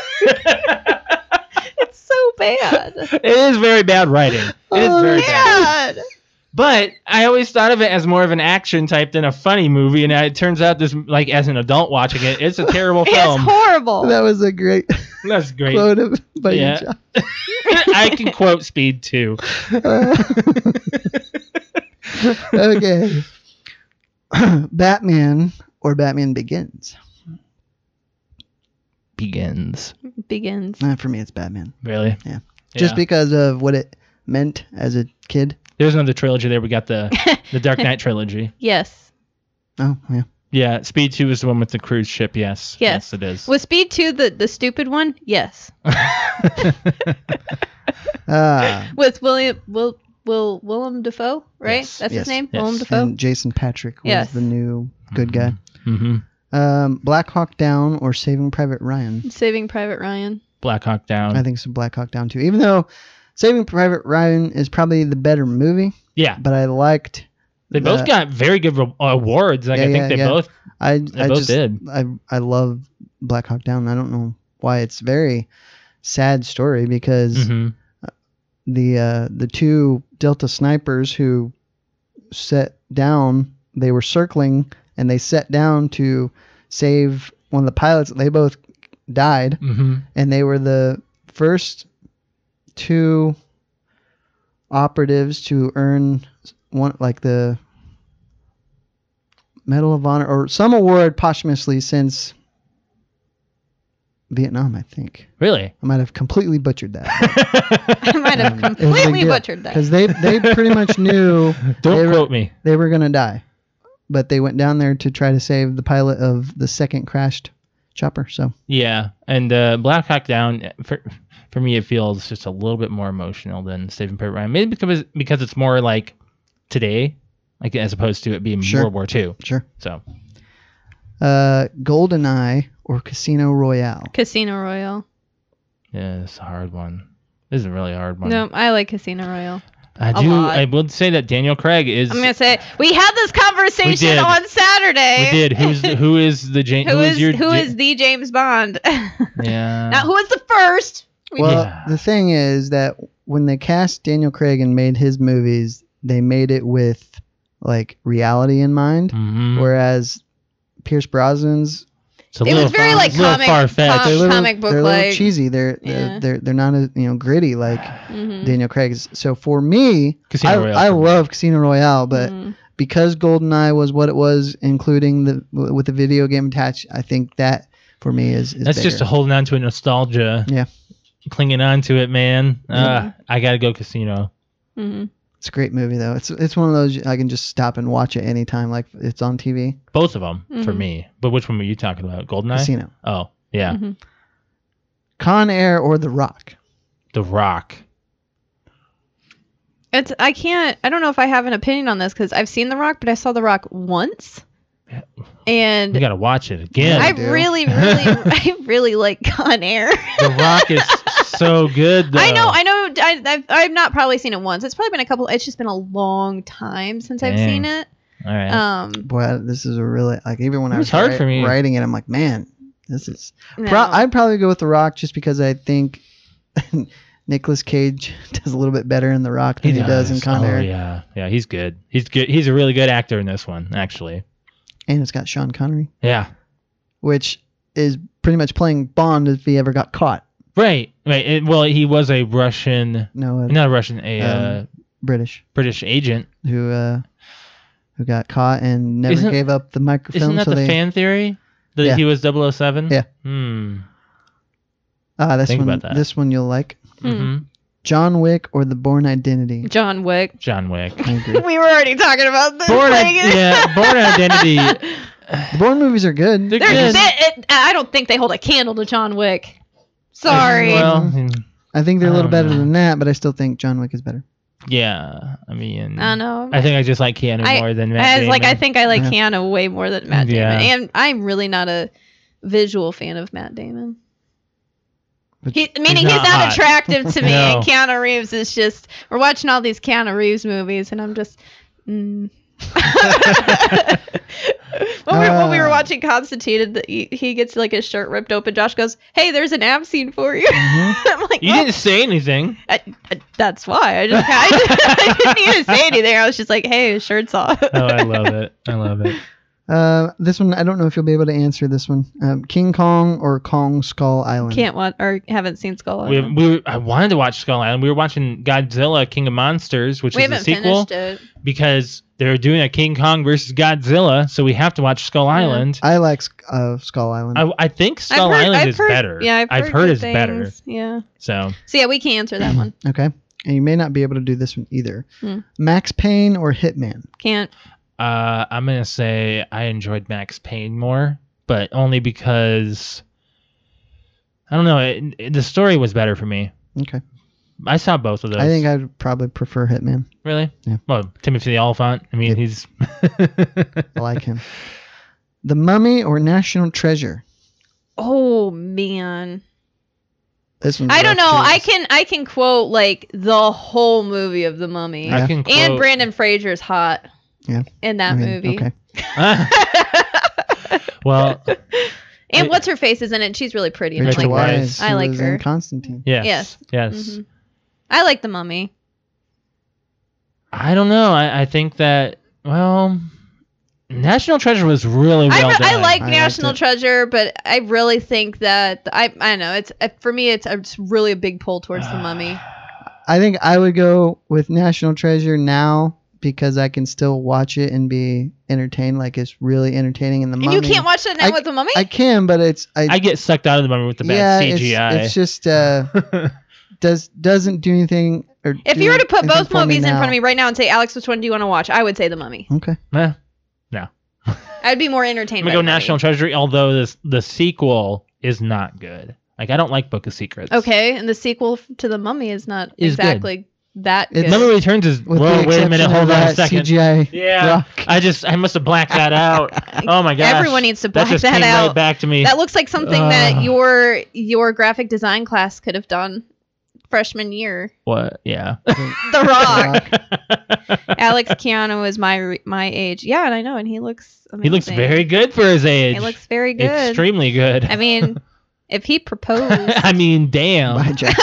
Speaker 4: it's so bad.
Speaker 2: it is very bad writing. It is
Speaker 3: Oh,
Speaker 2: very bad.
Speaker 4: bad.
Speaker 2: But I always thought of it as more of an action type than a funny movie, and it turns out this, like, as an adult watching it, it's a terrible
Speaker 4: It's
Speaker 2: film.
Speaker 4: horrible.
Speaker 3: That was a great
Speaker 2: That's great.
Speaker 3: quote of, by you,
Speaker 2: Yeah.
Speaker 3: John.
Speaker 2: I can quote Speed too.
Speaker 3: okay. Batman or Batman Begins.
Speaker 2: Begins.
Speaker 4: Begins.
Speaker 3: Uh, for me, it's Batman.
Speaker 2: Really?
Speaker 3: Yeah. Just
Speaker 2: Yeah.
Speaker 3: because of what it meant as a kid.
Speaker 2: There's another trilogy there. We got the the Dark Knight trilogy.
Speaker 4: Yes.
Speaker 3: Oh, yeah.
Speaker 2: Yeah, Speed 2 is the one with the cruise ship. Yes.
Speaker 4: Yes.
Speaker 2: Yes, it is.
Speaker 4: Was Speed 2 the, the stupid one? Yes.
Speaker 3: Ah,
Speaker 4: With William Will Will Willem Dafoe, right?
Speaker 2: Yes.
Speaker 4: That's
Speaker 3: Yes.
Speaker 4: his name?
Speaker 2: Yes.
Speaker 4: Willem Dafoe.
Speaker 3: and Jason Patrick was
Speaker 4: Oh. Yes.
Speaker 3: the new good guy.
Speaker 2: hmm
Speaker 3: Um, Black Hawk Down or Saving Private Ryan.
Speaker 4: Saving Private Ryan.
Speaker 2: Black Hawk Down.
Speaker 3: I think some Black Hawk Down too. Even though Saving Private Ryan is probably the better movie,
Speaker 2: yeah.
Speaker 3: but I liked.
Speaker 2: They both
Speaker 3: the-
Speaker 2: got very good re- awards. Like
Speaker 3: Yeah,
Speaker 2: I think
Speaker 3: yeah,
Speaker 2: they
Speaker 3: yeah.
Speaker 2: both
Speaker 3: I
Speaker 2: they
Speaker 3: I
Speaker 2: both
Speaker 3: just
Speaker 2: did.
Speaker 3: I I love Black Hawk Down. I don't know why it's a very sad story because
Speaker 2: hmm Mm-hmm.
Speaker 3: the uh, the two Delta snipers who set down they were circling and they set down to save one of the pilots. They both died
Speaker 4: Mm-hmm.
Speaker 2: hmm
Speaker 3: and they were the first two operatives to earn one like the Medal of Honor or some award posthumously since Vietnam, I think.
Speaker 2: Really?
Speaker 3: I might have completely butchered that
Speaker 4: I might have
Speaker 3: Um, it was a big
Speaker 4: completely
Speaker 3: deal,
Speaker 4: butchered that.
Speaker 3: because they they pretty much knew
Speaker 2: Don't
Speaker 3: They were-
Speaker 2: quote me.
Speaker 3: they were gonna die, but they went down there to try to save the pilot of the second crashed chopper. So
Speaker 2: Yeah, and uh, Black Hawk Down for for me it feels just a little bit more emotional than Saving Private Ryan. Maybe because because it's more like today, like as opposed to it being
Speaker 3: Sure.
Speaker 2: World War II.
Speaker 3: sure,
Speaker 2: So
Speaker 3: uh, Goldeneye or Casino Royale.
Speaker 4: Casino Royale.
Speaker 2: yeah, it's a hard one. This is a really hard one.
Speaker 4: No, I like Casino Royale.
Speaker 2: I
Speaker 4: a
Speaker 2: do.
Speaker 4: lot.
Speaker 2: I would say that Daniel Craig is.
Speaker 4: I'm gonna say we had this conversation
Speaker 2: did.
Speaker 4: on Saturday.
Speaker 2: we did. Who's the- who is the Jane?
Speaker 4: who is
Speaker 2: your
Speaker 4: who
Speaker 2: Ja-
Speaker 4: is the James Bond?
Speaker 2: yeah?
Speaker 4: Not who is the first. We
Speaker 3: Well,
Speaker 2: Yeah.
Speaker 3: the thing is that when they cast Daniel Craig and made his movies, they made it with like reality in mind,
Speaker 2: Mhm.
Speaker 3: whereas Pierce Brosnan's
Speaker 2: It's a
Speaker 4: It was
Speaker 2: little
Speaker 4: very,
Speaker 2: far-
Speaker 4: like,
Speaker 2: it's a little
Speaker 4: comic-
Speaker 2: far-fetched.
Speaker 4: com-
Speaker 3: they're little,
Speaker 4: Oh, Comic book
Speaker 3: they're a little
Speaker 4: like-
Speaker 3: cheesy. They're
Speaker 4: Yeah.
Speaker 3: they're, they're they're not as you know gritty like
Speaker 4: Mhm.
Speaker 3: Daniel Craig's. So for me,
Speaker 2: Casino
Speaker 3: I,
Speaker 2: Royale.
Speaker 3: I love Casino Royale, but
Speaker 4: Mhm.
Speaker 3: because GoldenEye was what it was, including the with the video game attached, I think that for me is, is
Speaker 2: That's just
Speaker 3: bigger.
Speaker 2: holding on to a nostalgia.
Speaker 3: Yeah. Mm-hmm.
Speaker 2: Clinging on to it, man. Uh, I gotta go casino.
Speaker 4: Mhm.
Speaker 3: It's a great movie though. It's it's one of those I can just stop and watch it anytime, like it's on TV.
Speaker 2: Both of them for
Speaker 4: Mhm.
Speaker 2: me. But which one were you talking about? Goldeneye.
Speaker 3: Casino,
Speaker 2: Oh yeah,
Speaker 4: Mhm.
Speaker 3: Con Air, or The Rock.
Speaker 2: The Rock.
Speaker 4: It's I can't I don't know if I have an opinion on this because I've seen The Rock, but I saw The Rock once,
Speaker 2: Yeah.
Speaker 4: and
Speaker 2: We gotta watch it again.
Speaker 4: I
Speaker 3: I do.
Speaker 4: really really I really like Con Air.
Speaker 2: the Rock is so good. Though.
Speaker 4: I know I know I, I've I've not probably seen it once. It's probably been a couple. It's just been a long time since I've
Speaker 2: Dang.
Speaker 4: seen it.
Speaker 2: All right.
Speaker 4: Um,
Speaker 3: Boy, I- this is a really like even when
Speaker 2: It
Speaker 3: I
Speaker 2: was
Speaker 3: was
Speaker 2: hard
Speaker 3: wri-
Speaker 2: for me.
Speaker 3: writing it, I'm like, man, this is.
Speaker 4: no.
Speaker 3: Pro- I'd probably go with The Rock just because I think Nicolas Cage does a little bit better in The Rock than he, does. in Con
Speaker 2: oh,
Speaker 3: Air,
Speaker 2: Yeah, yeah, he's good. He's good. He's a really good actor in this one, actually.
Speaker 3: and it's got Sean Connery,
Speaker 2: Yeah,
Speaker 3: which is pretty much playing Bond if he ever got caught.
Speaker 2: right, right. It, well, he was a Russian,
Speaker 3: No, a
Speaker 2: not a Russian, a uh,
Speaker 3: Um, British
Speaker 2: British agent.
Speaker 3: who uh, who got caught and never
Speaker 2: Isn't-
Speaker 3: gave up the microfilm.
Speaker 2: Isn't that
Speaker 3: so
Speaker 2: the
Speaker 3: they
Speaker 2: fan theory that
Speaker 3: Yeah.
Speaker 2: he was 007?
Speaker 3: Yeah.
Speaker 2: Hmm.
Speaker 3: ah, this
Speaker 2: Think
Speaker 3: one
Speaker 2: about that.
Speaker 3: this one you'll like.
Speaker 2: hmm
Speaker 3: John Wick or The Born Identity.
Speaker 4: John Wick.
Speaker 2: John Wick.
Speaker 3: I agree.
Speaker 4: we were already talking about this.
Speaker 2: Born,
Speaker 4: like-
Speaker 2: Id- yeah, Born Identity.
Speaker 3: the Born movies are good.
Speaker 2: They're
Speaker 4: They're-
Speaker 2: good.
Speaker 4: they- it- I don't think they hold a candle to John Wick. Sorry.
Speaker 2: Well,
Speaker 3: I think they're a
Speaker 2: I don't
Speaker 3: little better
Speaker 2: know.
Speaker 3: than that, but I still think John Wick is better.
Speaker 2: yeah. I mean,
Speaker 4: I know.
Speaker 2: I think I just like Keanu
Speaker 4: I-
Speaker 2: more than Matt
Speaker 4: As like I
Speaker 2: Damon. Uh-huh.
Speaker 4: think I like
Speaker 3: Yeah.
Speaker 4: Hannah way more than Matt Damon,
Speaker 2: Yeah.
Speaker 4: and I'm really not a visual fan of Matt Damon.
Speaker 3: But
Speaker 4: He, meaning he's
Speaker 2: not
Speaker 4: not,
Speaker 2: hot.
Speaker 4: attractive to me.
Speaker 2: No.
Speaker 4: And Keanu Reeves is just we're watching all these Keanu Reeves movies, and I'm just. Mm. when, we, when we were
Speaker 3: Ah.
Speaker 4: watching Constituted, the, he, he gets like his shirt ripped open. Josh goes, "Hey, there's an ab scene for you." I'm like,
Speaker 2: Mm-hmm. you
Speaker 4: "Oh,
Speaker 2: didn't say anything.
Speaker 4: I, I- that's why I just I, I didn't even say anything. I was just like, "Hey, his shirt's off."
Speaker 2: Oh, I love it. I love it.
Speaker 3: Uh, this one, I don't know if you'll be able to answer this one. Um, King Kong or Kong Skull Island.
Speaker 4: Can't want or haven't seen Skull
Speaker 2: we,
Speaker 4: Island.
Speaker 2: we were, I wanted to watch Skull Island. We were watching Godzilla King of Monsters, which
Speaker 4: We
Speaker 2: is the
Speaker 4: haven't
Speaker 2: sequel
Speaker 4: finished it.
Speaker 2: because they're doing a King Kong versus Godzilla, so we have to watch Skull
Speaker 4: Yeah.
Speaker 2: Island.
Speaker 3: I like Sk- uh, Skull Island.
Speaker 2: I, I think Skull Island is better.
Speaker 4: Yeah, I've heard, good
Speaker 2: it's better.
Speaker 4: things. Yeah.
Speaker 2: So
Speaker 4: So yeah, we can answer that one.
Speaker 3: okay. And you may not be able to do this one either.
Speaker 4: Hmm.
Speaker 3: Max Payne or Hitman.
Speaker 4: Can't.
Speaker 2: uh, I'm gonna say I enjoyed Max Payne more, but only because I don't know. It, it- the story was better for me.
Speaker 3: Okay.
Speaker 2: I saw both of those.
Speaker 3: I think I'd probably prefer Hitman.
Speaker 2: really.
Speaker 3: Yeah.
Speaker 2: Well, Timothy Oliphant. I mean,
Speaker 3: Yeah.
Speaker 2: he's.
Speaker 3: I like him. the Mummy or National Treasure.
Speaker 4: Oh man.
Speaker 3: This one.
Speaker 4: I don't know. I can I can quote like the whole movie of the Mummy.
Speaker 3: Yeah.
Speaker 2: I can quote,
Speaker 4: And Brandon Fraser's hot.
Speaker 3: Yeah.
Speaker 4: In that movie.
Speaker 3: Okay.
Speaker 2: well,
Speaker 4: and
Speaker 2: I-
Speaker 4: what's her face is in it. She's really pretty. And I
Speaker 3: Rachel
Speaker 4: like her.
Speaker 3: Weisz.
Speaker 4: I
Speaker 3: who
Speaker 4: like
Speaker 3: was
Speaker 4: her.
Speaker 3: In Constantine.
Speaker 2: yes, yes.
Speaker 4: Yes. Mhm. I like the Mummy.
Speaker 2: I don't know. I, I think that well, National Treasure was really well
Speaker 4: I, re-
Speaker 2: done.
Speaker 4: I like
Speaker 3: I liked
Speaker 4: National
Speaker 3: it.
Speaker 4: Treasure, but I really think that I I don't know. It's uh, for me. It's, it's really a big pull towards the Mummy.
Speaker 2: Ah,
Speaker 3: I think I would go with National Treasure now because I can still watch it and be entertained. Like it's really entertaining in the
Speaker 4: And
Speaker 3: Mummy.
Speaker 4: you can't watch it now
Speaker 3: I-
Speaker 4: with the Mummy.
Speaker 3: I can, but it's I,
Speaker 2: I get sucked out of the moment with the
Speaker 3: yeah,
Speaker 2: bad
Speaker 3: it's-
Speaker 2: CGI.
Speaker 3: It's, just uh, does doesn't do anything. Or
Speaker 4: if
Speaker 3: do
Speaker 4: you were to put
Speaker 3: anything
Speaker 4: both
Speaker 3: for me
Speaker 4: movies in front
Speaker 3: now.
Speaker 4: of me right now and say, Alex, which one do you want to watch? I would say the Mummy.
Speaker 3: okay,
Speaker 2: Meh.
Speaker 4: I'd be more
Speaker 2: I'm
Speaker 4: entertained.
Speaker 2: gonna
Speaker 4: by
Speaker 2: go
Speaker 4: The Mummy.
Speaker 2: National Treasure, although this the sequel is not good. Like I don't like Book of Secrets.
Speaker 4: Okay, and the sequel f- to the Mummy is not
Speaker 2: Is good.
Speaker 4: exactly that
Speaker 3: It's-
Speaker 4: good.
Speaker 2: Mummy Returns is
Speaker 3: with
Speaker 2: well.
Speaker 3: the
Speaker 2: Wait a
Speaker 3: exception
Speaker 2: minute.
Speaker 3: of
Speaker 2: Hold on a
Speaker 3: that
Speaker 2: second.
Speaker 3: CGI
Speaker 2: Yeah.
Speaker 3: rock.
Speaker 2: I just I must have blacked that out. Oh my gosh.
Speaker 4: Everyone needs to
Speaker 2: that
Speaker 4: black that,
Speaker 2: just came
Speaker 4: out.
Speaker 2: right back to me.
Speaker 4: That looks like something that
Speaker 2: Ugh.
Speaker 4: your your graphic design class could have done freshman year.
Speaker 2: what? Yeah.
Speaker 4: The Rock.
Speaker 3: Rock.
Speaker 4: Alex Keanu is my re- my age. Yeah, and I know, and he looks. Amazing.
Speaker 2: he looks very good for his age.
Speaker 4: He looks very good.
Speaker 2: Extremely good.
Speaker 4: I mean, if he proposed,
Speaker 2: I mean,
Speaker 3: Bye,
Speaker 2: damn.
Speaker 3: Josh.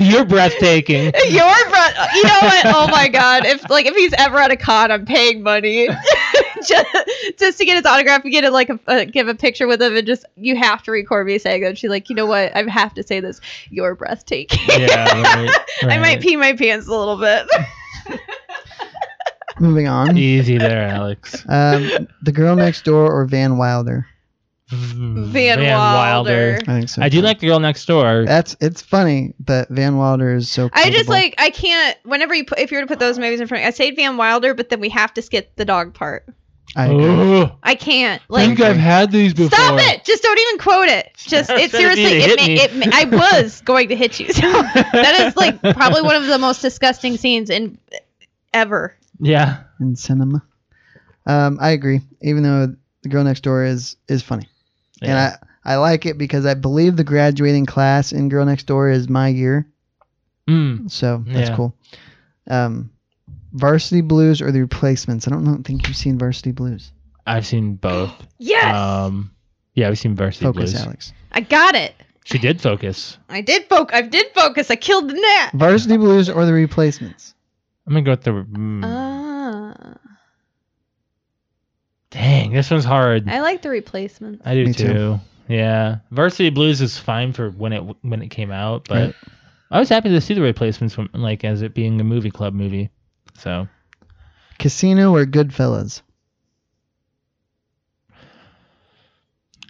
Speaker 2: You're breathtaking.
Speaker 4: your bro- you know what? Oh my god! If like if he's ever at a con, I'm paying money just, just to get his autograph. We get it like a, uh, give a picture with him, and just you have to record me saying it. She's like, you know what? I have to say this. You're breathtaking.
Speaker 2: Yeah, right,
Speaker 4: I might
Speaker 2: right.
Speaker 4: pee my pants a little bit.
Speaker 3: Moving on.
Speaker 2: Easy there, Alex.
Speaker 3: Um, the girl next door or Van Wilder.
Speaker 2: Van,
Speaker 4: Wilder.
Speaker 3: I think so.
Speaker 2: I do
Speaker 3: too.
Speaker 2: like the girl next door.
Speaker 3: that's it's funny, but Van Wilder is so.
Speaker 4: I just
Speaker 3: quotable.
Speaker 4: like I can't. Whenever you put, if you were to put those movies in front, of me, I say Van Wilder, but then we have to skip the dog part.
Speaker 3: I agree.
Speaker 2: Ugh,
Speaker 4: I can't.
Speaker 2: I
Speaker 4: Like,
Speaker 2: think I've had these before.
Speaker 4: stop it! Just don't even quote it. Just
Speaker 2: I was
Speaker 4: it
Speaker 2: trying to be
Speaker 4: seriously.
Speaker 2: to
Speaker 4: It,
Speaker 2: hit
Speaker 4: ma-
Speaker 2: me.
Speaker 4: it. ma- I was going to hit you. So that is like probably one of the most disgusting scenes in ever.
Speaker 2: Yeah.
Speaker 3: in cinema. Um, I agree. Even though the girl next door is is funny, and
Speaker 2: yeah.
Speaker 3: I I like it because I believe the graduating class in Girl Next Door is my year,
Speaker 2: Mm.
Speaker 3: so that's
Speaker 2: Yeah.
Speaker 3: cool. Um, Varsity Blues or The Replacements? I don't know, think you've seen Varsity Blues.
Speaker 2: I've seen both.
Speaker 4: Yes,
Speaker 2: Um, yeah, we've seen Varsity
Speaker 3: Focus,
Speaker 2: Blues.
Speaker 3: Alex.
Speaker 4: I got it.
Speaker 2: She did focus.
Speaker 4: I did focus. I did focus. I killed the gnat.
Speaker 3: Varsity Blues or The Replacements?
Speaker 2: I'm gonna go with the. Mm.
Speaker 3: Hmm.
Speaker 4: Ah,
Speaker 2: Dang, this one's hard.
Speaker 4: I like the replacement.
Speaker 2: I do
Speaker 3: Me
Speaker 2: too.
Speaker 3: too.
Speaker 2: Yeah, Varsity Blues is fine for when it when it came out, but
Speaker 3: Right.
Speaker 2: I was happy to see the replacements from like as it being a movie club movie. So
Speaker 3: Casino or Goodfellas?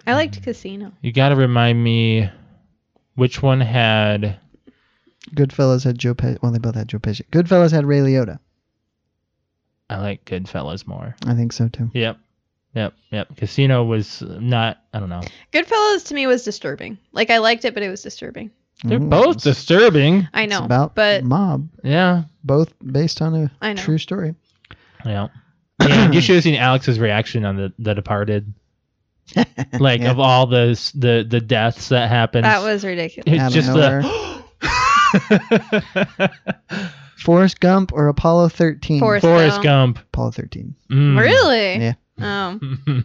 Speaker 4: I liked Casino.
Speaker 2: you got to remind me which one had
Speaker 3: Goodfellas had Joe. Pe- well, they both had Joe Pesci. Goodfellas had Ray Liotta.
Speaker 2: I like Goodfellas more.
Speaker 3: I think so too.
Speaker 2: Yep. Yep, yep. Casino was not. I don't know.
Speaker 4: Goodfellas to me was disturbing. Like I liked it, but it was disturbing.
Speaker 2: They're
Speaker 3: Mm,
Speaker 2: both
Speaker 3: it's-
Speaker 2: disturbing.
Speaker 4: I
Speaker 3: it's
Speaker 4: know,
Speaker 3: about
Speaker 4: but
Speaker 3: mob,
Speaker 2: Yeah,
Speaker 3: both based on a
Speaker 4: I know.
Speaker 3: true story.
Speaker 2: yeah. yeah you should have seen Alex's reaction on the The Departed. Like
Speaker 3: Yeah.
Speaker 2: of all the s- the the deaths that happened,
Speaker 4: that was ridiculous.
Speaker 2: It's
Speaker 3: Out of
Speaker 2: just
Speaker 3: nowhere.
Speaker 2: the
Speaker 3: Forrest Gump or Apollo 13?
Speaker 4: Forrest-
Speaker 2: Forrest
Speaker 4: Gump.
Speaker 2: Gump.
Speaker 3: Apollo 13.
Speaker 2: Mm.
Speaker 4: Really?
Speaker 3: Hmm. Yeah.
Speaker 4: Oh.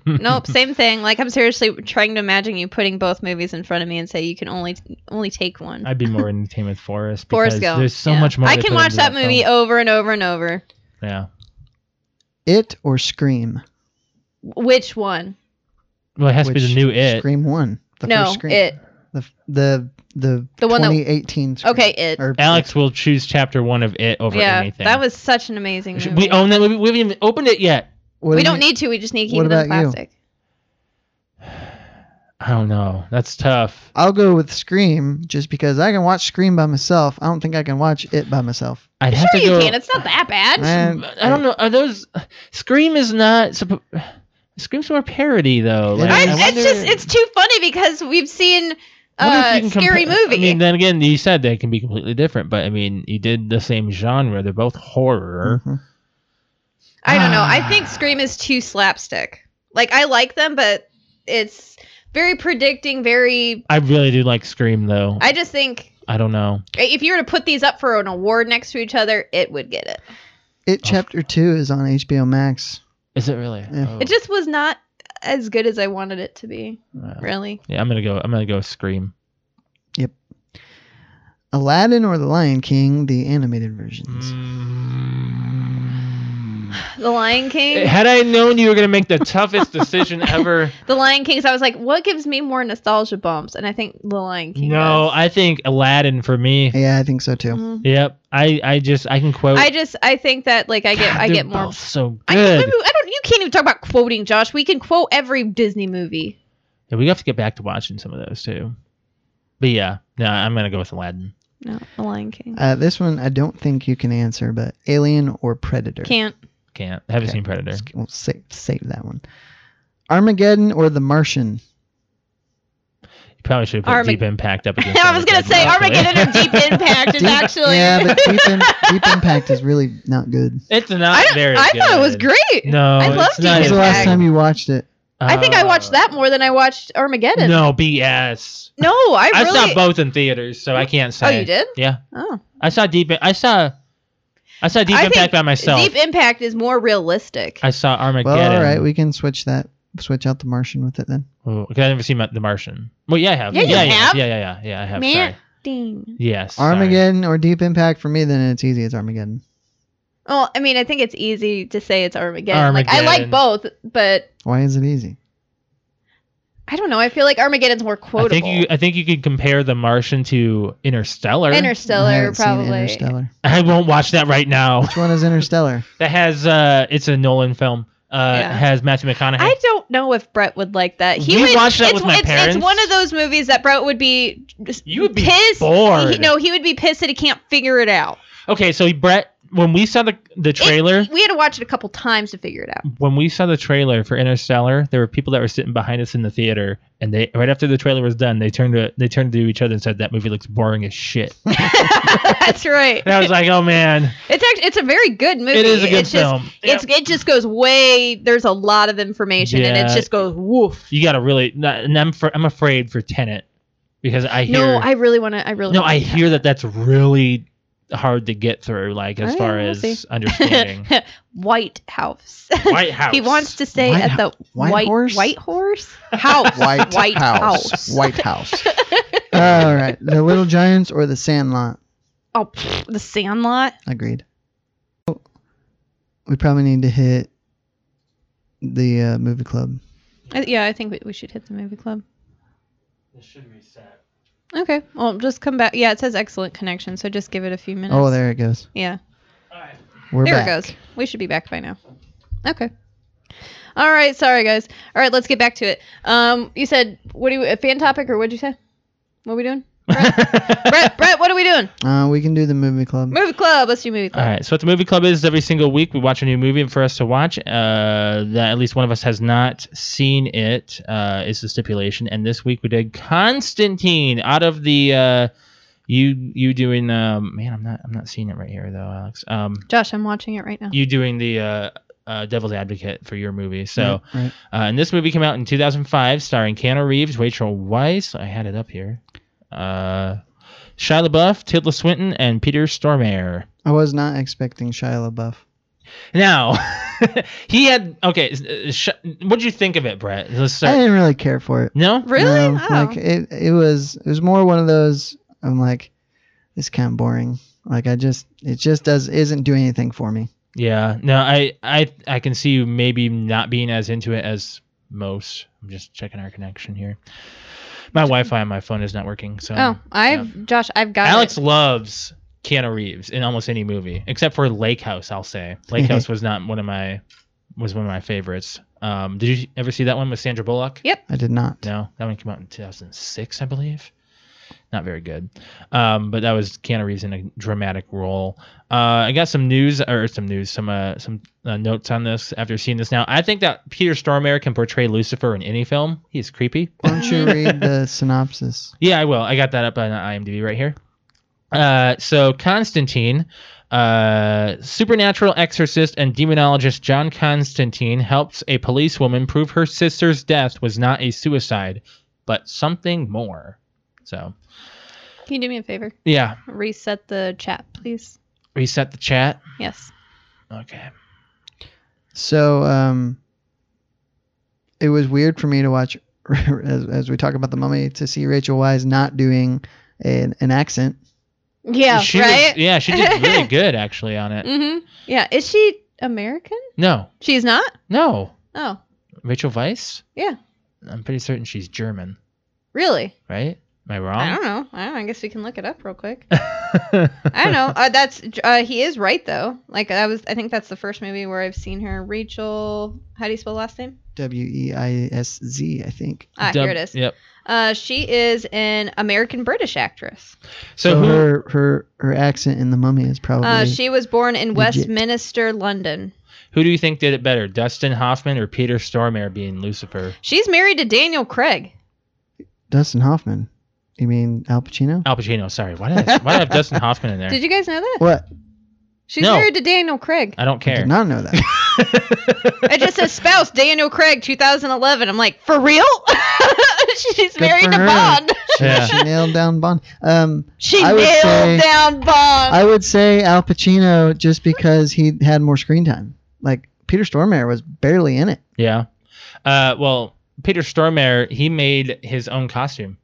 Speaker 4: Nope, same thing. Like I'm seriously trying to imagine you putting both movies in front of me and say you can only only take one.
Speaker 2: I'd be more entertained with Forrest.
Speaker 4: Forrest
Speaker 2: because
Speaker 4: Gump.
Speaker 2: There's so
Speaker 4: Yeah.
Speaker 2: much more.
Speaker 4: I
Speaker 2: to
Speaker 4: can
Speaker 2: put
Speaker 4: watch
Speaker 2: into
Speaker 4: that movie
Speaker 2: film.
Speaker 4: over and over and over.
Speaker 2: Yeah.
Speaker 3: It or Scream?
Speaker 4: Which one?
Speaker 2: Well, it has to be the
Speaker 3: Which-
Speaker 2: new It.
Speaker 3: Scream 1. The
Speaker 4: no,
Speaker 3: first Scream.
Speaker 4: it.
Speaker 3: The, the, the,
Speaker 4: The one that-
Speaker 3: 2018 Scream.
Speaker 4: Okay, it.
Speaker 3: Or-
Speaker 2: Alex will choose Chapter One of It over
Speaker 4: yeah,
Speaker 2: anything.
Speaker 4: that was such an amazing movie.
Speaker 2: Should We own that movie. We haven't even opened it yet.
Speaker 3: what
Speaker 4: we
Speaker 3: do
Speaker 4: don't
Speaker 3: you-
Speaker 4: need to. We just need to keep
Speaker 3: what
Speaker 4: it in
Speaker 3: about you?
Speaker 4: plastic.
Speaker 2: I don't know. That's tough.
Speaker 3: I'll go with Scream just because I can watch Scream by myself. I don't think I can watch it by myself. Eh,
Speaker 2: I'd have
Speaker 4: Sure,
Speaker 2: to
Speaker 4: you
Speaker 2: go.
Speaker 4: can. It's not that bad.
Speaker 3: And
Speaker 2: I don't know. Are those Scream is not. suppo- Scream's more parody though.
Speaker 3: It
Speaker 2: Like,
Speaker 4: I-
Speaker 3: is.
Speaker 2: I
Speaker 4: it's
Speaker 2: wonder-
Speaker 4: just it's too funny because we've seen
Speaker 2: Wonder if
Speaker 4: uh,
Speaker 2: you can
Speaker 4: scary
Speaker 2: compa-
Speaker 4: movie.
Speaker 2: I mean, then again, you said they can be completely different, but I mean, you did the same genre. They're both horror.
Speaker 3: Mhm.
Speaker 4: I don't know.
Speaker 2: Ah.
Speaker 4: I think Scream is too slapstick. Like I like them, but it's very predicting. Very.
Speaker 2: I really do like Scream though. I,
Speaker 4: I just think
Speaker 2: don't know.
Speaker 4: if you were to put these up for an award next to each other, it would get it.
Speaker 2: Oh.
Speaker 3: It Chapter 2 is on HBO Max.
Speaker 2: Is it really?
Speaker 3: Yeah.
Speaker 2: Oh.
Speaker 4: It just was not as good as I wanted it to be.
Speaker 2: Uh,
Speaker 4: Really.
Speaker 2: yeah, I'm gonna go. I'm gonna go Scream.
Speaker 3: Aladdin or The Lion King, the animated
Speaker 2: Mm.
Speaker 3: versions.
Speaker 4: The Lion King.
Speaker 2: Had I known you were gonna make the toughest decision ever,
Speaker 4: The Lion Kings. I was like, what gives me more nostalgia bumps? And I think The Lion King.
Speaker 2: no,
Speaker 4: does.
Speaker 2: I think Aladdin for me.
Speaker 3: Yeah, I think so too.
Speaker 4: Mhm.
Speaker 2: Yep, I, I just I can quote.
Speaker 4: I just I think that like I get
Speaker 2: Oh. God,
Speaker 4: I
Speaker 2: they're
Speaker 4: get more
Speaker 2: both so
Speaker 4: I, I
Speaker 2: good.
Speaker 4: mean, I don't. You can't even talk about quoting, Josh. We can quote every Disney movie.
Speaker 2: Yeah, we have to get back to watching some of those too. But yeah, no, I'm gonna go with Aladdin.
Speaker 4: No, The Lion King.
Speaker 3: Uh, this one I don't think you can answer, but Alien or Predator?
Speaker 4: Can't.
Speaker 2: Can't. I haven't
Speaker 3: Okay.
Speaker 2: seen Predator.
Speaker 3: Just- We'll save, save that one. Armageddon or The Martian?
Speaker 2: You probably should have put
Speaker 4: Armag-
Speaker 2: Deep Impact up against.
Speaker 4: I was gonna say
Speaker 2: Armageddon,
Speaker 4: Armageddon or
Speaker 2: actually.
Speaker 4: Deep Impact is
Speaker 3: Deep-
Speaker 4: actually.
Speaker 3: Yeah, but Deep, in, Deep Impact is really not good.
Speaker 2: It's not
Speaker 4: I,
Speaker 2: very.
Speaker 4: I thought it was
Speaker 2: good.
Speaker 4: great.
Speaker 2: No,
Speaker 4: I love
Speaker 2: it's not
Speaker 4: Deep
Speaker 2: as
Speaker 3: When was the last
Speaker 4: Impact.
Speaker 3: time you watched it?
Speaker 4: I think I watched that more than I watched Armageddon.
Speaker 2: No BS.
Speaker 4: No, I
Speaker 2: I,
Speaker 4: really.
Speaker 2: saw both in theaters, so I can't
Speaker 4: oh,
Speaker 2: say.
Speaker 4: you did?
Speaker 2: Yeah,
Speaker 4: Oh,
Speaker 2: I saw Deep. I saw. I saw Deep
Speaker 4: I think
Speaker 2: Impact by myself.
Speaker 4: Deep Impact is more realistic.
Speaker 2: I saw Armageddon.
Speaker 3: Well, all right, we can switch that. Switch out The Martian with it then.
Speaker 2: Ooh, 'cause Oh, I never seen Ma- The Martian. Well, yeah, I have.
Speaker 4: Yeah, you
Speaker 2: yeah,
Speaker 4: have.
Speaker 2: yeah, yeah, yeah, yeah, I have.
Speaker 4: Man.
Speaker 2: Sorry.
Speaker 4: Ding.
Speaker 2: Yes. sorry.
Speaker 3: Armageddon or Deep Impact for me, then it's easy. It's Armageddon.
Speaker 4: Well, I mean, I think it's easy to say it's Armageddon. Like I like
Speaker 2: Armageddon.
Speaker 4: both, but
Speaker 3: Why is it easy?
Speaker 4: I don't know. I feel like Armageddon's more quotable.
Speaker 2: I think you. I think you could compare The Martian to Interstellar.
Speaker 3: I
Speaker 4: Interstellar,
Speaker 3: haven't seen
Speaker 4: probably.
Speaker 3: Interstellar.
Speaker 2: I won't watch that right now.
Speaker 3: Which one is Interstellar?
Speaker 2: That has. uh It's a Nolan film. uh,
Speaker 4: Yeah.
Speaker 2: has Matthew McConaughey.
Speaker 4: I don't know if Brett would like that. He
Speaker 2: We
Speaker 4: would,
Speaker 2: watched that
Speaker 4: it's,
Speaker 2: with my
Speaker 4: it's,
Speaker 2: parents.
Speaker 4: It's one of those movies that Brett would be. just
Speaker 2: You would be
Speaker 4: pissed.
Speaker 2: bored.
Speaker 4: He, no, he would be pissed that he can't figure it out.
Speaker 2: okay, so Brett, when we saw the the trailer,
Speaker 4: We had to watch it a couple times to figure it out.
Speaker 2: when we saw the trailer for Interstellar, there were people that were sitting behind us in the theater, and they right after the trailer was done, they turned to they turned to each other and said that movie looks boring as shit. and
Speaker 4: That's right.
Speaker 2: I was like, oh man,
Speaker 4: It's actually it's a very good movie.
Speaker 2: it is a good
Speaker 4: it's just,
Speaker 2: film.
Speaker 4: It's it just goes way. There's a lot of information, and
Speaker 2: Yeah.
Speaker 4: it just goes woof.
Speaker 2: you got to really, not, and I'm for, I'm afraid for Tenet because I hear
Speaker 4: No, I really want to. I really
Speaker 2: no,
Speaker 4: wanna
Speaker 2: I
Speaker 4: see that.
Speaker 2: hear that that's really hard to get through, like as
Speaker 4: Oh, yeah,
Speaker 2: far
Speaker 4: we'll
Speaker 2: as
Speaker 4: see.
Speaker 2: understanding.
Speaker 4: White House.
Speaker 2: White House.
Speaker 4: He wants to stay
Speaker 3: White
Speaker 4: at the
Speaker 3: White
Speaker 4: White,
Speaker 3: Horse?
Speaker 4: White Horse House.
Speaker 3: White, House. White House. All right. The Little Giants or The Sandlot?
Speaker 4: Oh, pfft, the Sandlot.
Speaker 3: Agreed. We probably need to hit the uh, movie club.
Speaker 4: I, Uh, yeah, I think we, we should hit the movie club.
Speaker 2: This should reset.
Speaker 4: Okay. Well, just come back. Yeah, it says excellent connection, so just give it a few minutes.
Speaker 3: Oh, there it goes.
Speaker 4: Yeah.
Speaker 3: We're
Speaker 4: there
Speaker 3: back.
Speaker 4: it goes. We should be back by now. Okay. All right. Sorry, guys. All right. Let's get back to it. Um, you said what do you a fan topic or what'd you say? What are we doing? Brett, Brett, what are we doing?
Speaker 3: Uh, we can do the movie club.
Speaker 4: Movie club. Let's do movie club.
Speaker 2: All right. So what the movie club is, is every single week we watch a new movie for us to watch uh, that at least one of us has not seen it uh, is the stipulation. And this week we did Constantine out of the uh, you you doing um, man I'm not I'm not seeing it right here though Alex um,
Speaker 4: Josh, I'm watching it right now.
Speaker 2: you doing the uh, uh, Devil's Advocate for your movie so.
Speaker 3: Right, right.
Speaker 2: Uh, and this movie came out in 2005, starring Keanu Reeves, Rachel Weisz. I had it up here. Uh, Shia LaBeouf, Tilda Swinton, and Peter Stormare.
Speaker 3: I was not expecting Shia LaBeouf.
Speaker 2: Now, he had okay. uh, Sh- what'd you think of it, Brett? Let's
Speaker 3: I
Speaker 2: start.
Speaker 3: didn't really care for it.
Speaker 2: no,
Speaker 4: Really?
Speaker 3: No,
Speaker 4: oh.
Speaker 3: Like it, it was it was more one of those I'm like, this is kind of boring. Like I just it just does isn't doing anything for me.
Speaker 2: yeah, no. I I I can see you maybe not being as into it as most. I'm just checking our connection here. My Wi-Fi on my phone is not working, so
Speaker 4: oh, I've Josh, I've got
Speaker 2: um, Alex
Speaker 4: it.
Speaker 2: loves Keanu Reeves in almost any movie, except for Lake House. I'll say Lake House was not one of my was one of my favorites. Um, did you ever see that one with Sandra Bullock?
Speaker 3: I did not.
Speaker 2: No, that one came out in 2006, I believe. Not very good, um, but that was Keanu Reeves in a dramatic role. Uh, I got some news or some news, some uh, some uh, notes on this after seeing this. Now, I think that Peter Stormare can portray Lucifer in any film. He's creepy.
Speaker 3: Why don't you read the synopsis?
Speaker 2: Yeah, I will. I got that up on IMDb right here. Uh, so Constantine, uh, supernatural exorcist and demonologist John Constantine helps a policewoman prove her sister's death was not a suicide, but something more. So
Speaker 4: Can you do me a favor?
Speaker 2: yeah,
Speaker 4: Reset the chat, please.
Speaker 2: reset the chat.
Speaker 4: Yes.
Speaker 2: Okay.
Speaker 3: So um, it was weird for me to watch as, as we talk about the mummy to see Rachel Wise not doing an, an accent.
Speaker 4: Yeah.
Speaker 2: she
Speaker 4: right.
Speaker 2: Was, yeah, she did really good actually on it.
Speaker 4: Mm-hmm. Yeah. Is she American?
Speaker 2: No,
Speaker 4: She's not.
Speaker 2: no,
Speaker 4: Oh,
Speaker 2: Rachel Weiss.
Speaker 4: Yeah.
Speaker 2: I'm pretty certain she's German,
Speaker 4: really?
Speaker 2: right? Am I wrong?
Speaker 4: I don't know. I, don't, I guess we can look it up real quick. I don't know. Uh, that's uh, he is right though. Like I was, I think that's the first movie where I've seen her. Rachel, how do you spell last name?
Speaker 3: W e i s z I think.
Speaker 4: Ah,
Speaker 2: Dub-
Speaker 4: here it is.
Speaker 2: Yep.
Speaker 4: Uh, she is an American British actress.
Speaker 2: So,
Speaker 3: so
Speaker 2: who,
Speaker 3: her her her accent in the mummy is probably
Speaker 4: Uh, she was born in
Speaker 3: Oh, legit.
Speaker 4: Westminster, London.
Speaker 2: Who do you think did it better, Dustin Hoffman or Peter Stormare being Lucifer?
Speaker 4: She's married to Daniel Craig.
Speaker 3: Dustin Hoffman. You mean Al Pacino?
Speaker 2: Al Pacino. Sorry, why did I, why did I have Dustin Hoffman in there?
Speaker 4: Did you guys know that?
Speaker 3: What?
Speaker 4: She's
Speaker 2: No.
Speaker 4: married to Daniel Craig.
Speaker 2: I don't
Speaker 3: I
Speaker 2: care.
Speaker 3: did not know that.
Speaker 4: It just says spouse Daniel Craig, 2011. I'm like, for real? She's
Speaker 3: Good
Speaker 4: married
Speaker 3: for
Speaker 4: to
Speaker 3: her.
Speaker 4: Bond.
Speaker 3: She,
Speaker 2: Yeah.
Speaker 3: she nailed down Bond. Um,
Speaker 4: She
Speaker 3: I would
Speaker 4: nailed
Speaker 3: say-
Speaker 4: down Bond.
Speaker 3: I would say Al Pacino just because he had more screen time. Like Peter Stormare was barely in it.
Speaker 2: yeah. Uh, well, Peter Stormare he made his own costume.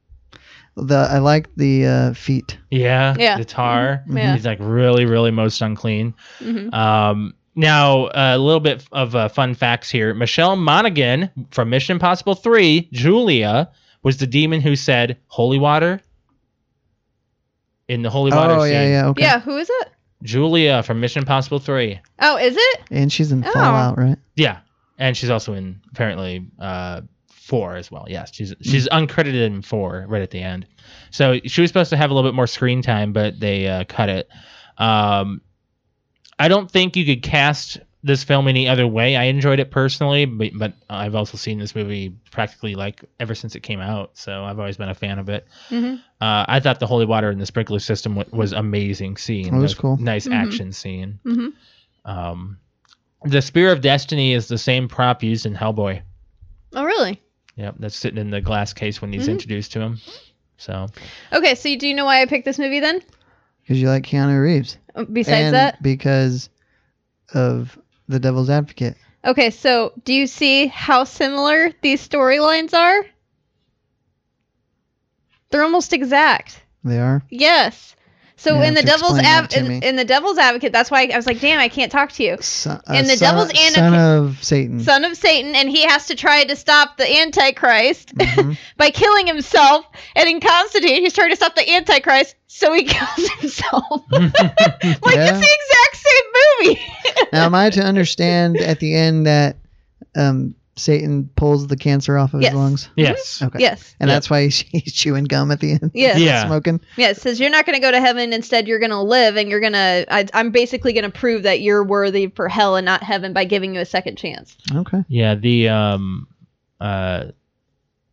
Speaker 3: The I like the uh, feet.
Speaker 2: Yeah.
Speaker 4: Yeah. Mm-hmm.
Speaker 2: The tar. Mm-hmm.
Speaker 3: Mhm.
Speaker 4: Yeah.
Speaker 2: He's like really, really most unclean.
Speaker 4: Mhm.
Speaker 2: Um, now, a little bit of uh, fun facts here. Michelle Monaghan from Mission Impossible 3, Julia, was the demon who said holy water in the holy water
Speaker 3: Oh
Speaker 2: scene.
Speaker 3: yeah, yeah, okay.
Speaker 4: Yeah, who is it?
Speaker 2: Julia from Mission Impossible 3.
Speaker 4: Oh, is it?
Speaker 3: And she's in
Speaker 4: Oh.
Speaker 3: Fallout, right?
Speaker 2: Yeah. and she's also in apparently uh, four as well. Yes, she's she's uncredited in four right at the end. So she was supposed to have a little bit more screen time, but they uh, cut it. Um, I don't think you could cast this film any other way. I enjoyed it personally, but, but I've also seen this movie practically like ever since it came out. So I've always been a fan of it.
Speaker 3: Mm-hmm.
Speaker 4: Mhm.
Speaker 2: Uh, I thought the holy water and the sprinkler system w- was amazing scene.
Speaker 3: That was cool.
Speaker 2: Nice
Speaker 4: Mhm.
Speaker 2: action scene.
Speaker 4: Mhm.
Speaker 2: Um, the spear of destiny is the same prop used in Hellboy.
Speaker 4: Oh, really?
Speaker 2: Yep, that's sitting in the glass case when he's
Speaker 4: Mhm.
Speaker 2: introduced to him. So
Speaker 4: Okay, so you- do you know why I picked this movie then?
Speaker 3: because you like Keanu Reeves.
Speaker 4: Uh, Besides
Speaker 3: And
Speaker 4: that?
Speaker 3: because of the Devil's Advocate.
Speaker 4: Okay, so do you see how similar these storylines are? They're almost exact.
Speaker 3: They are.
Speaker 4: Yes. So
Speaker 3: You
Speaker 4: in
Speaker 3: have
Speaker 4: the
Speaker 3: to
Speaker 4: devil's
Speaker 3: explain that
Speaker 4: av-
Speaker 3: to
Speaker 4: in,
Speaker 3: me.
Speaker 4: in the devil's advocate, that's why I was like, damn, I can't talk to you.
Speaker 3: Son, uh,
Speaker 4: And the
Speaker 3: son-
Speaker 4: devil's anti-
Speaker 3: son of Satan.
Speaker 4: Son of Satan, and he has to try to stop the Antichrist
Speaker 3: Mhm.
Speaker 4: by killing himself. And in Constantine, he's trying to stop the Antichrist, so he kills himself. like
Speaker 3: Yeah.
Speaker 4: it's the exact same movie.
Speaker 3: Now, am I to understand at the end that um, Satan pulls the cancer off of
Speaker 4: Yes.
Speaker 3: his lungs?
Speaker 2: yes,
Speaker 3: Okay.
Speaker 4: Yes.
Speaker 3: And
Speaker 2: Yeah.
Speaker 3: that's why he's chewing gum at the end.
Speaker 4: Yes.
Speaker 2: Yeah.
Speaker 3: Smoking.
Speaker 4: Yeah, it says you're not going to go to heaven. Instead, you're going to live, and you're going to. I, I'm basically going to prove that you're worthy for hell and not heaven by giving you a second chance.
Speaker 3: Okay.
Speaker 2: yeah. The um, uh,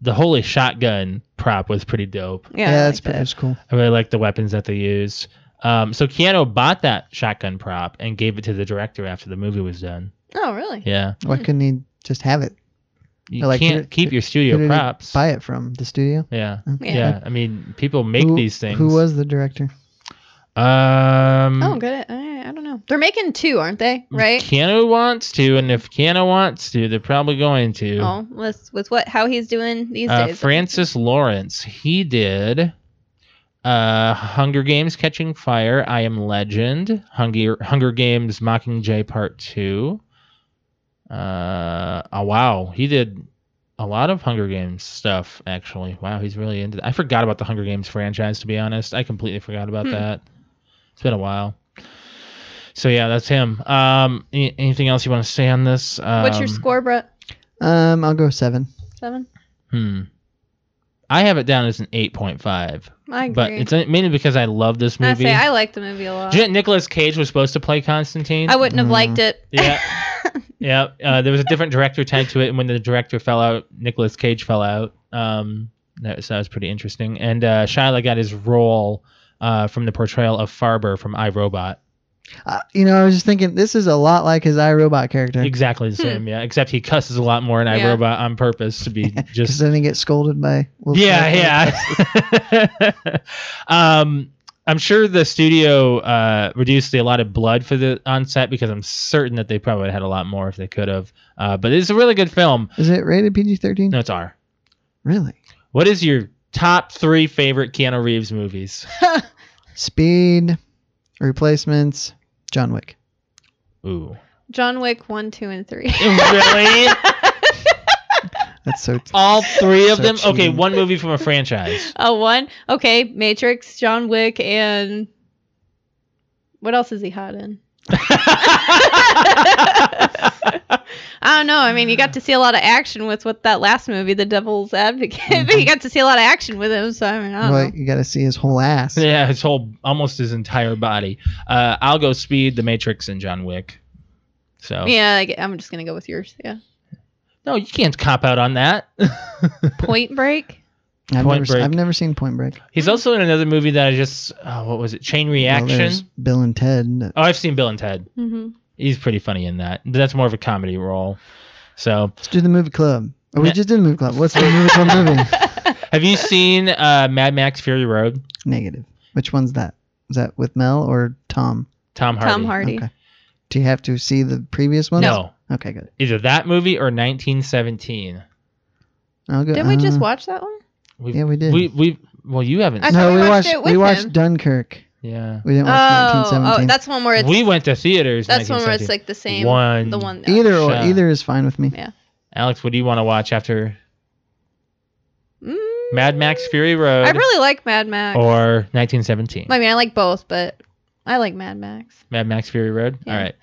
Speaker 2: the holy shotgun prop was pretty dope.
Speaker 4: Yeah, I
Speaker 3: that's
Speaker 4: like
Speaker 3: pretty
Speaker 4: that.
Speaker 3: that's cool.
Speaker 2: I really like the weapons that they used. Um, so Keanu bought that shotgun prop and gave it to the director after the movie was done.
Speaker 4: Oh, really?
Speaker 2: Yeah,
Speaker 3: Why couldn't he just have it?
Speaker 2: you
Speaker 3: I like
Speaker 2: can't
Speaker 3: it.
Speaker 2: keep your
Speaker 3: Who
Speaker 2: studio
Speaker 3: did he
Speaker 2: props.
Speaker 3: Buy it from the studio.
Speaker 2: Yeah,
Speaker 4: Yeah.
Speaker 2: yeah, I mean, people make
Speaker 3: Who-
Speaker 2: these things.
Speaker 3: Who was the director?
Speaker 2: Um,
Speaker 4: Oh, good. I, I don't know. They're making two, aren't they? Right?
Speaker 2: Keanu wants to, and if Keanu wants to, they're probably going to.
Speaker 4: Oh, with with what how he's doing these
Speaker 2: uh,
Speaker 4: days.
Speaker 2: Francis Lawrence. He did uh, Hunger Games: Catching Fire, I Am Legend, Hunger Hunger Games: Mockingjay Part Two. Uh, oh wow, he did a lot of Hunger Games stuff. Actually, wow, he's really into. That. I forgot about the Hunger Games franchise. To be honest, I completely forgot about
Speaker 4: Hmm.
Speaker 2: that. It's been a while. So yeah, that's him. Um, any- anything else you want to say on this? Um,
Speaker 4: What's your score, Brett?
Speaker 3: Um, I'll go seven.
Speaker 4: Seven.
Speaker 2: Hmm. I have it down as an eight point five.
Speaker 4: I agree.
Speaker 2: But it's mainly because I love this
Speaker 4: I
Speaker 2: movie.
Speaker 4: say I like the movie a lot.
Speaker 2: Did you know Nicolas Cage was supposed to play Constantine?
Speaker 4: I wouldn't have
Speaker 3: Mm.
Speaker 4: liked it.
Speaker 2: Yeah. yeah. Uh, there was a different director tied to it, and when the director fell out, Nicolas Cage fell out. Um, that, so that was pretty interesting. And uh, Shyla got his role uh, from the portrayal of Farber from iRobot.
Speaker 3: Uh, you know, I was just thinking this is a lot like his iRobot character.
Speaker 2: Exactly the same, yeah. Except he cusses a lot more in
Speaker 4: Hmm. Yeah.
Speaker 2: iRobot on purpose to be just
Speaker 3: Because then he gets scolded by. Will Smith.
Speaker 2: yeah yeah um i'm sure the studio uh reduced the allotted blood for the on set because i'm certain that they probably would've had a lot more if they could have uh but it's a really good film
Speaker 3: Is it rated PG thirteen?
Speaker 2: no it's r
Speaker 3: Really?
Speaker 2: what is your top three favorite keanu reeves movies
Speaker 3: Speed, replacements, John Wick.
Speaker 2: ooh
Speaker 4: John Wick one, two, and three.
Speaker 2: really
Speaker 3: That's so.
Speaker 2: all three of
Speaker 3: So
Speaker 2: them okay
Speaker 3: cheating.
Speaker 2: one movie from a franchise
Speaker 4: Oh, one. Okay, Matrix, John Wick, and what else is he hot in? I don't know. I mean, you got to see a lot of action with what that last movie, The Devil's Advocate.
Speaker 3: Mm-hmm.
Speaker 4: you got to see a lot of action with him. So I mean, I don't
Speaker 3: well,
Speaker 4: know.
Speaker 3: you got to see his whole ass.
Speaker 2: yeah his whole almost his entire body uh i'll go speed the matrix and john wick so
Speaker 4: Yeah, I, am just gonna go with yours. Yeah,
Speaker 2: No, you can't cop out on that.
Speaker 4: Point Break.
Speaker 3: I've,
Speaker 2: Point
Speaker 3: never,
Speaker 2: Break.
Speaker 3: I've never seen Point Break.
Speaker 2: He's also in another movie that I just oh, what was it? Chain
Speaker 3: Well,
Speaker 2: Reaction.
Speaker 3: there's Bill and Ted.
Speaker 2: oh, I've seen Bill and Ted.
Speaker 4: Mm-hmm.
Speaker 2: He's pretty funny in that. But that's more of a comedy role. So,
Speaker 3: Let's do the movie club. Oh, we
Speaker 2: Yeah.
Speaker 3: just did movie club. What's the movie club movie?
Speaker 2: have you seen uh, Mad Max Fury Road?
Speaker 3: Negative. Which one's that? Is that with Mel or Tom?
Speaker 2: Tom Hardy.
Speaker 4: Tom Hardy.
Speaker 3: Okay. Do you have to see the previous ones?
Speaker 2: No,
Speaker 3: Okay, good.
Speaker 2: either that movie or 1917.
Speaker 3: I'll go.
Speaker 4: Didn't we just
Speaker 3: uh,
Speaker 4: watch that one?
Speaker 2: We've,
Speaker 3: Yeah, we did.
Speaker 2: we we well, you haven't.
Speaker 4: I
Speaker 2: seen-
Speaker 4: thought
Speaker 3: no,
Speaker 4: we
Speaker 3: we
Speaker 4: watched
Speaker 3: watched.
Speaker 4: it
Speaker 3: we
Speaker 4: with
Speaker 3: watched
Speaker 4: him.
Speaker 3: Dunkirk.
Speaker 2: yeah,
Speaker 3: We didn't watch
Speaker 4: Oh,
Speaker 3: 1917.
Speaker 4: oh, that's one where it's
Speaker 2: we went to theaters.
Speaker 4: that's one where it's
Speaker 2: 1917.
Speaker 4: like the same
Speaker 2: One.
Speaker 4: The one
Speaker 3: either or
Speaker 2: Shut up.
Speaker 3: either is fine with me.
Speaker 4: Yeah.
Speaker 2: Alex, what do you want to watch after
Speaker 4: Mm,
Speaker 2: Mad Max Fury Road
Speaker 4: I really like Mad Max.
Speaker 2: or 1917?
Speaker 4: I mean, I like both, but I like Mad Max.
Speaker 2: Mad Max Fury Road.
Speaker 4: Yeah.
Speaker 2: All right.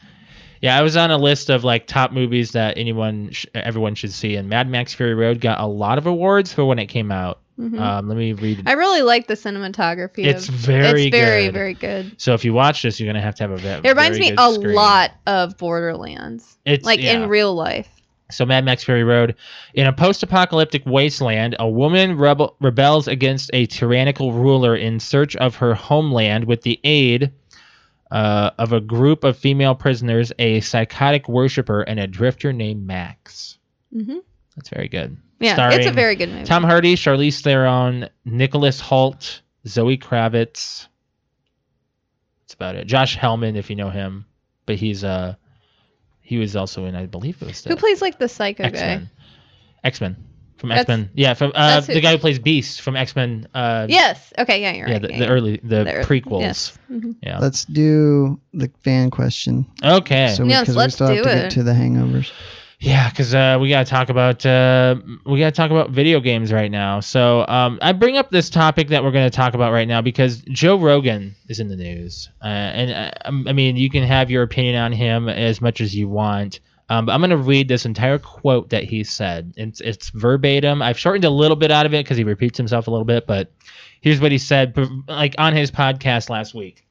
Speaker 2: Yeah, I was on a list of like top movies that anyone, sh- everyone should see, and Mad Max Fury Road got a lot of awards for when it came out.
Speaker 4: Mhm.
Speaker 2: Um, let me read.
Speaker 4: I really like the cinematography.
Speaker 2: it's
Speaker 4: of,
Speaker 2: very,
Speaker 4: it's very
Speaker 2: good.
Speaker 4: very good.
Speaker 2: So if you watch this, you're gonna have to have a. ve-
Speaker 4: It reminds
Speaker 2: very
Speaker 4: me
Speaker 2: good
Speaker 4: a
Speaker 2: screen.
Speaker 4: lot of Borderlands,
Speaker 2: It's
Speaker 4: like
Speaker 2: yeah.
Speaker 4: in real life.
Speaker 2: So Mad Max Fury Road, in a post-apocalyptic wasteland, a woman rebel- rebels against a tyrannical ruler in search of her homeland with the aid uh, of a group of female prisoners, a psychotic worshiper, and a drifter named Max.
Speaker 4: hmm
Speaker 2: That's very good.
Speaker 4: Yeah, it's a
Speaker 2: Starring
Speaker 4: very good movie.
Speaker 2: Tom Hardy, Charlize Theron, Nicholas Holt, Zoe Kravitz. That's about it. Josh Hellman, if you know him, but he's uh he was also in I believe it was the
Speaker 4: Who plays like the psycho
Speaker 2: X
Speaker 4: guy?
Speaker 2: Men. X Men from
Speaker 4: That's-
Speaker 2: X Men. Yeah, from uh,
Speaker 4: that's who-
Speaker 2: the guy who plays Beast from X Men. Uh,
Speaker 4: Yes. Okay. Yeah, you're
Speaker 2: yeah,
Speaker 4: right.
Speaker 2: the,
Speaker 4: yeah,
Speaker 2: the
Speaker 4: yeah.
Speaker 2: early the,
Speaker 4: The ear-
Speaker 2: prequels.
Speaker 4: yes. Mhm.
Speaker 2: Yeah.
Speaker 3: Let's do the fan question.
Speaker 2: Okay.
Speaker 3: So we-
Speaker 4: Yes,
Speaker 3: 'cause we
Speaker 4: let's
Speaker 3: still have
Speaker 4: do
Speaker 3: to get
Speaker 4: it.
Speaker 3: to the hangovers.
Speaker 2: Yeah, because uh, we gotta talk about uh, we gotta talk about video games right now. So um, I bring up this topic that we're gonna talk about right now because Joe Rogan is in the news, uh, and uh, um, I mean you can have your opinion on him as much as you want. Um, but I'm gonna read this entire quote that he said. It's it's verbatim. I've shortened a little bit out of it because he repeats himself a little bit, but here's what he said like on his podcast last week.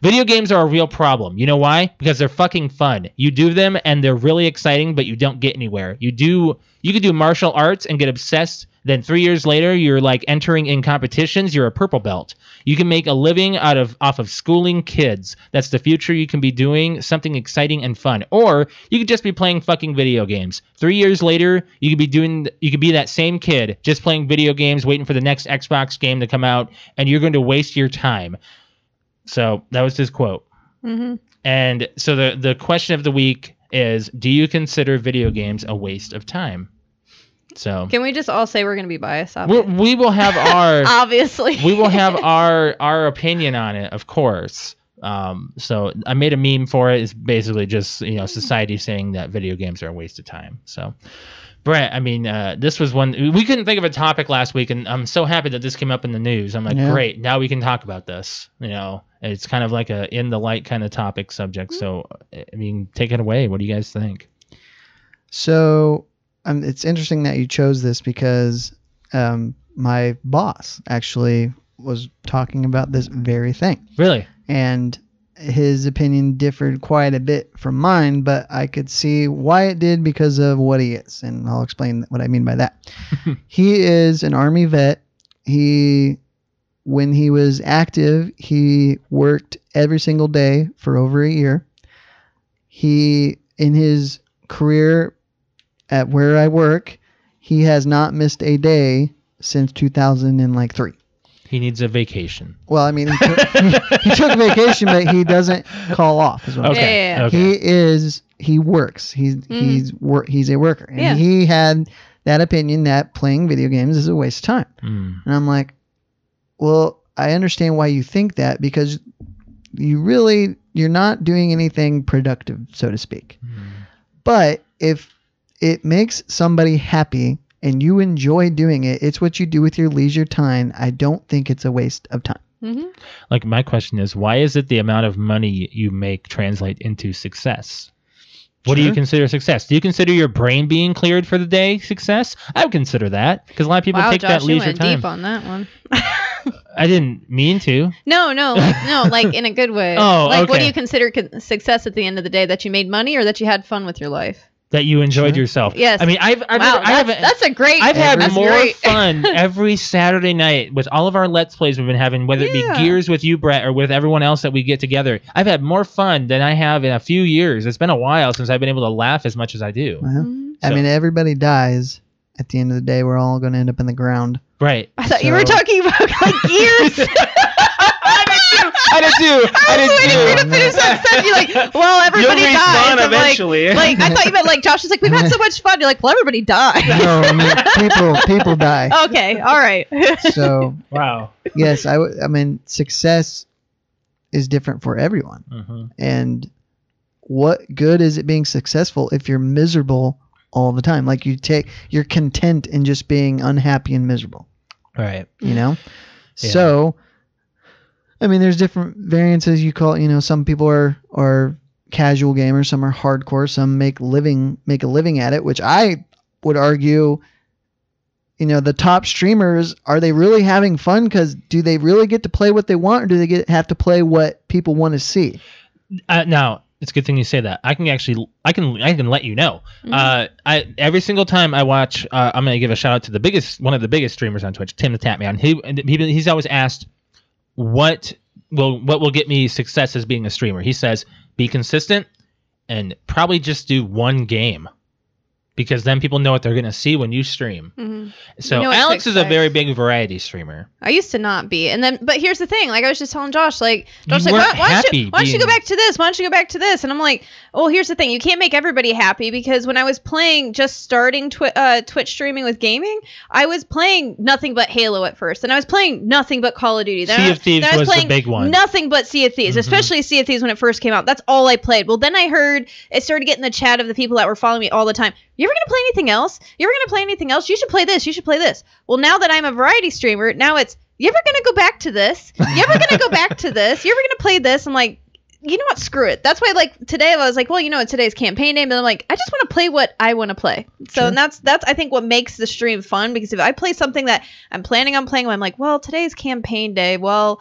Speaker 2: Video games are a real problem. You know why? Because they're fucking fun. You do them and they're really exciting, but you don't get anywhere. You do you could do martial arts and get obsessed, then 3 years later you're like entering in competitions, you're a purple belt. You can make a living out of off of schooling kids. That's the future you can be doing something exciting and fun. Or you could just be playing fucking video games. 3 years later, you could be doing you could be that same kid just playing video games waiting for the next Xbox game to come out and you're going to waste your time. So, that was his quote.
Speaker 4: Mhm.
Speaker 2: And so the the question of the week is: Do you consider video games a waste of time? So
Speaker 4: Can we just all say we're gonna be biased? Off
Speaker 2: we,
Speaker 4: it?
Speaker 2: we will have our
Speaker 4: Obviously.
Speaker 2: we will have our our opinion on it, of course. Um, so I made a meme for it. It's basically just you know society saying that video games are a waste of time. So. Brett, I mean, uh, this was one we couldn't think of a topic last week, and I'm so happy that this came up in the news. I'm like,
Speaker 3: Yeah.
Speaker 2: great, now we can talk about this. You know, And it's kind of like a in the light kind of topic subject. So, I mean, take it away. What do you guys think?
Speaker 3: So um, it's interesting that you chose this because um, my boss actually was talking about this very thing.
Speaker 2: Really?
Speaker 3: and his opinion differed quite a bit from mine, but I could see why it did because of what he is, and I'll explain what I mean by that. he is an army vet. He, when he was active, he worked every single day for over a year. He, in his career at where I work, he has not missed a day since 2003.
Speaker 2: He needs a vacation.
Speaker 3: Well, I mean, he took, he took vacation, but he doesn't call off. Is what I'm
Speaker 2: Okay.
Speaker 3: saying.
Speaker 4: Yeah, yeah, yeah.
Speaker 2: Okay.
Speaker 3: He is. He works. He's he's wor- he's a worker, and
Speaker 4: Yeah.
Speaker 3: he had that opinion that playing video games is a waste of time.
Speaker 2: Mm.
Speaker 3: And I'm like, well, I understand why you think that because you really you're not doing anything productive, so to speak.
Speaker 2: Mm.
Speaker 3: But if it makes somebody happy and you enjoy doing it, it's what you do with your leisure time. I don't think it's a waste of time.
Speaker 4: Mhm.
Speaker 2: Like my question is, why is it the amount of money you make translate into success? What do you
Speaker 3: Sure.
Speaker 2: consider success? Do you consider your brain being cleared for the day success? I would consider that because a lot of people
Speaker 4: Wow,
Speaker 2: take
Speaker 4: Josh,
Speaker 2: that
Speaker 4: you
Speaker 2: leisure
Speaker 4: went
Speaker 2: time.
Speaker 4: deep on that one.
Speaker 2: I didn't mean to.
Speaker 4: No, no, like, no, like in a good way.
Speaker 2: Oh,
Speaker 4: like what
Speaker 2: okay.
Speaker 4: do you consider con- success at the end of the day? That you made money or that you had fun with your life?
Speaker 2: That you enjoyed
Speaker 3: Sure.
Speaker 2: yourself.
Speaker 4: Yes.
Speaker 2: I mean, I've, I've
Speaker 4: wow,
Speaker 2: never- I
Speaker 4: that's,
Speaker 2: haven't.
Speaker 4: that's a great.
Speaker 2: I've had
Speaker 4: that's
Speaker 2: more
Speaker 4: great.
Speaker 2: fun every Saturday night with all of our Let's Plays we've been having, whether it
Speaker 4: Yeah.
Speaker 2: be Gears with you, Brett, or with everyone else that we get together. I've had more fun than I have in a few years. It's been a while since I've been able to laugh as much as I do.
Speaker 3: Well,
Speaker 4: Mhm.
Speaker 3: I
Speaker 2: So-
Speaker 3: mean, everybody dies. At the end of the day, we're all going to end up in the ground.
Speaker 2: Right.
Speaker 4: I thought you were
Speaker 3: So-
Speaker 4: talking about like years.
Speaker 2: I did too. I did too. I
Speaker 4: I was waiting
Speaker 2: did
Speaker 4: for
Speaker 2: too.
Speaker 4: you to finish that sentence. You're like, well, everybody
Speaker 2: You'll
Speaker 4: dies.
Speaker 2: respawn
Speaker 4: I'm like-
Speaker 2: eventually.
Speaker 4: Like, I thought you meant like Josh is like, we've had so much fun. You're like, well, everybody died.
Speaker 3: No, I mean, people, people die.
Speaker 4: okay, all right.
Speaker 3: So
Speaker 2: wow.
Speaker 3: yes, I, w- I mean, success is different for everyone.
Speaker 2: Mm-hmm.
Speaker 3: And what good is it being successful if you're miserable all the time? Like you take, you're content in just being unhappy and miserable.
Speaker 2: Right.
Speaker 3: you know
Speaker 2: Mm. Yeah.
Speaker 3: so i mean there's different variances you call you know some people are are casual gamers, some are hardcore, some make living make a living at it, which I would argue you know, the top streamers are they really having fun cuz do they really get to play what they want or do they get have to play what people want to see?
Speaker 2: Uh, now it's a good thing you say that. I can actually, I can, I can let you know.
Speaker 4: Mhm.
Speaker 2: Uh, I every single time I watch, uh, I'm gonna give a shout out to the biggest, one of the biggest streamers on Twitch, Tim the Tapman. He, and he he's always asked, what will what will get me success as being a streamer? He says, be consistent, and probably just do one game, because then people know what they're gonna see when you stream.
Speaker 4: Mhm.
Speaker 2: So
Speaker 4: know what to
Speaker 2: Alex is a
Speaker 4: expect.
Speaker 2: very big variety streamer.
Speaker 4: I used to not be, and then but here's the thing. Like I was just telling Josh, like
Speaker 2: You
Speaker 4: Josh's like, why, why
Speaker 2: weren't
Speaker 4: don't you
Speaker 2: happy
Speaker 4: why don't you go
Speaker 2: being-
Speaker 4: back to this? Why don't you go back to this? And I'm like, well, here's the thing. You can't make everybody happy because when I was playing, just starting twi- uh, Twitch streaming with gaming, I was playing nothing but Halo at first, and I was playing nothing but Call of Duty. Then I-
Speaker 2: sea of Thieves
Speaker 4: then I
Speaker 2: was the
Speaker 4: playing
Speaker 2: big one.
Speaker 4: Nothing but Sea of Thieves,
Speaker 2: Mhm.
Speaker 4: especially Sea of Thieves when it first came out. That's all I played. Well, then I heard it started getting the chat of the people that were following me all the time. You ever gonna play anything else? You ever gonna play anything else? You should play this. You should play this. Well, now that I'm a variety streamer, now it's you ever gonna go back to this? You ever gonna go back to this? You ever gonna play this? I'm like. You know what? Screw it. That's why, like today, I was like, well, you know, today's campaign name, and I'm like, I just want to play what I want to play. So,
Speaker 3: Sure.
Speaker 4: and that's that's I think what makes the stream fun because if I play something that I'm planning on playing, I'm like, well, today's campaign day. Well,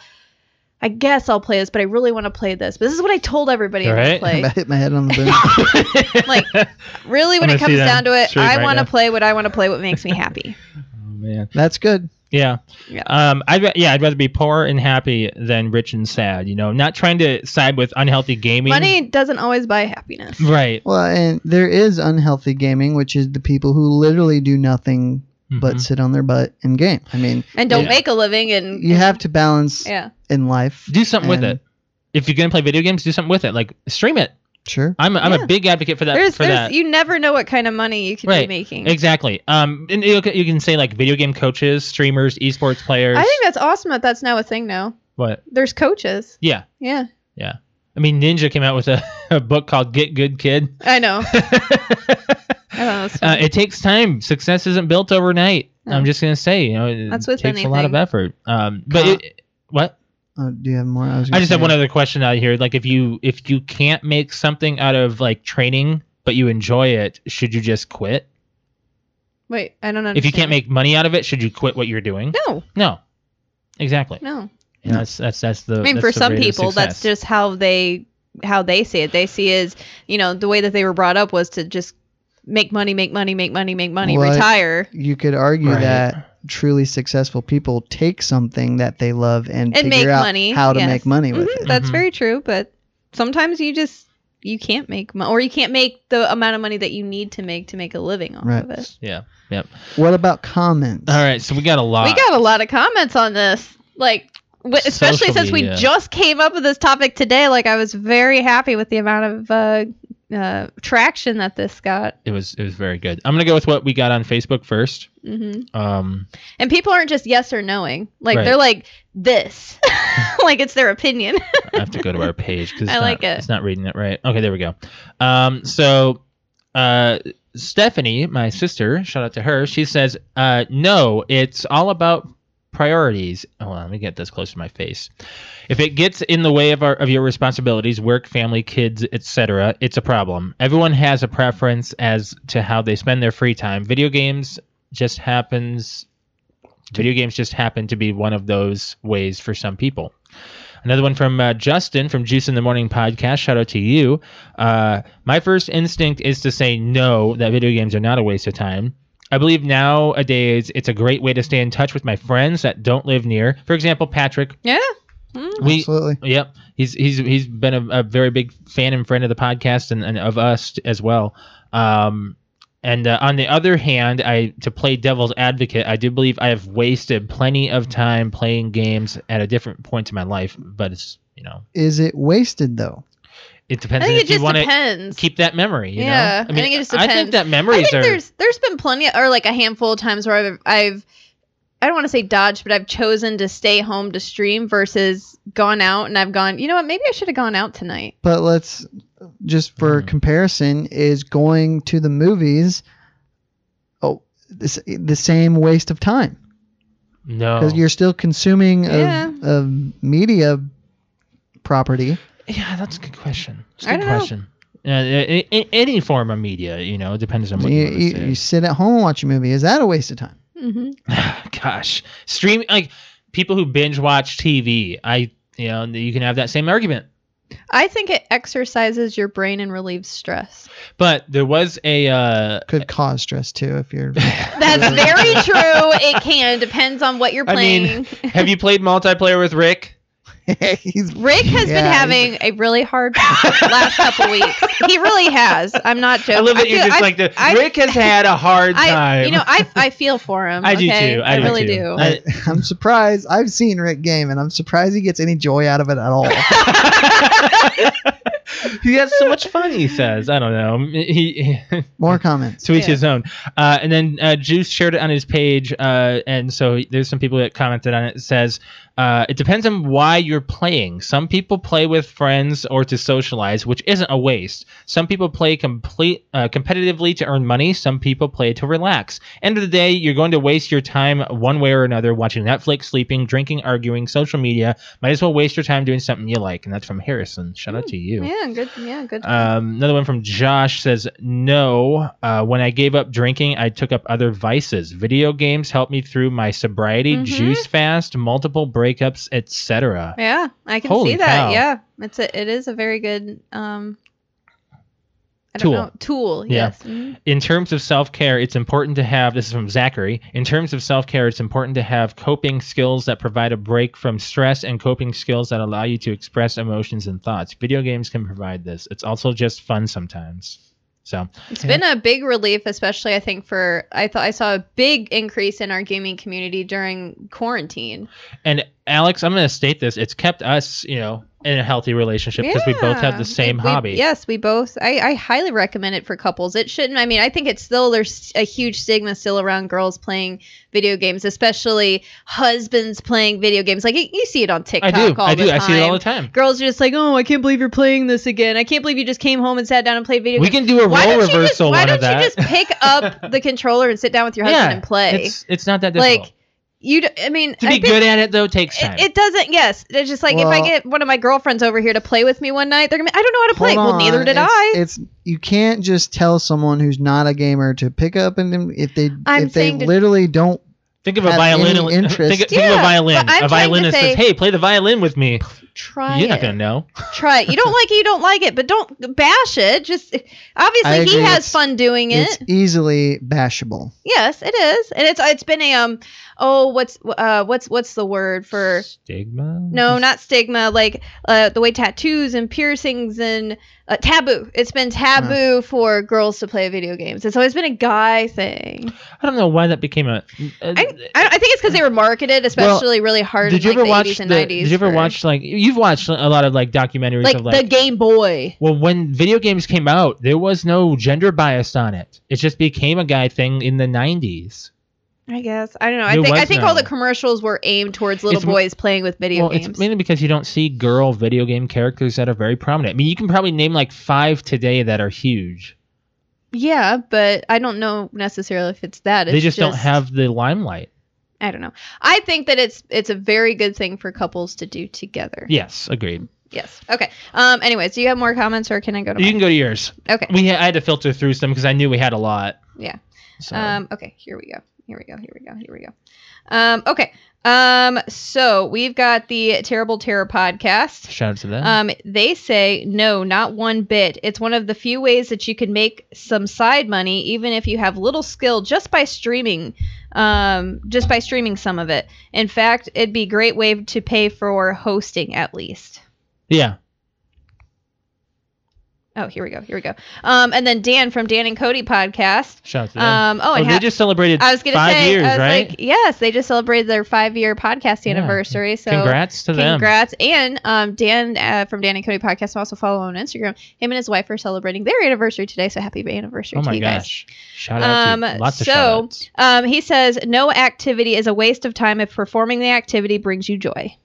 Speaker 4: I guess I'll play this, but I really want to play this. But this is what I told everybody
Speaker 2: Right?
Speaker 4: I
Speaker 3: I
Speaker 4: would play.
Speaker 3: hit my head on the boom.
Speaker 4: Like,
Speaker 2: Oh,
Speaker 4: Really, when
Speaker 2: I'm
Speaker 4: it
Speaker 2: gonna see
Speaker 4: comes down
Speaker 2: that
Speaker 4: to it,
Speaker 2: stream
Speaker 4: I
Speaker 2: right
Speaker 4: want
Speaker 2: now.
Speaker 4: to play what I want to play, what makes me happy.
Speaker 2: oh man.
Speaker 3: That's good.
Speaker 2: Yeah.
Speaker 4: Yeah.
Speaker 2: Um. I'd ra- yeah. I'd rather be poor and happy than rich and sad. You know, not trying to side with unhealthy gaming.
Speaker 4: Money doesn't always buy happiness.
Speaker 2: Right.
Speaker 3: Well, and there is unhealthy gaming, which is the people who literally do nothing but
Speaker 2: Mhm.
Speaker 3: sit on their butt and game. I mean,
Speaker 4: And don't
Speaker 2: Yeah.
Speaker 4: make a living and
Speaker 3: you have to balance
Speaker 4: Yeah.
Speaker 3: in life.
Speaker 2: do something with
Speaker 3: and-
Speaker 2: it. If you're gonna play video games, do something with it. Like stream it.
Speaker 3: Sure.
Speaker 2: I'm a, I'm
Speaker 4: Yeah.
Speaker 2: a big advocate for that.
Speaker 4: there's
Speaker 2: for
Speaker 4: there's
Speaker 2: that.
Speaker 4: you never know what kind of money you could be
Speaker 2: Right.
Speaker 4: making.
Speaker 2: exactly. Um. And you, can- you can say like video game coaches, streamers, esports players.
Speaker 4: I think that's awesome that that's now a thing now.
Speaker 2: what?
Speaker 4: There's coaches.
Speaker 2: Yeah.
Speaker 4: Yeah.
Speaker 2: I mean, Ninja came out with a, a book called Get Good Kid.
Speaker 4: I know. I
Speaker 2: uh,
Speaker 4: don't know. It's funny.
Speaker 2: it takes time. Success isn't built overnight.
Speaker 4: No.
Speaker 2: I'm just gonna say, you know, it
Speaker 4: That's with
Speaker 2: takes a lot of
Speaker 4: anything.
Speaker 2: effort. Um, but
Speaker 3: Con-
Speaker 2: it, what?
Speaker 3: Oh, do you have more? was
Speaker 2: I
Speaker 3: gonna
Speaker 2: just have
Speaker 3: say-
Speaker 2: one other question out here. Like, if you if you can't make something out of like training, but you enjoy it, should you just quit?
Speaker 4: Wait, I don't know.
Speaker 2: If you can't make money out of it, should you quit what you're doing?
Speaker 4: No,
Speaker 2: No, exactly.
Speaker 4: no.
Speaker 2: And that's that's that's the.
Speaker 4: I mean,
Speaker 2: Oh, that's
Speaker 4: for
Speaker 2: the
Speaker 4: some
Speaker 2: rate of
Speaker 4: people, that's
Speaker 2: success.
Speaker 4: just how they how they see it. They see is you know the way that they were brought up was to just make money, make money, make money, make money,
Speaker 3: What?
Speaker 4: retire,
Speaker 3: You could argue
Speaker 2: Right.
Speaker 3: that truly successful people take something that they love and,
Speaker 4: and
Speaker 3: figure
Speaker 4: make
Speaker 3: out
Speaker 4: money.
Speaker 3: how to
Speaker 4: Yes.
Speaker 3: make money with
Speaker 4: Mhm,
Speaker 3: it.
Speaker 4: That's
Speaker 2: Mhm.
Speaker 4: very true, but sometimes you just you can't make mo- or you can't make the amount of money that you need to make to make a living off
Speaker 3: Right.
Speaker 4: of it.
Speaker 2: Yeah. Yep.
Speaker 3: What about comments?
Speaker 2: All right. So we got a lot.
Speaker 4: We got a lot of comments on this, like w- especially
Speaker 2: Social
Speaker 4: since we
Speaker 2: media.
Speaker 4: just came up with this topic today. Like I was very happy with the amount of uh, uh, traction that this got.
Speaker 2: It was it was very good. I'm gonna go with what we got on Facebook first.
Speaker 4: hmm
Speaker 2: Um,
Speaker 4: And people aren't just yes or knowing. Like
Speaker 2: Right.
Speaker 4: they're like this. like it's their opinion.
Speaker 2: I have to go to our page because
Speaker 4: I like it.
Speaker 2: It's not reading it right. Okay, there we go. Um, so, uh, Stephanie, my sister, shout out to her. She says, uh, "No, it's all about priorities." Hold on, let me get this close to my face. If it gets in the way of our of your responsibilities, work, family, kids, etc., it's a problem. Everyone has a preference as to how they spend their free time. Video games just happens. Video games just happen to be one of those ways for some people. Another one from uh, Justin from Juice in the Morning podcast. Shout out to you. Uh, my first instinct is to say no, that video games are not a waste of time. I believe nowadays it's a great way to stay in touch with my friends that don't live near. For example, Patrick.
Speaker 4: yeah.
Speaker 2: We,
Speaker 3: Absolutely.
Speaker 2: Yep, he's he's he's been a, a very big fan and friend of the podcast and, and of us t- as well. Um, and uh, on the other hand, I to play devil's advocate, I do believe I have wasted plenty of time playing games at a different point in my life. But it's you know
Speaker 3: Is it wasted though?
Speaker 2: it
Speaker 4: I
Speaker 2: depends on
Speaker 4: think it
Speaker 2: if you
Speaker 4: just
Speaker 2: want to
Speaker 4: depends.
Speaker 2: keep that memory. You
Speaker 4: Yeah,
Speaker 2: know?
Speaker 4: I think it just
Speaker 2: I
Speaker 4: depends.
Speaker 2: think that
Speaker 4: I
Speaker 2: memories
Speaker 4: think
Speaker 2: are
Speaker 4: there's there's been plenty or like a handful of times where I've I've I don't want to say dodged, but I've chosen to stay home to stream versus gone out and I've gone, you know what, maybe I should have gone out tonight.
Speaker 3: But let's just for
Speaker 2: Mhm.
Speaker 3: comparison is going to the movies oh this the same waste of time
Speaker 2: no. Oh.
Speaker 3: because you're still consuming of,
Speaker 4: Yeah.
Speaker 3: of media property
Speaker 2: Yeah, that's a good question. That's a
Speaker 4: I
Speaker 2: good
Speaker 4: don't know.
Speaker 2: question. Yeah, a- a- a- any form of media, you know, depends on
Speaker 3: So
Speaker 2: what
Speaker 3: you,
Speaker 2: you,
Speaker 3: you,
Speaker 2: wanna
Speaker 3: you
Speaker 2: say.
Speaker 3: sit at home and watch a movie. Is that a waste of time?
Speaker 4: Mm-hmm.
Speaker 2: Gosh, stream like people who binge watch TV. I, you know, you can have that same argument.
Speaker 4: I think it exercises your brain and relieves stress.
Speaker 2: But there was a. Uh,
Speaker 3: Could cause stress too if you're.
Speaker 4: That's very true. It can depends on what you're
Speaker 2: I
Speaker 4: playing.
Speaker 2: mean, have you played multiplayer with Rick?
Speaker 3: He's
Speaker 4: Rick has
Speaker 3: Yeah,
Speaker 4: been
Speaker 3: he's-
Speaker 4: having a really hard last couple weeks. He really has. I'm not joking.
Speaker 2: I love that you're
Speaker 4: feel-
Speaker 2: just
Speaker 4: I-
Speaker 2: like the
Speaker 4: I-
Speaker 2: Rick has had a hard
Speaker 4: I,
Speaker 2: time.
Speaker 4: you know, I, I feel for him.
Speaker 2: I do
Speaker 4: okay?
Speaker 2: too. I
Speaker 4: I,
Speaker 2: do
Speaker 4: really
Speaker 2: too.
Speaker 4: do.
Speaker 2: I-
Speaker 3: I, I'm surprised. I've seen Rick game, and I'm surprised he gets any joy out of it at all.
Speaker 2: he has so much fun. He says, "I don't know." He
Speaker 3: More comments.
Speaker 2: to each
Speaker 4: Yeah.
Speaker 2: his own. Uh, and then uh, Juice shared it on his page, uh, and so there's some people that commented on it. It says uh, it depends on why you're playing. Some people play with friends or to socialize, which isn't a waste. Some people play complete uh, competitively to earn money. Some people play to relax. End of the day, you're going to waste your time one way or another watching Netflix, sleeping, drinking, arguing, social media. Might as well waste your time doing something you like. And that's from Harrison. Shout out to you.
Speaker 4: Yeah, good. Yeah, good.
Speaker 2: Um, another one from Josh says, No, uh, when I gave up drinking, I took up other vices. Video games helped me through my sobriety,
Speaker 4: Mhm.
Speaker 2: juice fast, multiple breakups, etc.
Speaker 4: yeah, I can
Speaker 2: holy
Speaker 4: see that.
Speaker 2: cow.
Speaker 4: Yeah, it's a, it is a very good um. I
Speaker 2: Tool.
Speaker 4: don't know. Tool.
Speaker 2: Yeah.
Speaker 4: Yes. Mhm.
Speaker 2: In terms of self care, it's important to have this is from Zachary. In terms of self care, it's important to have coping skills that provide a break from stress and coping skills that allow you to express emotions and thoughts. Video games can provide this. It's also just fun sometimes. So,
Speaker 4: It's
Speaker 3: Yeah.
Speaker 4: been a big relief, especially I think for I thought I saw a big increase in our gaming community during quarantine.
Speaker 2: And Alex, I'm going to state this: it's kept us, you know, in a healthy relationship because we both have
Speaker 4: Yeah.
Speaker 2: the same
Speaker 4: We- we-
Speaker 2: hobby.
Speaker 4: Yes, we both. I, I highly recommend it for couples. It shouldn't. I mean, I think it's still there's a huge stigma still around girls playing video games, especially husbands playing video games. Like you, you see it on
Speaker 2: I
Speaker 4: TikTok.
Speaker 2: do.
Speaker 4: All
Speaker 2: I
Speaker 4: the
Speaker 2: do.
Speaker 4: Time.
Speaker 2: I see it all the time.
Speaker 4: Girls are just like, oh, I can't believe you're playing this again. I can't believe you just came home and sat down and played video
Speaker 2: We
Speaker 4: games.
Speaker 2: can do a
Speaker 4: why don't
Speaker 2: role
Speaker 4: you just,
Speaker 2: reversal
Speaker 4: why
Speaker 2: one
Speaker 4: don't
Speaker 2: of that.
Speaker 4: you just pick up the controller and sit down with your husband
Speaker 2: Yeah,
Speaker 4: and play?
Speaker 2: it's it's not that difficult.
Speaker 4: like you. d- I mean,
Speaker 2: to
Speaker 4: I
Speaker 2: be
Speaker 4: think
Speaker 2: good at it though takes time.
Speaker 4: it, it doesn't. Yes, it's just like if I
Speaker 3: Well-
Speaker 4: get one of my girlfriends over here to play with me one night, they're gonna. be, I don't know how to play.
Speaker 3: Hold
Speaker 4: Well, neither
Speaker 3: on,
Speaker 4: did
Speaker 3: it's-
Speaker 4: I.
Speaker 3: It's you can't just tell someone who's not a gamer to pick up and then if they
Speaker 4: I'm
Speaker 3: if they
Speaker 4: saying to-
Speaker 3: literally don't.
Speaker 2: think of a
Speaker 3: have
Speaker 2: violin.
Speaker 3: any
Speaker 2: Think,
Speaker 3: interest.
Speaker 2: think of a
Speaker 4: Yeah,
Speaker 2: violin.
Speaker 4: but I'm
Speaker 2: A
Speaker 4: trying to
Speaker 2: violinist says,
Speaker 4: say-
Speaker 2: "Hey, play the violin with me."
Speaker 4: Try
Speaker 2: You're
Speaker 4: it.
Speaker 2: not gonna know.
Speaker 4: Try it. You don't like it. You don't like it. But don't bash it. Just
Speaker 3: I
Speaker 4: obviously he
Speaker 3: agree,
Speaker 4: has
Speaker 3: it's-
Speaker 4: fun doing
Speaker 3: It's
Speaker 4: it.
Speaker 3: easily bashable.
Speaker 4: Yes, it is, and it's it's been a um. Oh, what's uh what's what's the word for?
Speaker 2: Stigma.
Speaker 4: No, not stigma. Like uh, the way tattoos and piercings and uh, taboo. It's been taboo for girls to play video games. It's always been a guy thing.
Speaker 2: I don't know why that became a. uh, a-
Speaker 4: I, I, I think it's because they were marketed especially really hard
Speaker 2: did you
Speaker 4: in
Speaker 2: ever
Speaker 4: like,
Speaker 2: watch
Speaker 4: the 80s and
Speaker 2: the-
Speaker 4: 90s.
Speaker 2: Did you ever
Speaker 4: for-
Speaker 2: watch like you've watched a lot of like documentaries
Speaker 4: like,
Speaker 2: of like
Speaker 4: the Game Boy?
Speaker 2: Well, when video games came out, there was no gender bias on it. It just became a guy thing in the 90s.
Speaker 4: I guess I don't know. I
Speaker 2: There
Speaker 4: think I
Speaker 2: was
Speaker 4: think all
Speaker 2: no-
Speaker 4: the commercials were aimed towards little
Speaker 2: It's m-
Speaker 4: boys playing with video
Speaker 2: well,
Speaker 4: games.
Speaker 2: it's mainly because you don't see girl video game characters that are very prominent. I mean, you can probably name like five today that are huge.
Speaker 4: yeah, but I don't know necessarily if it's that. It's
Speaker 2: they just, don't have the limelight.
Speaker 4: I don't know. I think that it's it's a very good thing for couples to do together.
Speaker 2: Yes, agreed.
Speaker 4: Yes. Okay. Um. Anyways, do you have more comments or can I go to?
Speaker 2: You
Speaker 4: mine?
Speaker 2: can go to yours.
Speaker 4: Okay.
Speaker 2: We ha- I had to filter through some because I knew we had a lot.
Speaker 4: Yeah.
Speaker 2: So.
Speaker 4: Um, okay, here we go. Here we go. Here we go. Here we go. Um, okay. Um, so we've got the Terrible Terror podcast.
Speaker 2: Shout out to them.
Speaker 4: Um, they say no, not one bit. It's one of the few ways that you can make some side money, even if you have little skill, just by streaming, um, just by streaming some of it. In fact, it'd be a great way to pay for hosting at least.
Speaker 2: yeah.
Speaker 4: Oh, here we go. Here we go. Um, and then Dan from Dan and Cody podcast.
Speaker 2: Shout out to them.
Speaker 4: Um, oh,
Speaker 2: oh,
Speaker 4: and
Speaker 2: they
Speaker 4: ha-
Speaker 2: just celebrated
Speaker 4: I was gonna
Speaker 2: five
Speaker 4: say,
Speaker 2: years,
Speaker 4: I was
Speaker 2: right?
Speaker 4: like, yes, they just celebrated their five-year podcast
Speaker 2: Yeah.
Speaker 4: anniversary. So
Speaker 2: congrats to them.
Speaker 4: congrats. And um, Dan uh, from Dan and Cody podcast, who I also follow on Instagram. Him and his wife are celebrating their anniversary today. So happy anniversary
Speaker 2: Oh
Speaker 4: to
Speaker 2: my
Speaker 4: you guys.
Speaker 2: gosh. Shout out to
Speaker 4: Um,
Speaker 2: lots of
Speaker 4: so,
Speaker 2: shout outs.
Speaker 4: Um, he says no activity is a waste of time if performing the activity brings you joy.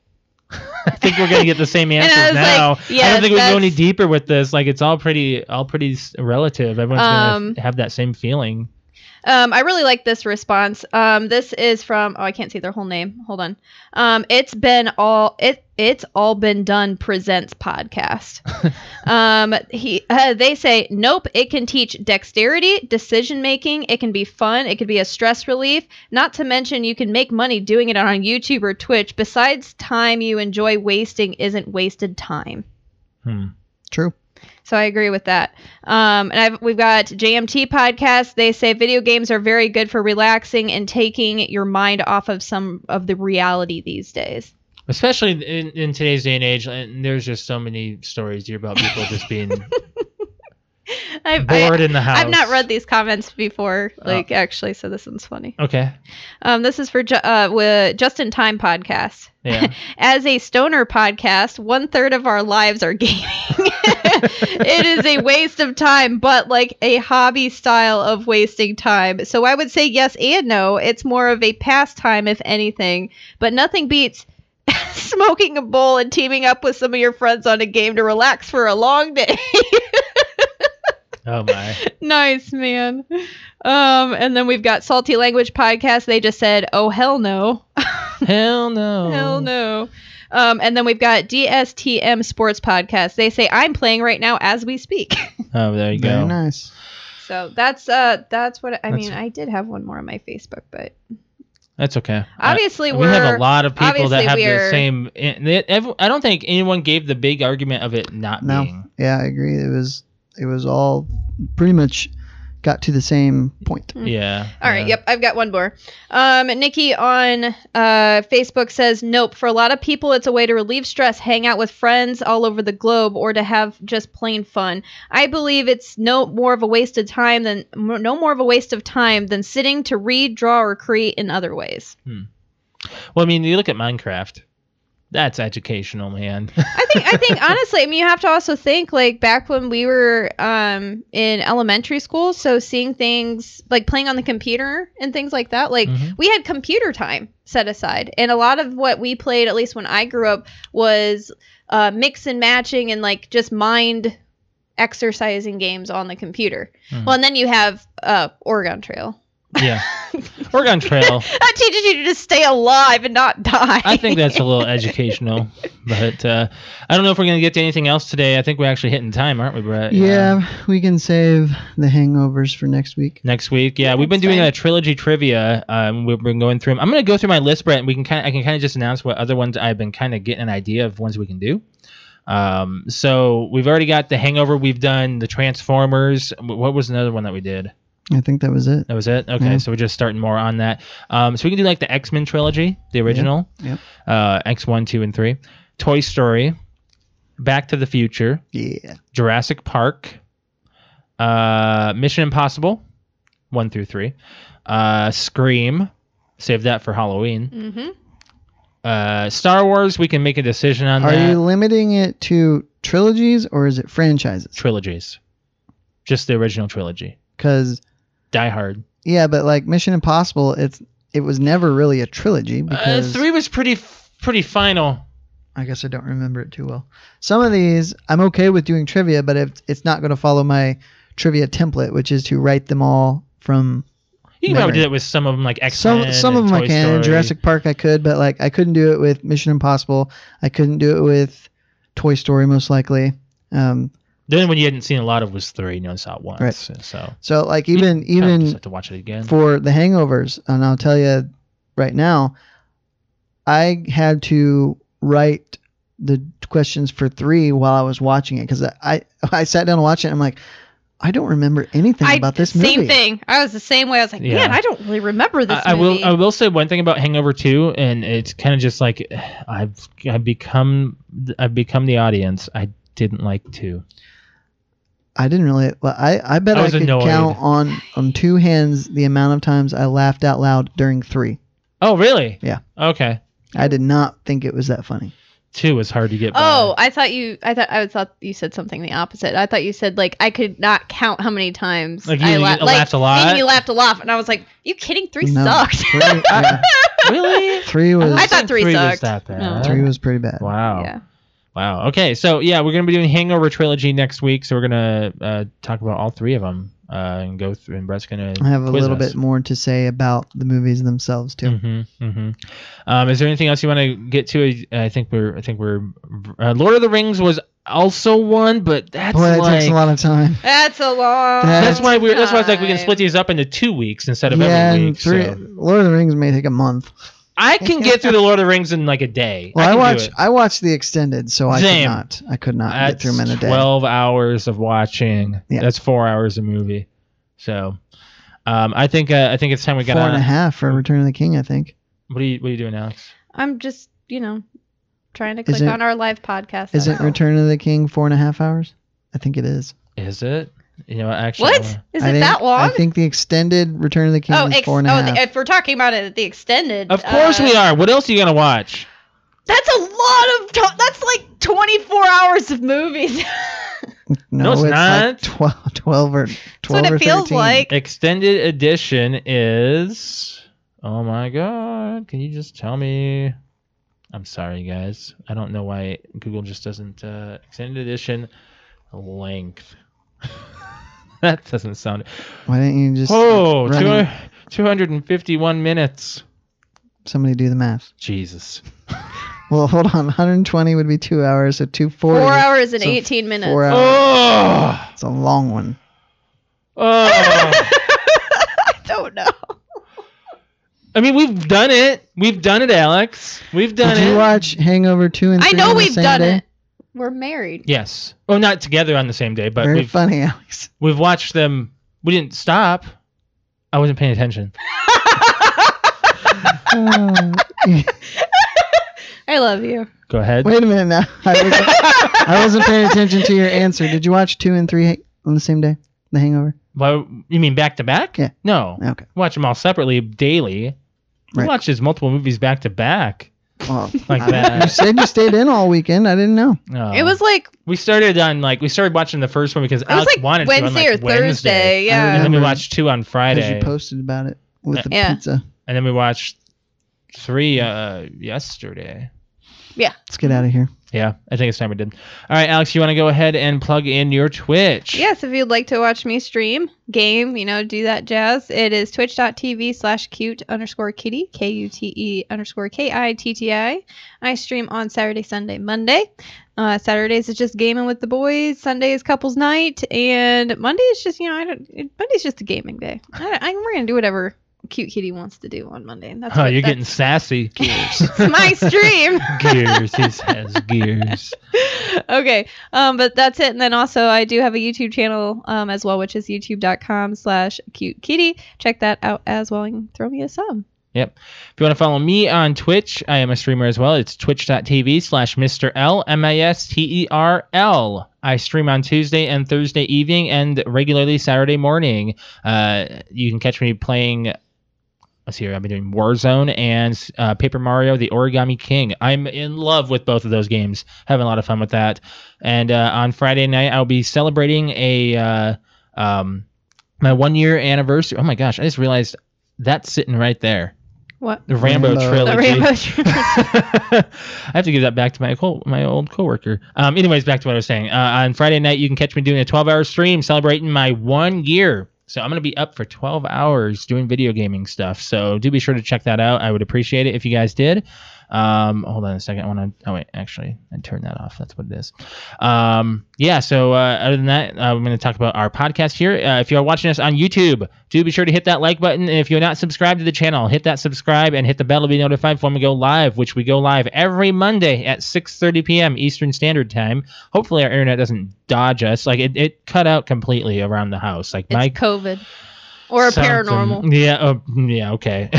Speaker 2: I think we're gonna get the same
Speaker 4: And I
Speaker 2: answers
Speaker 4: was like,
Speaker 2: now. I
Speaker 4: yeah,
Speaker 2: don't think we can go
Speaker 4: that's-
Speaker 2: any deeper with this. Like it's all pretty, all pretty s- relative. Everyone's
Speaker 4: Um,
Speaker 2: gonna have that same feeling.
Speaker 4: Um, I really like this response. Um, this is from oh I can't see their whole name. Hold on. Um, it's been all it it's all been done presents podcast. um, he uh, they say nope. It can teach dexterity, decision making. It can be fun. It could be a stress relief. Not to mention you can make money doing it on YouTube or Twitch. Besides, time you enjoy wasting isn't wasted time.
Speaker 2: Hmm.
Speaker 3: True.
Speaker 4: So I agree with that. Um, and I've, we've got JMT podcast. They say video games are very good for relaxing and taking your mind off of some of the reality these days.
Speaker 2: Especially in, in today's day and age, and there's just so many stories you hear about people just being
Speaker 4: I've, I,
Speaker 2: bored in the house.
Speaker 4: I've not read these comments before,
Speaker 2: Oh.
Speaker 4: like actually, so this one's funny.
Speaker 2: Okay.
Speaker 4: Um, this is for ju- uh, wi- Just in Time podcast.
Speaker 2: Yeah.
Speaker 4: As a stoner podcast, one third of our lives are gaming. it is a waste of time, but like a hobby style of wasting time. So I would say yes and no. It's more of a pastime, if anything, but nothing beats smoking a bowl and teaming up with some of your friends on a game to relax for a long day.
Speaker 2: Oh my.
Speaker 4: nice, man. Um, and then we've got Salty Language Podcast. They just said, oh, hell no.
Speaker 2: Hell no.
Speaker 4: Hell no. Um, and then we've got DSTM Sports Podcast. They say I'm playing right now as we speak.
Speaker 2: Oh, there you go.
Speaker 3: Very nice.
Speaker 4: So that's uh that's what I
Speaker 2: That's-
Speaker 4: mean. I did have one more on my Facebook, but
Speaker 2: That's okay. I-
Speaker 4: obviously
Speaker 2: Uh, we
Speaker 4: we're
Speaker 2: have a lot of people
Speaker 4: obviously
Speaker 2: that have the
Speaker 4: we're-
Speaker 2: same. and they- ev- I don't think anyone gave the big argument of it not
Speaker 3: No.
Speaker 2: being.
Speaker 3: Yeah, I agree. It was it was all pretty much got to the same point.
Speaker 4: Mm.
Speaker 2: Yeah.
Speaker 4: All right,
Speaker 2: yeah.
Speaker 4: yep, I've got one more. Um, Nikki on uh, Facebook says, Nope, for a lot of people, it's a way to relieve stress, hang out with friends all over the globe, or to have just plain fun. I believe it's no more of a waste of time than m- no more of a waste of time than sitting to read, draw, or create in other ways.
Speaker 2: Well, I mean, you look at Minecraft. That's educational, man.
Speaker 4: I think, I think honestly, I mean, you have to also think like back when we were um, in elementary school, so seeing things like playing on the computer and things like that, like
Speaker 2: Mhm.
Speaker 4: we had computer time set aside and a lot of what we played at least when i grew up was uh, mix and matching and like just mind exercising games on the computer
Speaker 2: Hmm.
Speaker 4: well and then you have uh, oregon trail
Speaker 2: Yeah. Oregon Trail.
Speaker 4: that teaches you to just stay alive and not die
Speaker 2: I think that's a little educational, but uh, I don't know if we're gonna get to anything else today. I think we're actually hitting time, aren't we, Brett?
Speaker 3: Yeah, we can save the hangovers for next week.
Speaker 2: Next week, yeah, we've been
Speaker 4: that's
Speaker 2: doing
Speaker 4: fine.
Speaker 2: a trilogy trivia. Um, we've been going through 'em. I'm gonna go through my list, Brett, and we can kind of I can kind of just announce what other ones I've been kind of getting an idea of ones we can do. Um, so we've already got the Hangover. We've done the Transformers. Wh- What was another one that we did?
Speaker 3: I think that was it.
Speaker 2: That was it. Okay,
Speaker 3: Yeah.
Speaker 2: so we're just starting more on that. Um, so we can do like the X Men trilogy, the original,
Speaker 3: yep.
Speaker 2: Uh, X one, two, and three, Toy Story, Back to the Future,
Speaker 3: Yeah.
Speaker 2: Jurassic Park, uh, Mission Impossible, one through three, uh, Scream. Save that for Halloween.
Speaker 4: mm-hmm.
Speaker 2: Uh, Star Wars. We can make a decision on
Speaker 3: Are
Speaker 2: that.
Speaker 3: you limiting it to trilogies or is it franchises?
Speaker 2: Trilogies, just the original trilogy.
Speaker 3: Because
Speaker 2: Die Hard.
Speaker 3: yeah, but like Mission Impossible, it's it was never really a trilogy
Speaker 2: Uh,
Speaker 3: because
Speaker 2: three was pretty, f- pretty final.
Speaker 3: I guess I don't remember it too well. Some of these I'm okay with doing trivia, but it, it's not going to follow my trivia template, which is to write them all from
Speaker 2: You can probably do
Speaker 3: memory.
Speaker 2: that with some of them, like X
Speaker 3: some
Speaker 2: Men.
Speaker 3: some of them I can. Jurassic Park I could, but like I couldn't do it with Mission Impossible. I couldn't do it with Toy Story most likely. Um,
Speaker 2: Then when you hadn't seen a lot of was three, and you only saw it once.
Speaker 3: Right.
Speaker 2: So
Speaker 3: so like even
Speaker 2: you kinda just
Speaker 3: even
Speaker 2: have to watch it again.
Speaker 3: for the Hangovers, and I'll tell you right now, I had to write the questions for three while I was watching it because I I sat down and watched it. And I'm like, I don't remember anything
Speaker 4: I,
Speaker 3: about this
Speaker 4: same
Speaker 3: movie.
Speaker 4: thing i was the same way i was like
Speaker 2: Yeah.
Speaker 4: man i don't really remember this
Speaker 2: I, I
Speaker 4: movie
Speaker 2: will. I will say one thing about Hangover Two, and it's kind of just like I've I've become I've become the audience. I didn't like two.
Speaker 3: I didn't really. well, I I bet
Speaker 2: I
Speaker 3: I,
Speaker 2: was
Speaker 3: could
Speaker 2: annoyed.
Speaker 3: count on on two hands the amount of times I laughed out loud during three.
Speaker 2: Oh really?
Speaker 3: Yeah.
Speaker 2: Okay.
Speaker 3: I did not think it was that funny.
Speaker 2: Two was hard to get. by.
Speaker 4: Oh, I thought you. I thought I thought you said something the opposite. I thought you said like I could not count how many times
Speaker 2: Like, you-
Speaker 4: I
Speaker 2: you
Speaker 4: la-
Speaker 2: laughed a lot?
Speaker 4: And you laughed a lot, and I was like, "You kidding? Three
Speaker 3: No.
Speaker 4: sucked."
Speaker 3: Three, yeah,
Speaker 2: really?
Speaker 3: three was
Speaker 4: I thought
Speaker 2: think
Speaker 4: three
Speaker 2: was
Speaker 4: sucked.
Speaker 2: that
Speaker 4: No.
Speaker 2: bad.
Speaker 3: three was pretty bad.
Speaker 2: Wow.
Speaker 4: Yeah.
Speaker 2: Wow. Okay. So yeah, we're gonna be doing Hangover trilogy next week. So we're gonna uh, talk about all three of them. uh, and go through. And Brett's gonna.
Speaker 3: I have a
Speaker 2: quiz
Speaker 3: little
Speaker 2: us.
Speaker 3: bit more to say about the movies themselves too.
Speaker 2: Mm-hmm, Um, is there anything else you want to get to? I I think we're. I think we're. Uh, Lord of the Rings was also one, but that's
Speaker 3: Boy, that takes
Speaker 2: like.
Speaker 3: a lot of time.
Speaker 4: That's a long.
Speaker 2: that's why we're. That's why it's like we can
Speaker 4: time.
Speaker 2: split these up into two weeks instead of
Speaker 3: Yeah,
Speaker 2: every
Speaker 3: and
Speaker 2: week.
Speaker 3: three,
Speaker 2: so.
Speaker 3: Lord of the Rings may take a month.
Speaker 2: I can get through the Lord of the Rings in like a day.
Speaker 3: Well, I,
Speaker 2: can do
Speaker 3: watched
Speaker 2: it.
Speaker 3: I watched the extended, so I
Speaker 2: Same.
Speaker 3: could not. I could not
Speaker 2: That's
Speaker 3: get through them in a day.
Speaker 2: twelve hours of watching.
Speaker 3: Yeah.
Speaker 2: That's four hours of movie. So, um, I think uh, I think it's time we Mm.
Speaker 3: Four
Speaker 2: got
Speaker 3: and
Speaker 2: on.
Speaker 3: a half for Return of the King, I think.
Speaker 2: What are you What are you doing, Alex?
Speaker 4: I'm just, you know, trying to
Speaker 3: Is
Speaker 4: click
Speaker 3: it-
Speaker 4: on our live podcast.
Speaker 3: Is it
Speaker 4: that's all.
Speaker 3: Return of the King four and a half hours? I think it is.
Speaker 2: Is it? You know, actually, I
Speaker 4: What?
Speaker 2: wanna-
Speaker 4: Is
Speaker 3: I
Speaker 4: it
Speaker 3: think,
Speaker 4: that long?
Speaker 3: I think the extended Return of the King
Speaker 4: oh,
Speaker 3: is
Speaker 4: ex-
Speaker 3: four
Speaker 4: oh
Speaker 3: and a half.
Speaker 4: the, if we're talking about it, the extended.
Speaker 2: Of course
Speaker 4: uh,
Speaker 2: we are. What else are you gonna watch?
Speaker 4: That's a lot of. To- that's like 24 hours of movies. that's
Speaker 3: no,
Speaker 2: No, it's
Speaker 3: like
Speaker 2: not.
Speaker 3: 12, 12 or 12
Speaker 4: what
Speaker 3: or
Speaker 4: it feels
Speaker 3: 13.
Speaker 4: like.
Speaker 2: Extended edition is. Oh my god! Can you just tell me? I'm sorry, guys. I don't know why Google just doesn't uh, extended edition length. that doesn't sound.
Speaker 3: Why didn't you just
Speaker 2: Oh,
Speaker 3: running-
Speaker 2: 200 251 minutes.
Speaker 3: somebody do the math?
Speaker 2: Jesus.
Speaker 3: Well, hold on. 120 would be two hours, so 240.
Speaker 4: Four hours and
Speaker 3: So
Speaker 4: 18 minutes.
Speaker 3: Four hours.
Speaker 2: Oh.
Speaker 3: It's a long one.
Speaker 2: Oh.
Speaker 4: I don't know.
Speaker 2: I mean, we've done it. We've done it, Alex. We've done
Speaker 3: Did
Speaker 2: it.
Speaker 3: you watch Hangover 2 and
Speaker 4: I
Speaker 3: 3
Speaker 4: know
Speaker 3: on the
Speaker 4: we've
Speaker 3: same
Speaker 4: done
Speaker 3: day?
Speaker 4: it. We're married.
Speaker 2: Yes. Oh, not together on the same day, but
Speaker 3: Very
Speaker 2: we've
Speaker 3: funny, Alex.
Speaker 2: we've watched them. We didn't stop. I wasn't paying attention.
Speaker 3: Uh,
Speaker 4: I love you.
Speaker 2: Go ahead.
Speaker 3: wait a minute now. I wasn't, I wasn't paying attention to your answer. Did you watch 2 and 3 on the same day? The Hangover?
Speaker 2: Why, you mean back to back?
Speaker 3: Yeah.
Speaker 2: No.
Speaker 3: Okay.
Speaker 2: Watch them all separately daily. We
Speaker 3: Right.
Speaker 2: watch his multiple movies back to back.
Speaker 3: Well,
Speaker 2: Like
Speaker 3: I-
Speaker 2: that.
Speaker 3: You said you stayed in all weekend. I didn't know.
Speaker 2: Oh.
Speaker 4: It was like it
Speaker 2: We started on like we started watching the first one because
Speaker 4: was
Speaker 2: Alex
Speaker 4: like
Speaker 2: wanted to on,
Speaker 4: Wednesday
Speaker 2: like,
Speaker 4: or Thursday.
Speaker 2: Wednesday.
Speaker 4: Yeah.
Speaker 2: And then we
Speaker 3: Remember.
Speaker 2: watched two on
Speaker 3: 'Cause
Speaker 2: Friday.
Speaker 3: you posted about it with the
Speaker 4: Yeah.
Speaker 3: pizza.
Speaker 2: and then we watched three uh yesterday.
Speaker 3: Let's get out of here.
Speaker 2: Yeah, I think it's time we did. All right, Alex, you want to go ahead and plug in your Twitch?
Speaker 4: Yes, if you'd like to watch me stream, game, you know, do that jazz, it is twitch.tv slash cute underscore kitty, K U T E underscore K I T T I. I stream on Saturday, Sunday, Monday. Uh, Saturdays is just gaming with the boys. Sunday is couples night, and Monday is just you know I don't. it- Monday's just a gaming day. I, don't- I, we're gonna do whatever cute kitty wants to do on Monday. That's
Speaker 2: Oh,
Speaker 4: what-
Speaker 2: you're
Speaker 4: that's-
Speaker 2: getting sassy. Gears.
Speaker 4: it's my stream.
Speaker 2: gears. He says gears.
Speaker 4: okay um but that's it and then also i do have a youtube channel um as well which is youtube.com slash cute kitty check that out as well and throw me a sub
Speaker 2: If you want to follow me on Twitch, I am a streamer as well. It's twitch.tv slash Mr. L, M I S T E R L. I stream on Tuesday and Thursday evening and regularly Saturday morning. Uh, you can catch me playing. Let's see here. I've been doing Warzone and uh, Paper Mario: The Origami King. I'm in love with both of those games. Having a lot of fun with that. And uh, on Friday night, I'll be celebrating a uh, um, my one year anniversary. Oh my gosh! I just realized that's sitting right there.
Speaker 4: what
Speaker 2: The Rambo,
Speaker 3: Rambo.
Speaker 4: the
Speaker 2: trilogy.
Speaker 4: rainbow
Speaker 2: I have to give that back to my co- my old coworker. Um, anyways, back to what I was saying. Uh, on Friday night, you can catch me doing a 12 hour stream celebrating my one year. So I'm gonna be up for 12 hours doing video gaming stuff. So do be sure to check that out. I would appreciate it if you guys did. Um, hold on a second. I want to. Oh wait, actually, I turned that off. That's what it is. Um, yeah. So uh, other than that, uh, I'm going to talk about our podcast here. Uh, if you are watching us on YouTube, do be sure to hit that like button. And if you're not subscribed to the channel, hit that subscribe and hit the bell to be notified when we go live, which we go live every Monday at 6:30 p.m. Eastern Standard Time. Hopefully, our internet doesn't dodge us. Like it, it cut out completely around the house. Like
Speaker 4: it's
Speaker 2: my
Speaker 4: covid or a
Speaker 2: Something-
Speaker 4: paranormal
Speaker 2: Yeah. Oh, yeah. Okay.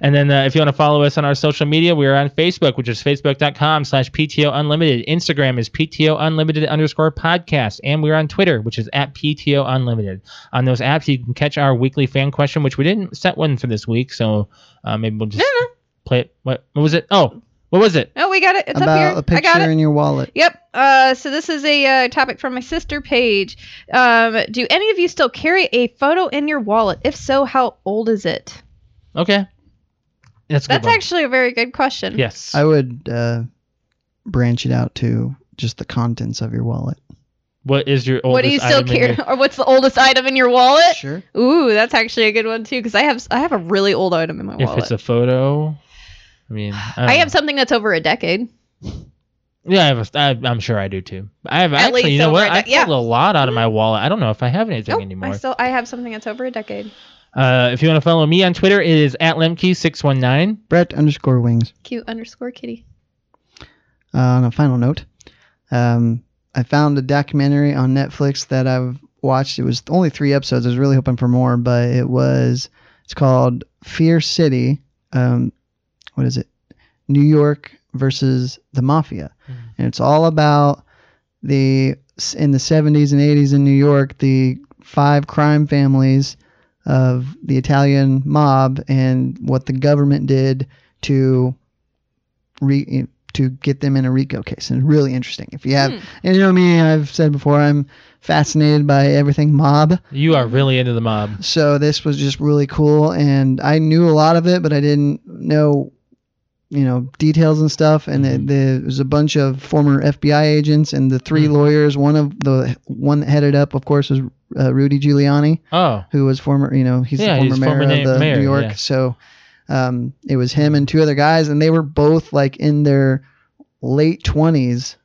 Speaker 2: and then uh, if you want to follow us on our social media, we are on Facebook, which is facebook.com slash PTO Unlimited. Instagram is PTO Unlimited underscore podcast. And we're on Twitter, which is at PTO Unlimited. On those apps, you can catch our weekly fan question, which we didn't set one for this week. So uh, maybe we'll just
Speaker 4: No, no.
Speaker 2: play it. What, what was it? Oh, what was it?
Speaker 4: oh we got it it's up here
Speaker 3: About a
Speaker 4: i got
Speaker 3: picture
Speaker 4: it
Speaker 3: in your wallet.
Speaker 4: Yep. Uh, so this is a uh, topic from my sister page. Um, do any of you still carry a photo in your wallet? If so, how old is it?
Speaker 2: Okay. That's a good.
Speaker 4: That's
Speaker 2: one.
Speaker 4: actually a very good question.
Speaker 2: Yes.
Speaker 3: I would uh, branch it out to just the contents of your wallet.
Speaker 2: What is your oldest
Speaker 4: what do you still
Speaker 2: item in
Speaker 4: care,
Speaker 2: your-
Speaker 4: or what's the oldest item in your wallet?
Speaker 3: Sure.
Speaker 4: Ooh, that's actually a good one too, because I have I have a really old item in my
Speaker 2: if
Speaker 4: wallet.
Speaker 2: it's a uh, photo? I mean, I, don't
Speaker 4: I have
Speaker 2: know.
Speaker 4: something that's over a decade.
Speaker 2: Yeah, I have a, I, I'm sure I do too. I have
Speaker 4: At
Speaker 2: actually.
Speaker 4: least
Speaker 2: You know
Speaker 4: over
Speaker 2: what?
Speaker 4: a
Speaker 2: I
Speaker 4: dec- yeah.
Speaker 2: pulled a lot out of my wallet. I don't know if I have anything
Speaker 4: Nope,
Speaker 2: anymore.
Speaker 4: I still I have something that's over a decade.
Speaker 2: Uh, if you want to follow me on Twitter, it is at lemke619.
Speaker 3: Brett underscore wings.
Speaker 4: Cute underscore kitty.
Speaker 3: Uh, on a final note, um, I found a documentary on Netflix that I've watched. It was only three episodes. I was really hoping for more, but it was. It's called Fear City. Um, what is it? New York versus the Mafia,
Speaker 2: Mm.
Speaker 3: and it's all about the in the 70s and 80s in New York the five crime families of the Italian mob and what the government did to re, to get them in a RICO case. And it's really interesting. If you have,
Speaker 4: Hmm.
Speaker 3: and you know me, I've said before, I'm fascinated by everything mob.
Speaker 2: You are really into the mob.
Speaker 3: So this was just really cool, and I knew a lot of it, but I didn't know, you know, details and stuff. And the,
Speaker 2: Mhm.
Speaker 3: the, there was a bunch of former FBI agents and the 3
Speaker 2: Hmm.
Speaker 3: lawyers. One of the one that headed up, of course, was uh, Rudy Giuliani
Speaker 2: Oh,
Speaker 3: who was former, you know, he's
Speaker 2: Yeah,
Speaker 3: the
Speaker 2: he's
Speaker 3: former mayor
Speaker 2: former
Speaker 3: of
Speaker 2: na-
Speaker 3: the
Speaker 2: mayor,
Speaker 3: New York.
Speaker 2: yeah.
Speaker 3: So um, it was him and two other guys, and they were both like in their late twenties,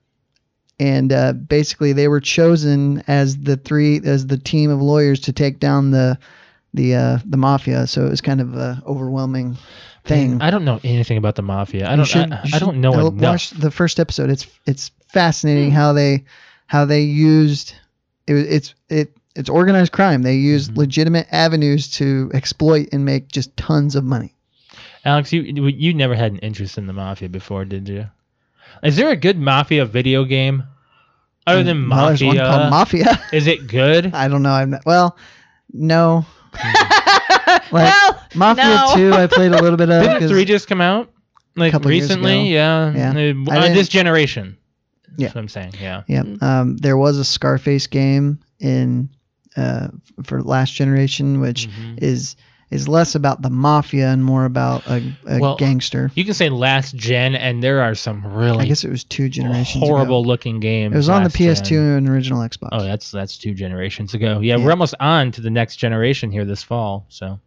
Speaker 3: and uh, basically they were chosen as the three as the team of lawyers to take down the the uh, the mafia. So it was kind of a overwhelming thing.
Speaker 2: I don't know anything about the mafia. I don't. I,
Speaker 3: you
Speaker 2: I don't know
Speaker 3: I'll
Speaker 2: enough.
Speaker 3: Watch the first episode. It's it's fascinating how they how they used it, was- it's it it's organized crime. They used
Speaker 2: Mhm.
Speaker 3: legitimate avenues to exploit and make just tons of money.
Speaker 2: Alex, you you never had an interest in the mafia before, did you? Is there a good mafia video game other than
Speaker 3: Mm, Well, there's
Speaker 2: mafia?
Speaker 3: one called Mafia.
Speaker 2: Is it good?
Speaker 3: I don't know. I'm not, well, no
Speaker 4: well,
Speaker 3: Mafia
Speaker 4: No.
Speaker 3: Two. I played a little bit of.
Speaker 2: Didn't
Speaker 3: 'cause-
Speaker 2: three just come out? Like
Speaker 3: Couple years ago.
Speaker 2: recently? Yeah. Uh,
Speaker 3: Yeah. I
Speaker 2: uh,
Speaker 3: didn't-
Speaker 2: this generation.
Speaker 3: Yeah.
Speaker 2: That's what I'm saying. Yeah.
Speaker 3: Yeah.
Speaker 4: Mm.
Speaker 3: Um, there was a Scarface game in uh, for last generation, which
Speaker 2: Mhm.
Speaker 3: is is less about the mafia and more about a, a
Speaker 2: Well,
Speaker 3: gangster.
Speaker 2: You can say last gen, and there are some
Speaker 3: I
Speaker 2: really
Speaker 3: guess it was two generations. ago.
Speaker 2: horrible looking games.
Speaker 3: It was on the
Speaker 2: last gen.
Speaker 3: PS2 and original Xbox.
Speaker 2: Oh, that's that's two generations ago. Yeah,
Speaker 3: Yeah.
Speaker 2: we're almost on to the next generation here this fall. So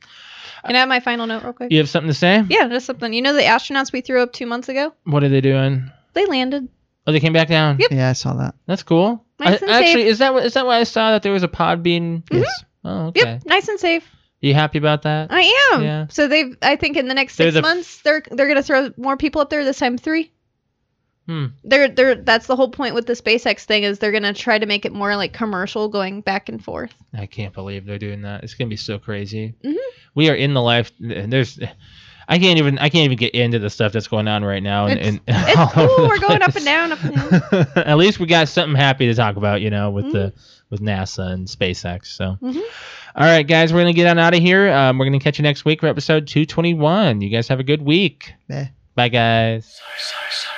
Speaker 4: can I have my final note real quick?
Speaker 2: you have something to say?
Speaker 4: Yeah, just something. You know the astronauts we threw up two months ago?
Speaker 2: What are they doing?
Speaker 4: They landed.
Speaker 2: Oh, they came back down.
Speaker 4: Yep.
Speaker 3: Yeah, I saw that.
Speaker 2: That's cool.
Speaker 4: Nice
Speaker 2: I-
Speaker 4: and
Speaker 2: actually,
Speaker 4: safe. Mm-hmm.
Speaker 2: is that what- is that why I saw that there was a pod being?
Speaker 3: Yes.
Speaker 2: Oh,
Speaker 4: Yep,
Speaker 2: okay.
Speaker 4: nice and safe.
Speaker 2: You happy about that?
Speaker 4: I am.
Speaker 2: Yeah.
Speaker 4: So they've. I think in the next
Speaker 2: They're
Speaker 4: six
Speaker 2: the-
Speaker 4: months, they're they're gonna throw more people up there. This time three.
Speaker 2: Hmm.
Speaker 4: They're they're. That's the whole point with the SpaceX thing is they're gonna try to make it more like commercial, going back and forth.
Speaker 2: I can't believe they're doing that. It's gonna be so crazy.
Speaker 4: Mhm.
Speaker 2: We are in the life. There's, I can't even. I can't even get into the stuff that's going on right now. And,
Speaker 4: It's-
Speaker 2: and all
Speaker 4: It's
Speaker 2: over the
Speaker 4: cool. We're going up
Speaker 2: place.
Speaker 4: and down, up and down.
Speaker 2: At least we got something happy to talk about, you know, with the
Speaker 4: Mm-hmm.
Speaker 2: with NASA and SpaceX. So,
Speaker 4: Mhm.
Speaker 2: All right, guys, we're gonna get on out of here. Um, we're gonna catch you next week for episode two twenty one. You guys have a good week.
Speaker 3: Meh.
Speaker 2: Bye, guys.
Speaker 5: sorry, sorry.